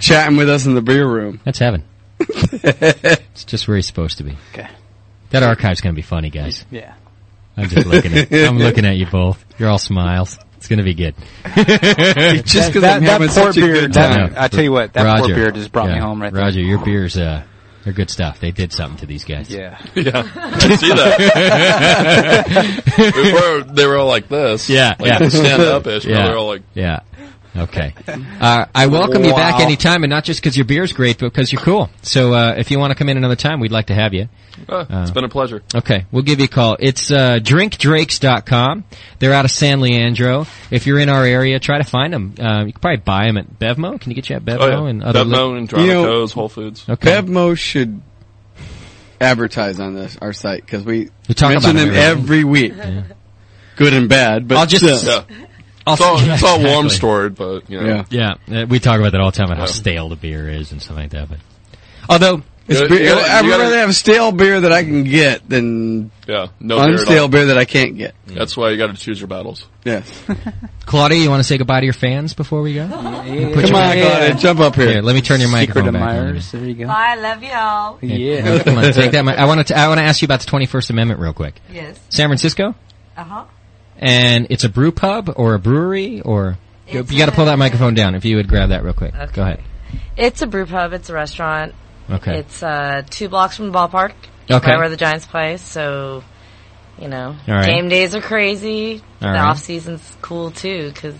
B: chatting with us in the beer room.
A: That's heaven. it's just where he's supposed to be. Okay. That archive's gonna be funny, guys.
C: Yeah.
A: I'm just looking at. I'm looking at you both. You're all smiles. It's gonna be good.
C: Just 'cause That- I'm that having poor such a good beard, that- time. I tell you what, that poor
A: Roger,
C: beard just brought me home right there.
A: Roger, your beers, uh, they're good stuff. They did something to these guys.
C: Yeah.
G: Yeah, I see that. Before they were all like this.
A: Yeah,
G: like
A: yeah.
G: stand up ish.
A: Yeah,
G: Now they're all like,
A: yeah. Okay. Uh, I welcome you back
G: Wow.
A: anytime, and not just because your beer's great, but because you're cool. So uh, if you want to come in another time, we'd like to have you.
G: Uh, it's been a pleasure.
A: Okay, we'll give you a call. It's uh, drinkdrakes.com. They're out of San Leandro. If you're in our area, try to find them. Uh, you can probably buy them at Bevmo. Can you get you at Bevmo
G: oh, yeah.
A: and other
G: Bevmo
A: li-
G: and Dramacos, Whole Foods.
B: Bevmo should advertise on this our site because we
A: We talk
B: mention
A: about
B: them
A: them
B: every week, good and bad. But
A: I'll just-
B: still.
A: Yeah. I'll- It's all- it's all warm Exactly.
G: stored, but you
B: yeah,
A: Yeah, uh, we talk about that all the time about how
B: Yeah.
A: stale the beer is and stuff like that. But although
B: It's beer, I would rather have stale beer that I can get than
G: Yeah, no beer at
B: unstale beer,
G: all.
B: that I can't get.
G: That's why you got to choose your battles.
B: Yes.
A: Claudia, you want to say goodbye to your fans before we go? Put
B: Come
A: your
B: on,
A: mic-
B: Claudia, jump up here.
A: Here, let me turn your
B: Secret
A: microphone back on.
C: admirers. There you go.
H: Oh, I love y'all.
A: Yeah. Come on, take that. mi- I want to. I want to ask you about the Twenty First Amendment real quick.
H: Yes.
A: San Francisco,
H: Uh huh.
A: and it's a brew pub or a brewery or. you
H: It's
A: got to pull
H: a-
A: that microphone down. If you would grab that real quick,
H: Okay.
A: go ahead.
H: It's a brew pub. It's a restaurant.
A: Okay.
H: It's uh, two blocks from the ballpark.
A: Okay.
H: Right where the Giants play. So, you know,
A: All right.
H: game days are crazy.
A: All
H: the
A: right.
H: off season's cool too, because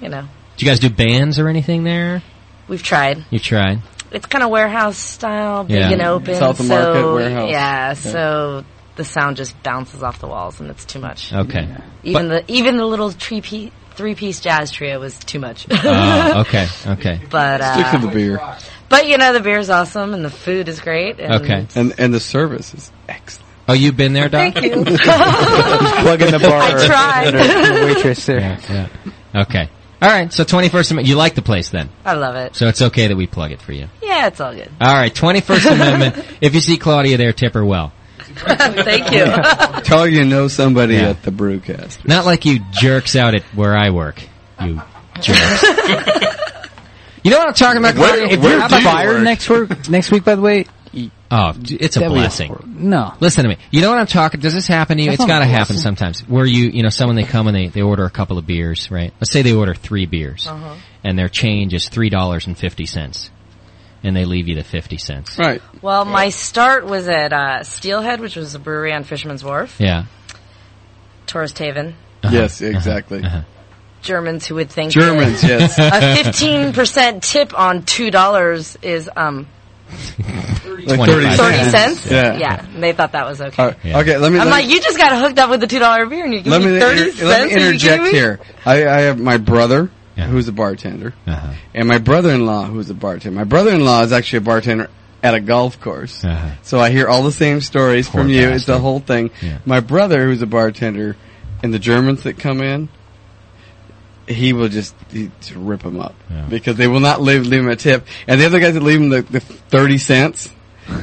H: you know
A: Do you guys do bands or anything there?
H: we've tried.
A: You tried.
H: It's kind of warehouse style, big
A: Yeah.
H: and open.
A: South of
H: so,
A: Market warehouse.
H: Yeah,
A: Yeah.
H: So the sound just bounces off the walls, and it's too much.
A: Okay.
H: Even the even the little three piece three piece jazz trio was too much.
A: Oh, okay. Okay.
H: But uh,
B: Stick to the beer.
H: But you know the beer's awesome and the food is great. And
A: Okay.
B: And and the service is excellent.
A: Oh, you've been there, Doc.
H: Thank you.
C: Plug in the bar.
H: I tried.
C: The waitress there.
A: Yeah. Okay. All right. So 21st Amendment. You like the place then?
H: I love it.
A: So it's okay that we plug it for you.
H: Yeah, it's all good.
A: All right. 21st Amendment. If you see Claudia there, tip her well.
H: Thank you.
B: Tell you know somebody
A: Yeah.
B: at the brewcast.
A: Not like you jerks out at where I work. You jerks. you know what I'm talking about, Claudia? If you're
C: I'm fired next week, next week, by the way,
A: Oh, d- it's a
C: That was
A: blessing.
C: no.
A: Listen to me. You know what I'm talking? Does this happen to you?
C: That's
A: it's
C: not
A: got to
C: a
A: happen
C: blessing.
A: sometimes. Where you, you know, someone they come and they, they order a couple of beers, right? Let's say they order three beers,
C: Uh-huh.
A: and their change is three dollars and fifty cents, and they leave you the fifty cents.
B: Right.
H: Well, my start was at uh, Steelhead, which was a brewery on Fisherman's Wharf,
A: Yeah. Uh-huh.
H: Torres Taven.
B: Yes, exactly.
H: Germans who would think
B: Germans,
H: that
B: yes.
H: a fifteen percent tip on two dollars is um
B: Like
A: 25
H: thirty cents.
B: Yeah.
H: and they thought that was okay.
B: All right. Uh, Okay, let me.
H: I'm
B: let
H: like,
B: me-
H: you just got hooked up with a two dollar beer and you give
B: let
H: me,
B: me,
H: thirty
B: inter-
H: cents.
B: let me
H: Are you
B: interject
H: kidding me?
B: here. I, I have my brother, who's a bartender,
M: Uh-huh.
B: and my brother-in-law, who's a bartender. My brother-in-law is actually a bartender at a golf course, so I hear all the same stories
M: Uh-huh. Poor
B: from you. It's the
M: bastard.
B: whole thing.
M: Yeah.
B: My brother, who's a bartender, and the Germans that come in, he will just, he, just rip them up because they will not leave leave him a tip. And the other guys that leave him the, the thirty cents,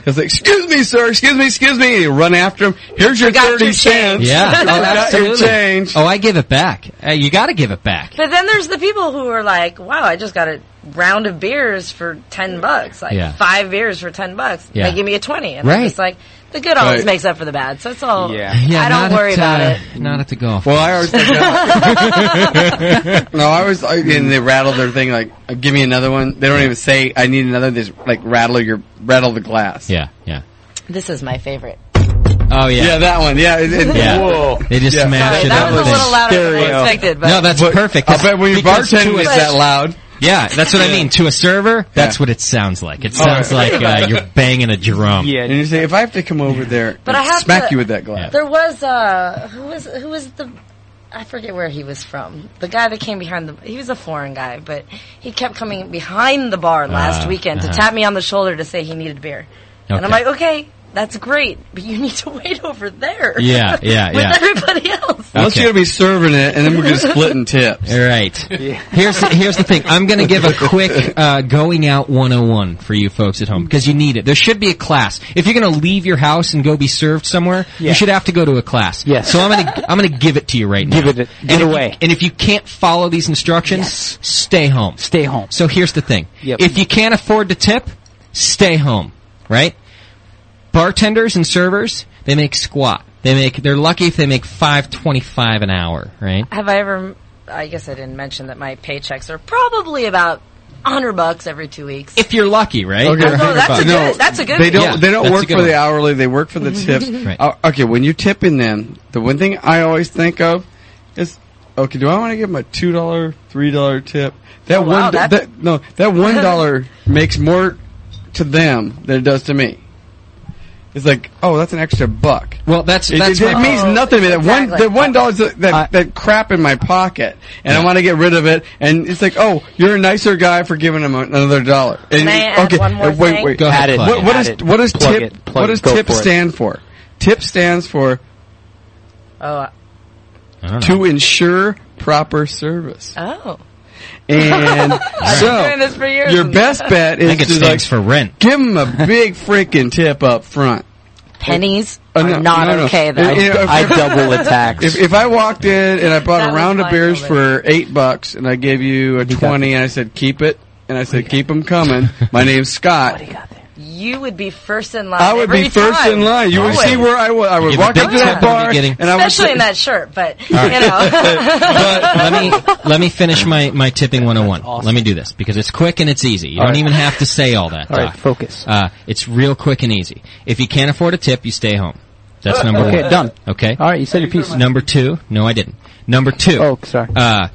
B: He's like, excuse me, sir, excuse me, excuse me. And you run after him. Here's your
H: I got your
B: 30 cents.
A: Yeah,
B: I got your change.
A: Oh, I give it back. Uh, you got to give it back.
H: But then there's the people who are like, wow, I just got a round of beers for 10 bucks. Like
A: Yeah.
H: five beers for 10 bucks.
A: Yeah.
H: They give me a 20. And I'm
A: Right.
H: just like, the good always
A: Right.
H: makes up for the bad. So it's all,
A: Yeah.
H: I don't worry about it.
A: Not at the golf.
B: Well, I always no, I was, I, and they rattle their thing like, uh, give me another one. They don't even say, I need another. They just like rattle your, rattle the glass.
A: Yeah, yeah.
H: This is my favorite.
A: Oh yeah,
B: yeah, that one. Yeah, it, it-
A: yeah.
B: Whoa.
A: They just
B: Yeah.
A: smash
B: Sorry,
A: it
B: that
A: up
B: was a
A: with it.
B: little louder than I Stereo. expected, but-
A: no, that's
B: But
A: perfect.
B: I bet when you
A: because
B: bartend,
A: to a-
B: it's that loud.
A: Yeah, that's what I mean. To a server, that's what it sounds like. It
B: All right.
A: sounds like uh, you're banging a drum.
B: Yeah. And you say, if I have to come over there
H: But I
B: and
H: have
B: smack
H: to-
B: you with that glass.
H: There was uh who was who was the I forget where he was from. The guy that came behind the he was a foreign guy, but he kept coming behind the bar last
M: Ah,
H: weekend to
M: uh-huh.
H: tap me on the shoulder to say he needed beer. And I'm
M: Okay.
H: like, "Okay, that's great, but you need to wait over there."
B: Yeah, yeah,
H: With
B: yeah.
H: everybody else.
B: Unless you're gonna be serving it, and then we're just splitting tips.
A: All right. Here's the, here's the thing. I'm going to give a quick uh, going out 101 for you folks at home because you need it. There should be a class. If you're going to leave your house and go be served somewhere,
C: Yeah.
A: you should have to go to a class. Yes. So I'm going to I'm going to give it to you right now. Give it give away. and if you can't follow these instructions, stay home. Stay home. So here's the thing.
C: Yep.
A: If you can't afford to tip, stay home, right? bartenders and servers they make squat they make they're lucky if they make 525 an hour right
H: Have I ever I guess I didn't mention that my paychecks are probably about 100 bucks every 2 weeks.
A: if you're lucky right
B: Okay.
A: They're 100
H: Oh, that's a
A: bucks.
H: good- No, that's a good
B: They don't.
A: Yeah,
B: they don't
A: that's a
B: work
A: good
B: for the
A: one.
B: hourly. They work for the tips.
A: Right.
B: Uh, okay, when you're tipping them, the one thing I always think of is, okay, do I want to give them a two dollar, three dollar tip? That
H: Oh,
B: one.
H: wow,
B: do-
H: that-
B: that- no, that one dollar makes more to them than it does to me. It's like, oh, that's an extra buck.
A: Well, that's
B: it,
A: that's
B: it,
A: what-
B: it means nothing. to me. That one,
A: Exactly.
B: that
H: Uh,
B: one dollar, that that crap in my pocket, and I want to get rid of it. And it's like, oh, you're a nicer guy for giving him another dollar.
H: Can
B: And
H: I add one more
B: uh, wait,
H: thing?
B: wait.
H: Go ahead, plug
B: What,
H: it.
B: what
H: Add
B: is
H: it.
B: what does
H: Plug
B: tip?
H: it, plug
B: what
H: it,
B: does
H: go
B: tip
H: for it.
B: stand for? Tip stands for
H: Oh.
B: to ensure proper service.
H: Oh.
B: And
H: I've been doing this
B: so
H: for years.
B: your best bet
A: I
B: is
A: think it
B: to like
A: stands for rent.
B: Give him a big freaking tip up front.
H: Pennies
B: Uh,
H: are not okay though.
B: You know, if- If, if I walked in and I bought a round of beers for eight bucks and I gave you a twenty and I said keep it and I said keep them coming, my name's Scott.
H: You would be first in line.
B: I would be
H: every
B: first
H: time.
B: in line. You would see where I was. I would
A: Give a
B: walk
A: big
B: up to that
A: tip when you're
B: bar
A: getting-
B: and I would
H: Especially
B: say,
H: in that shirt, but you
A: All right.
H: know.
A: let me let me finish my my tipping 101 let me do this because it's quick and it's easy you
C: All
A: don't
C: right.
A: even have to say all that
C: All right,
A: Doc. focus uh, it's real quick and easy if you can't afford a tip you stay home that's number
C: Okay,
A: one
C: done.
A: okay all right you said your piece number two no i didn't number two oh sorry uh,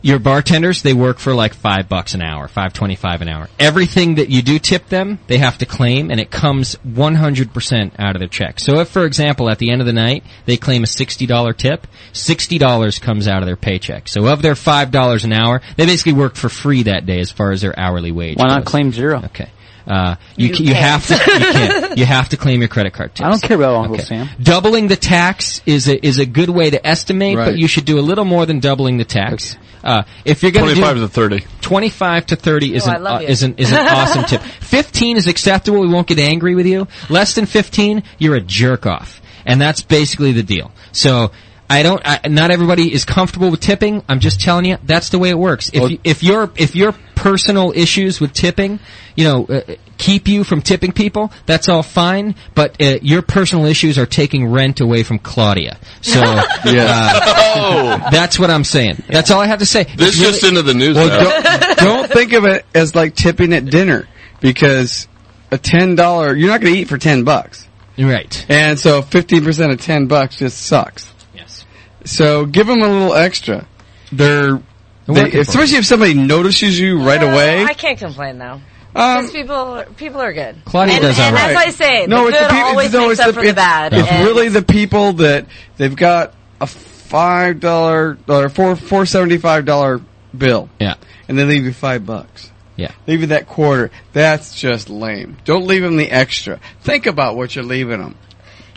A: your bartenders they work for like five bucks an hour five twenty five an hour everything that you do tip them they have to claim and it comes 100% out of their check so if for example at the end of the night they claim a $60 tip $60 comes out of their paycheck so of their $5 an hour they basically work for free that day as far as their hourly wage
C: Why not
A: goes.
C: claim zero?
A: Okay. Uh, you,
C: You
A: ca- you
C: can't.
A: have to you can't you have to claim your credit card tips.
C: I don't care about Uncle Sam.
A: Doubling the tax is a, is a good way to estimate,
C: Right.
A: but you should do a little more than doubling the tax. Uh, if you're going
G: 25 to 30.
A: 25 to 30 is
G: Oh, I
A: an,
G: love
A: uh,
G: you.
A: is an is an awesome tip. 15 is acceptable. We won't get angry with you. Less than 15, you're a jerk off. And that's basically the deal. So I don't I, not everybody is comfortable with tipping. I'm just telling you that's the way it works. If you, if your if your personal issues with tipping, you know, uh, keep you from tipping people, that's all fine, but uh, your personal issues are taking rent away from Claudia. So uh, that's what I'm saying. That's all I have to say.
G: This just into the news
B: Well,
G: now.
B: don't, don't think of it as like tipping at dinner because a ten dollar you're not going to eat for ten bucks,
A: right?
B: And so fifteen percent of ten bucks just sucks.
A: Yes.
B: So give them a little extra. They're they,
A: working for
B: especially if somebody notices you right
H: No,
B: away.
H: Uh,
B: Um,
H: I can't complain though. Because people, people are good. and, and that's why I say
B: No,
H: the
B: it's
H: good
B: the people.
H: always
B: no,
H: makes
B: it's
H: up
B: the,
H: for the
B: it's-
H: bad.
B: It's
H: and
B: really the people that they've got a five dollar or four four seventy five dollar bill.
A: Yeah,
B: and they leave you five bucks.
A: Yeah.
B: Leave you that quarter. That's just lame. Don't leave them the extra. Think about what you're leaving them.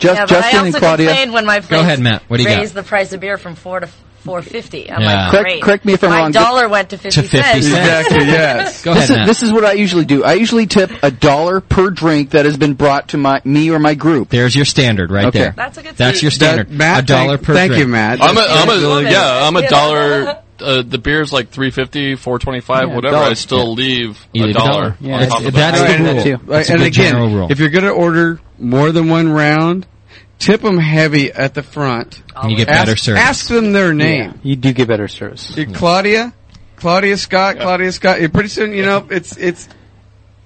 H: yeah, but I also complained when my friends raised the price of beer from four to four fifty. I'm
D: Yeah.
H: like,
D: Correct-
H: great.
D: correct me if I'm
H: My
D: wrong.
H: dollar went to fifty, cents.
D: Exactly.
B: Yes.
D: this Is, this is what I usually do. I usually tip a dollar per drink that has been brought to my me or my group.
A: There's your standard right
D: okay.
A: there. That's a good That's your standard.
D: That- Matt,
A: a dollar
D: thank-
A: per
D: thank
A: drink.
D: you, Matt.
G: I'm a, I'm a yeah, I'm a
D: Yeah.
G: dollar. Uh, the beer's like 350, 425,
D: Yeah,
G: whatever.
D: dollar.
G: I still leave
A: You
G: a
A: leave a dollar.
G: dollar.
A: Yeah.
G: on top of
A: That's
G: that.
A: the rule. That's a
B: and
A: good
B: again,
A: general rule.
B: if you're going to order more than one round, tip them heavy at the front.
A: And you get
B: ask,
A: better service.
B: Ask them their name.
C: You do get better service.
B: You- Claudia, Claudia Scott, Claudia Scott. And pretty soon, you know, it's it's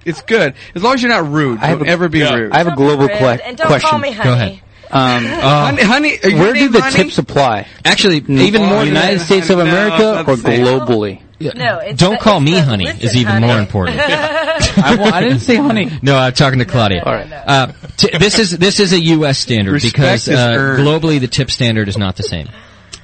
B: it's good as long as you're not rude.
C: I have
B: Don't
C: a-
B: ever be
C: yeah.
B: rude.
C: I have a global Don't be rude, que- and don't call question. me honey. Go ahead. Um,
A: uh,
B: honey, honey, are you
C: where do
B: named
C: the
B: honey?
C: tips apply?
A: Actually,
B: even more than
C: United
B: that,
C: States uh, of
B: honey, no,
C: America
B: not
C: or
B: the same.
C: globally.
H: No, it's
A: Don't
H: the-
A: call
H: it's
A: me
H: the-
A: honey is
H: listen,
A: even
H: honey.
A: more important.
C: I, wa- I didn't say honey.
A: No, I'm talking to Claudia. Uh, t- this is this is a U.S. standard
C: Respect
A: because
C: is
A: uh,
C: earned.
A: globally the tip standard is not the same.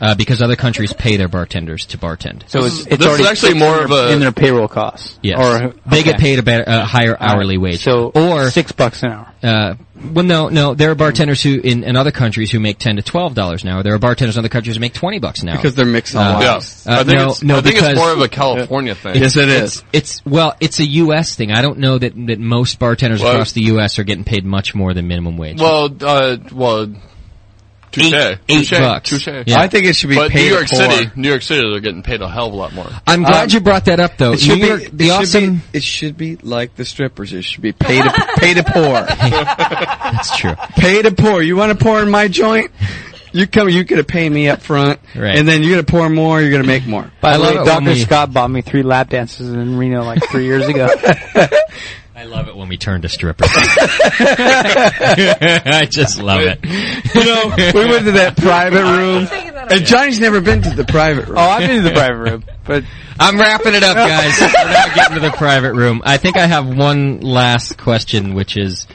A: Uh, because other countries pay their bartenders to bartend.
C: So This it's- is- it's this already is actually fixed in more of their- a- in their payroll costs.
A: Yes,
C: Or-
A: they get
C: okay.
A: paid a, better, a higher hourly wage.
C: So
A: or
C: six bucks an hour.
A: Uh, well, no, no. There are bartenders who in, in other countries who make ten to twelve dollars an hour. There are bartenders in other countries who make twenty bucks an hour
B: Because they're mixing
A: Uh,
B: lots.
A: uh,
B: I think
A: no,
B: it's-
A: no,
B: I think it's
A: because-
B: more of a California thing.
A: It's-
B: Yes, it
A: it's-
B: is.
A: It's, well, it's a U.S. thing. I don't know that that most bartenders
G: Well-
A: across the U.S. are getting paid much more than minimum wage.
G: Well, uh, well, touche,
A: Eight- eight
G: touche,
A: bucks.
G: touche.
A: Yeah. I think it should be
G: But
A: paid
G: New York
A: for.
G: City, New York City, they're getting paid a hell of a lot more. Um,
A: I'm glad you brought that up, though.
B: Uh, It should
A: New
B: be,
A: York,
B: it
A: the
B: should
A: awesome
B: be- it should be like the strippers. It should be pay to pay to pour.
A: That's true.
B: Pay to pour. You want to pour in my joint? You come. You gotta pay me up front,
C: Right.
B: and then you're gonna pour more. You're gonna make more.
C: By the way, Dr. Scott bought me three lap dances in Reno like three years ago.
A: I love it when we turn to strippers. I just love it.
B: You know, we went to that private room, and Johnny's never been to the private room.
C: Oh, I've been to the private room, but
A: I'm wrapping it up, guys. We're now getting to the private room. I think I have one last question, which is,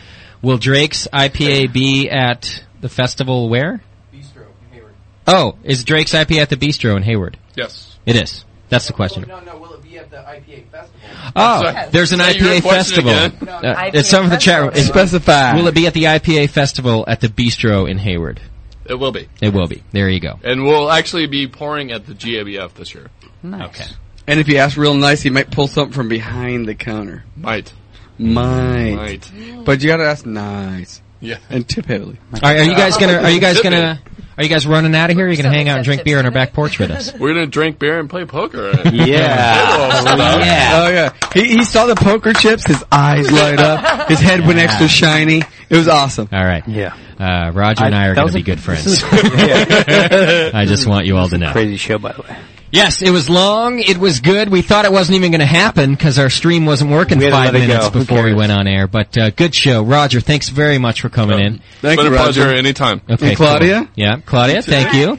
A: will Drake's IPA be at the festival where? Bistro in Hayward. Oh, is Drake's IPA at the Bistro in Hayward?
G: Yes.
A: It is. That's the question.
I: Oh, No, no, will it be at the IPA festival?
A: Oh,
I: Yes.
A: there's an
I: Say your
A: IPA
I: question
A: festival.
I: again. No,
A: Uh,
I: IPA
A: it's some of the chat room.
I: festival.
B: Specify.
A: Will it be at the IPA festival at the Bistro in Hayward?
G: It will be.
A: It will be. There you go.
G: And we'll actually be pouring at the GABF this year.
A: Okay.
B: And if you ask real nice, he might pull something from behind the counter.
G: Might.
B: Might.
G: Might.
B: But you gotta ask nice.
G: Yeah.
B: And tip heavily.
A: All right, are you guys gonna? Are you guys gonna? Are you guys running out of here? Are you gonna hang out and drink beer on our back porch with us?
G: We're gonna drink beer and play poker. yeah.
B: Oh yeah. He, he saw the poker chips. His eyes light up. His head went
A: Yeah.
B: extra shiny. It was awesome.
A: All right.
C: Yeah.
A: Uh, Roger and I are going
B: that
A: to
B: was
A: be
B: a-
A: good friends.
B: this is-
C: yeah.
A: I just want you all to know.
C: Crazy show, by the way.
A: Yes, it was long. It was good. We thought it wasn't even going to happen because our stream wasn't working
C: We had to
A: five
C: let it
A: minutes
C: go. Who
A: before we went on air. But uh, good show, Roger. Thanks very much for coming in.
G: Thank Been you, a pleasure. Roger. Anytime.
A: Okay,
G: And Claudia?
A: cool. Yeah, Claudia. Thank you.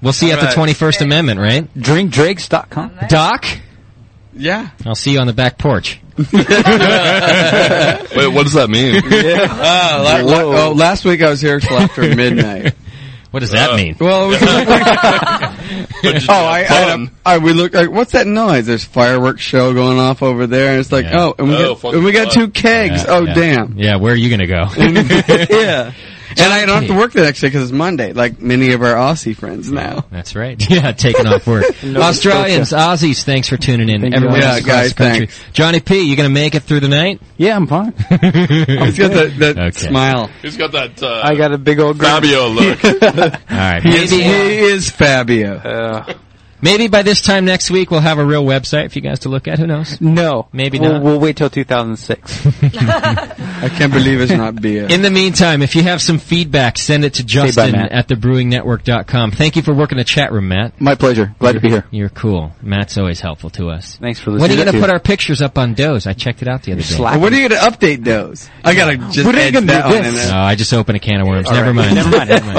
A: We'll see you at
G: All
A: the
G: right.
A: Twenty First Amendment, right?
C: DrinkDrakes.com.
A: Doc,
B: Yeah.
A: I'll see you on the back porch.
G: Wait, what does that mean?
B: Uh, la- la- oh, last week I was here till after midnight.
A: What does
G: Uh,
A: that mean?
B: Well, it was oh, I, I, had a- I- we look. Like, what's that noise? There's fireworks show going off over there, and it's like, oh, and we,
A: Oh,
B: got, and we got two kegs.
A: Yeah,
B: oh,
A: yeah.
B: damn.
A: Yeah, where are you going to go?
B: yeah. And I don't have to work the next day because it's Monday, like many of our Aussie friends now.
A: That's right. Yeah, taking off work.
B: No
A: Australians,
B: Scotia.
A: Aussies, thanks for tuning in.
B: Thank you.
A: Everyone
B: Yeah,
A: else across
B: guys,
A: the country. Johnny P, you gonna make it through the night?
C: Yeah, I'm fine.
B: He's got that, that smile.
G: He's got that. Uh,
C: I got a big old grin.
G: Fabio look.
A: All right.
B: He is, he is Fabio.
A: Maybe by this time next week we'll have a real website for you guys to look at. Who knows?
C: No.
A: Maybe
C: we'll,
A: not.
C: We'll wait till 2006.
B: I can't believe it's not beer.
A: In the meantime, if you have some feedback, send it to Justin
D: Matt.
A: at thebrewingnetwork.com. Thank you for working the chat room, Matt.
D: My pleasure. Glad to be here.
A: You're cool. Matt's always helpful to us.
C: Thanks for
A: When are you
D: listening.
A: going to put our pictures up on Doze? I checked it out the other day.
B: Well, when are you going to update those? I gotta just
C: What are you
B: edge
C: gonna do
B: that one in
C: this?
B: there.
A: No, Uh, I just opened a can of worms.
C: All
A: Never,
C: right.
A: mind.
C: Never mind. Never mind.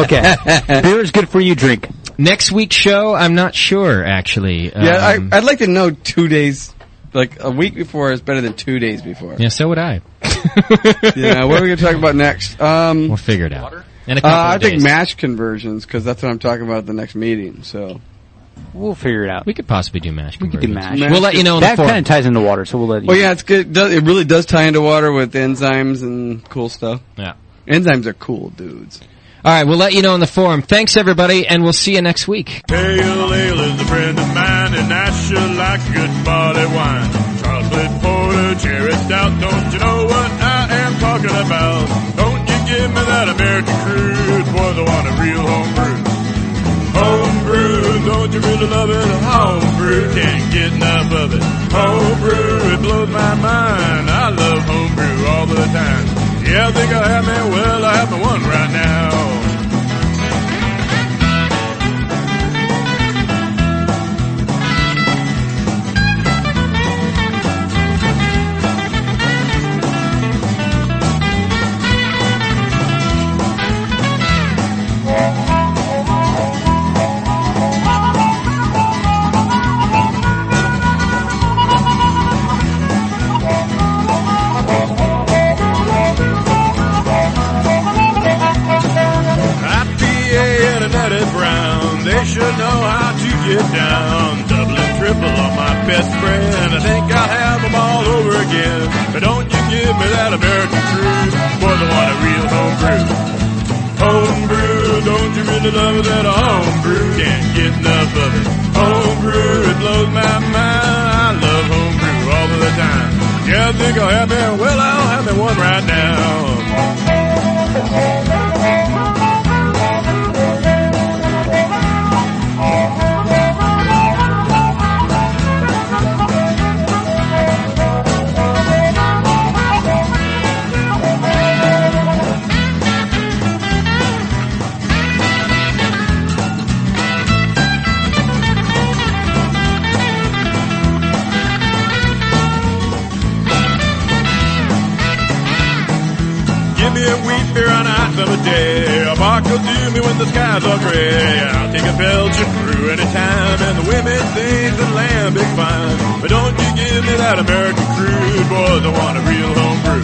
C: Okay. Beer is good for you. Drink.
A: Next week's show, I'm not sure actually.
B: Yeah,
A: Um,
B: I, I'd like to know two days, like a week before is better than two days before.
A: yeah. So would I.
B: yeah, what are we going to talk about next? Um,
A: We'll figure it out. In a
B: uh,
A: couple
B: I
A: of
B: think
A: days.
B: match conversions because that's what I'm talking about at the next meeting. So
C: We'll figure it out.
A: We could possibly do mash. We
C: could do mash.
B: Mash
A: We'll let you know in the
C: That
A: forum.
C: kind of ties into water, so we'll let you.
B: Well, Oh, yeah, it's good. It does- It really does tie into water with enzymes and cool stuff.
A: Yeah.
B: Enzymes are cool, dudes.
A: All right, we'll let you know in the forum. Thanks, everybody, and we'll see you next week.
M: Pale ale is a friend of mine, and I sure like good barley wine. Chocolate porter, cherry stout, don't you know what I am talking about? Don't you give me that American crude, boys, I want a real homebrew. Homebrew, don't you really love it? Homebrew, can't get enough of it. Homebrew, it blows my mind. I love homebrew all the time. Yeah, I think I have me, well, I have me one right now. IPA and an Eddie Brown. They should know how to get down. Double and triple on my best friend. I think I'll have them all over again. But don't you give me that American crude. Boy, I want a real homebrew. Homebrew, don't you really love that homebrew? Can't get enough of it. Homebrew, it blows my mind. I love homebrew all of the time. Yeah, I think I'll have me. Well, I'll have me one right now. Give me a wheat beer on a hot summer day. A bark will do me when the skies are gray. I'll take a Belgian brew anytime, and the women sings the lambic fine. But don't you give me that American crude, boys. I want a real homebrew.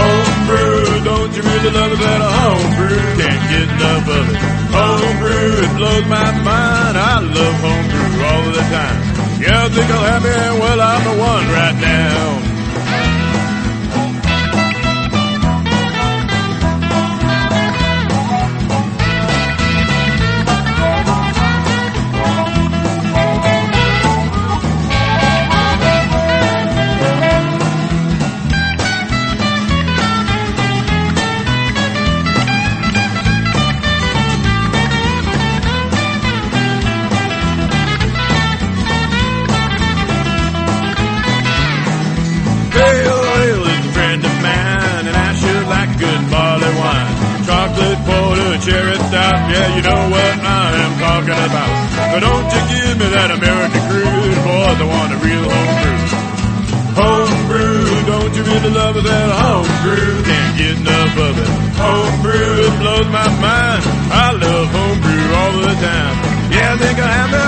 M: Homebrew, don't you really love it? That homebrew can't get enough of it. Homebrew, it blows my mind. I love homebrew all the time. Yeah, I think I'll have it. Well, I'm the one right now. Pale ale is a friend of mine, and I sure like good barley wine. Chocolate porter, cherry stout, yeah, you know what I am talking about. But don't you give me that American crude, boys, I want a real homebrew. Homebrew, don't you really love that homebrew? Can't get enough of it. Homebrew, it blows my mind. I love homebrew all the time. Yeah, I think I have it.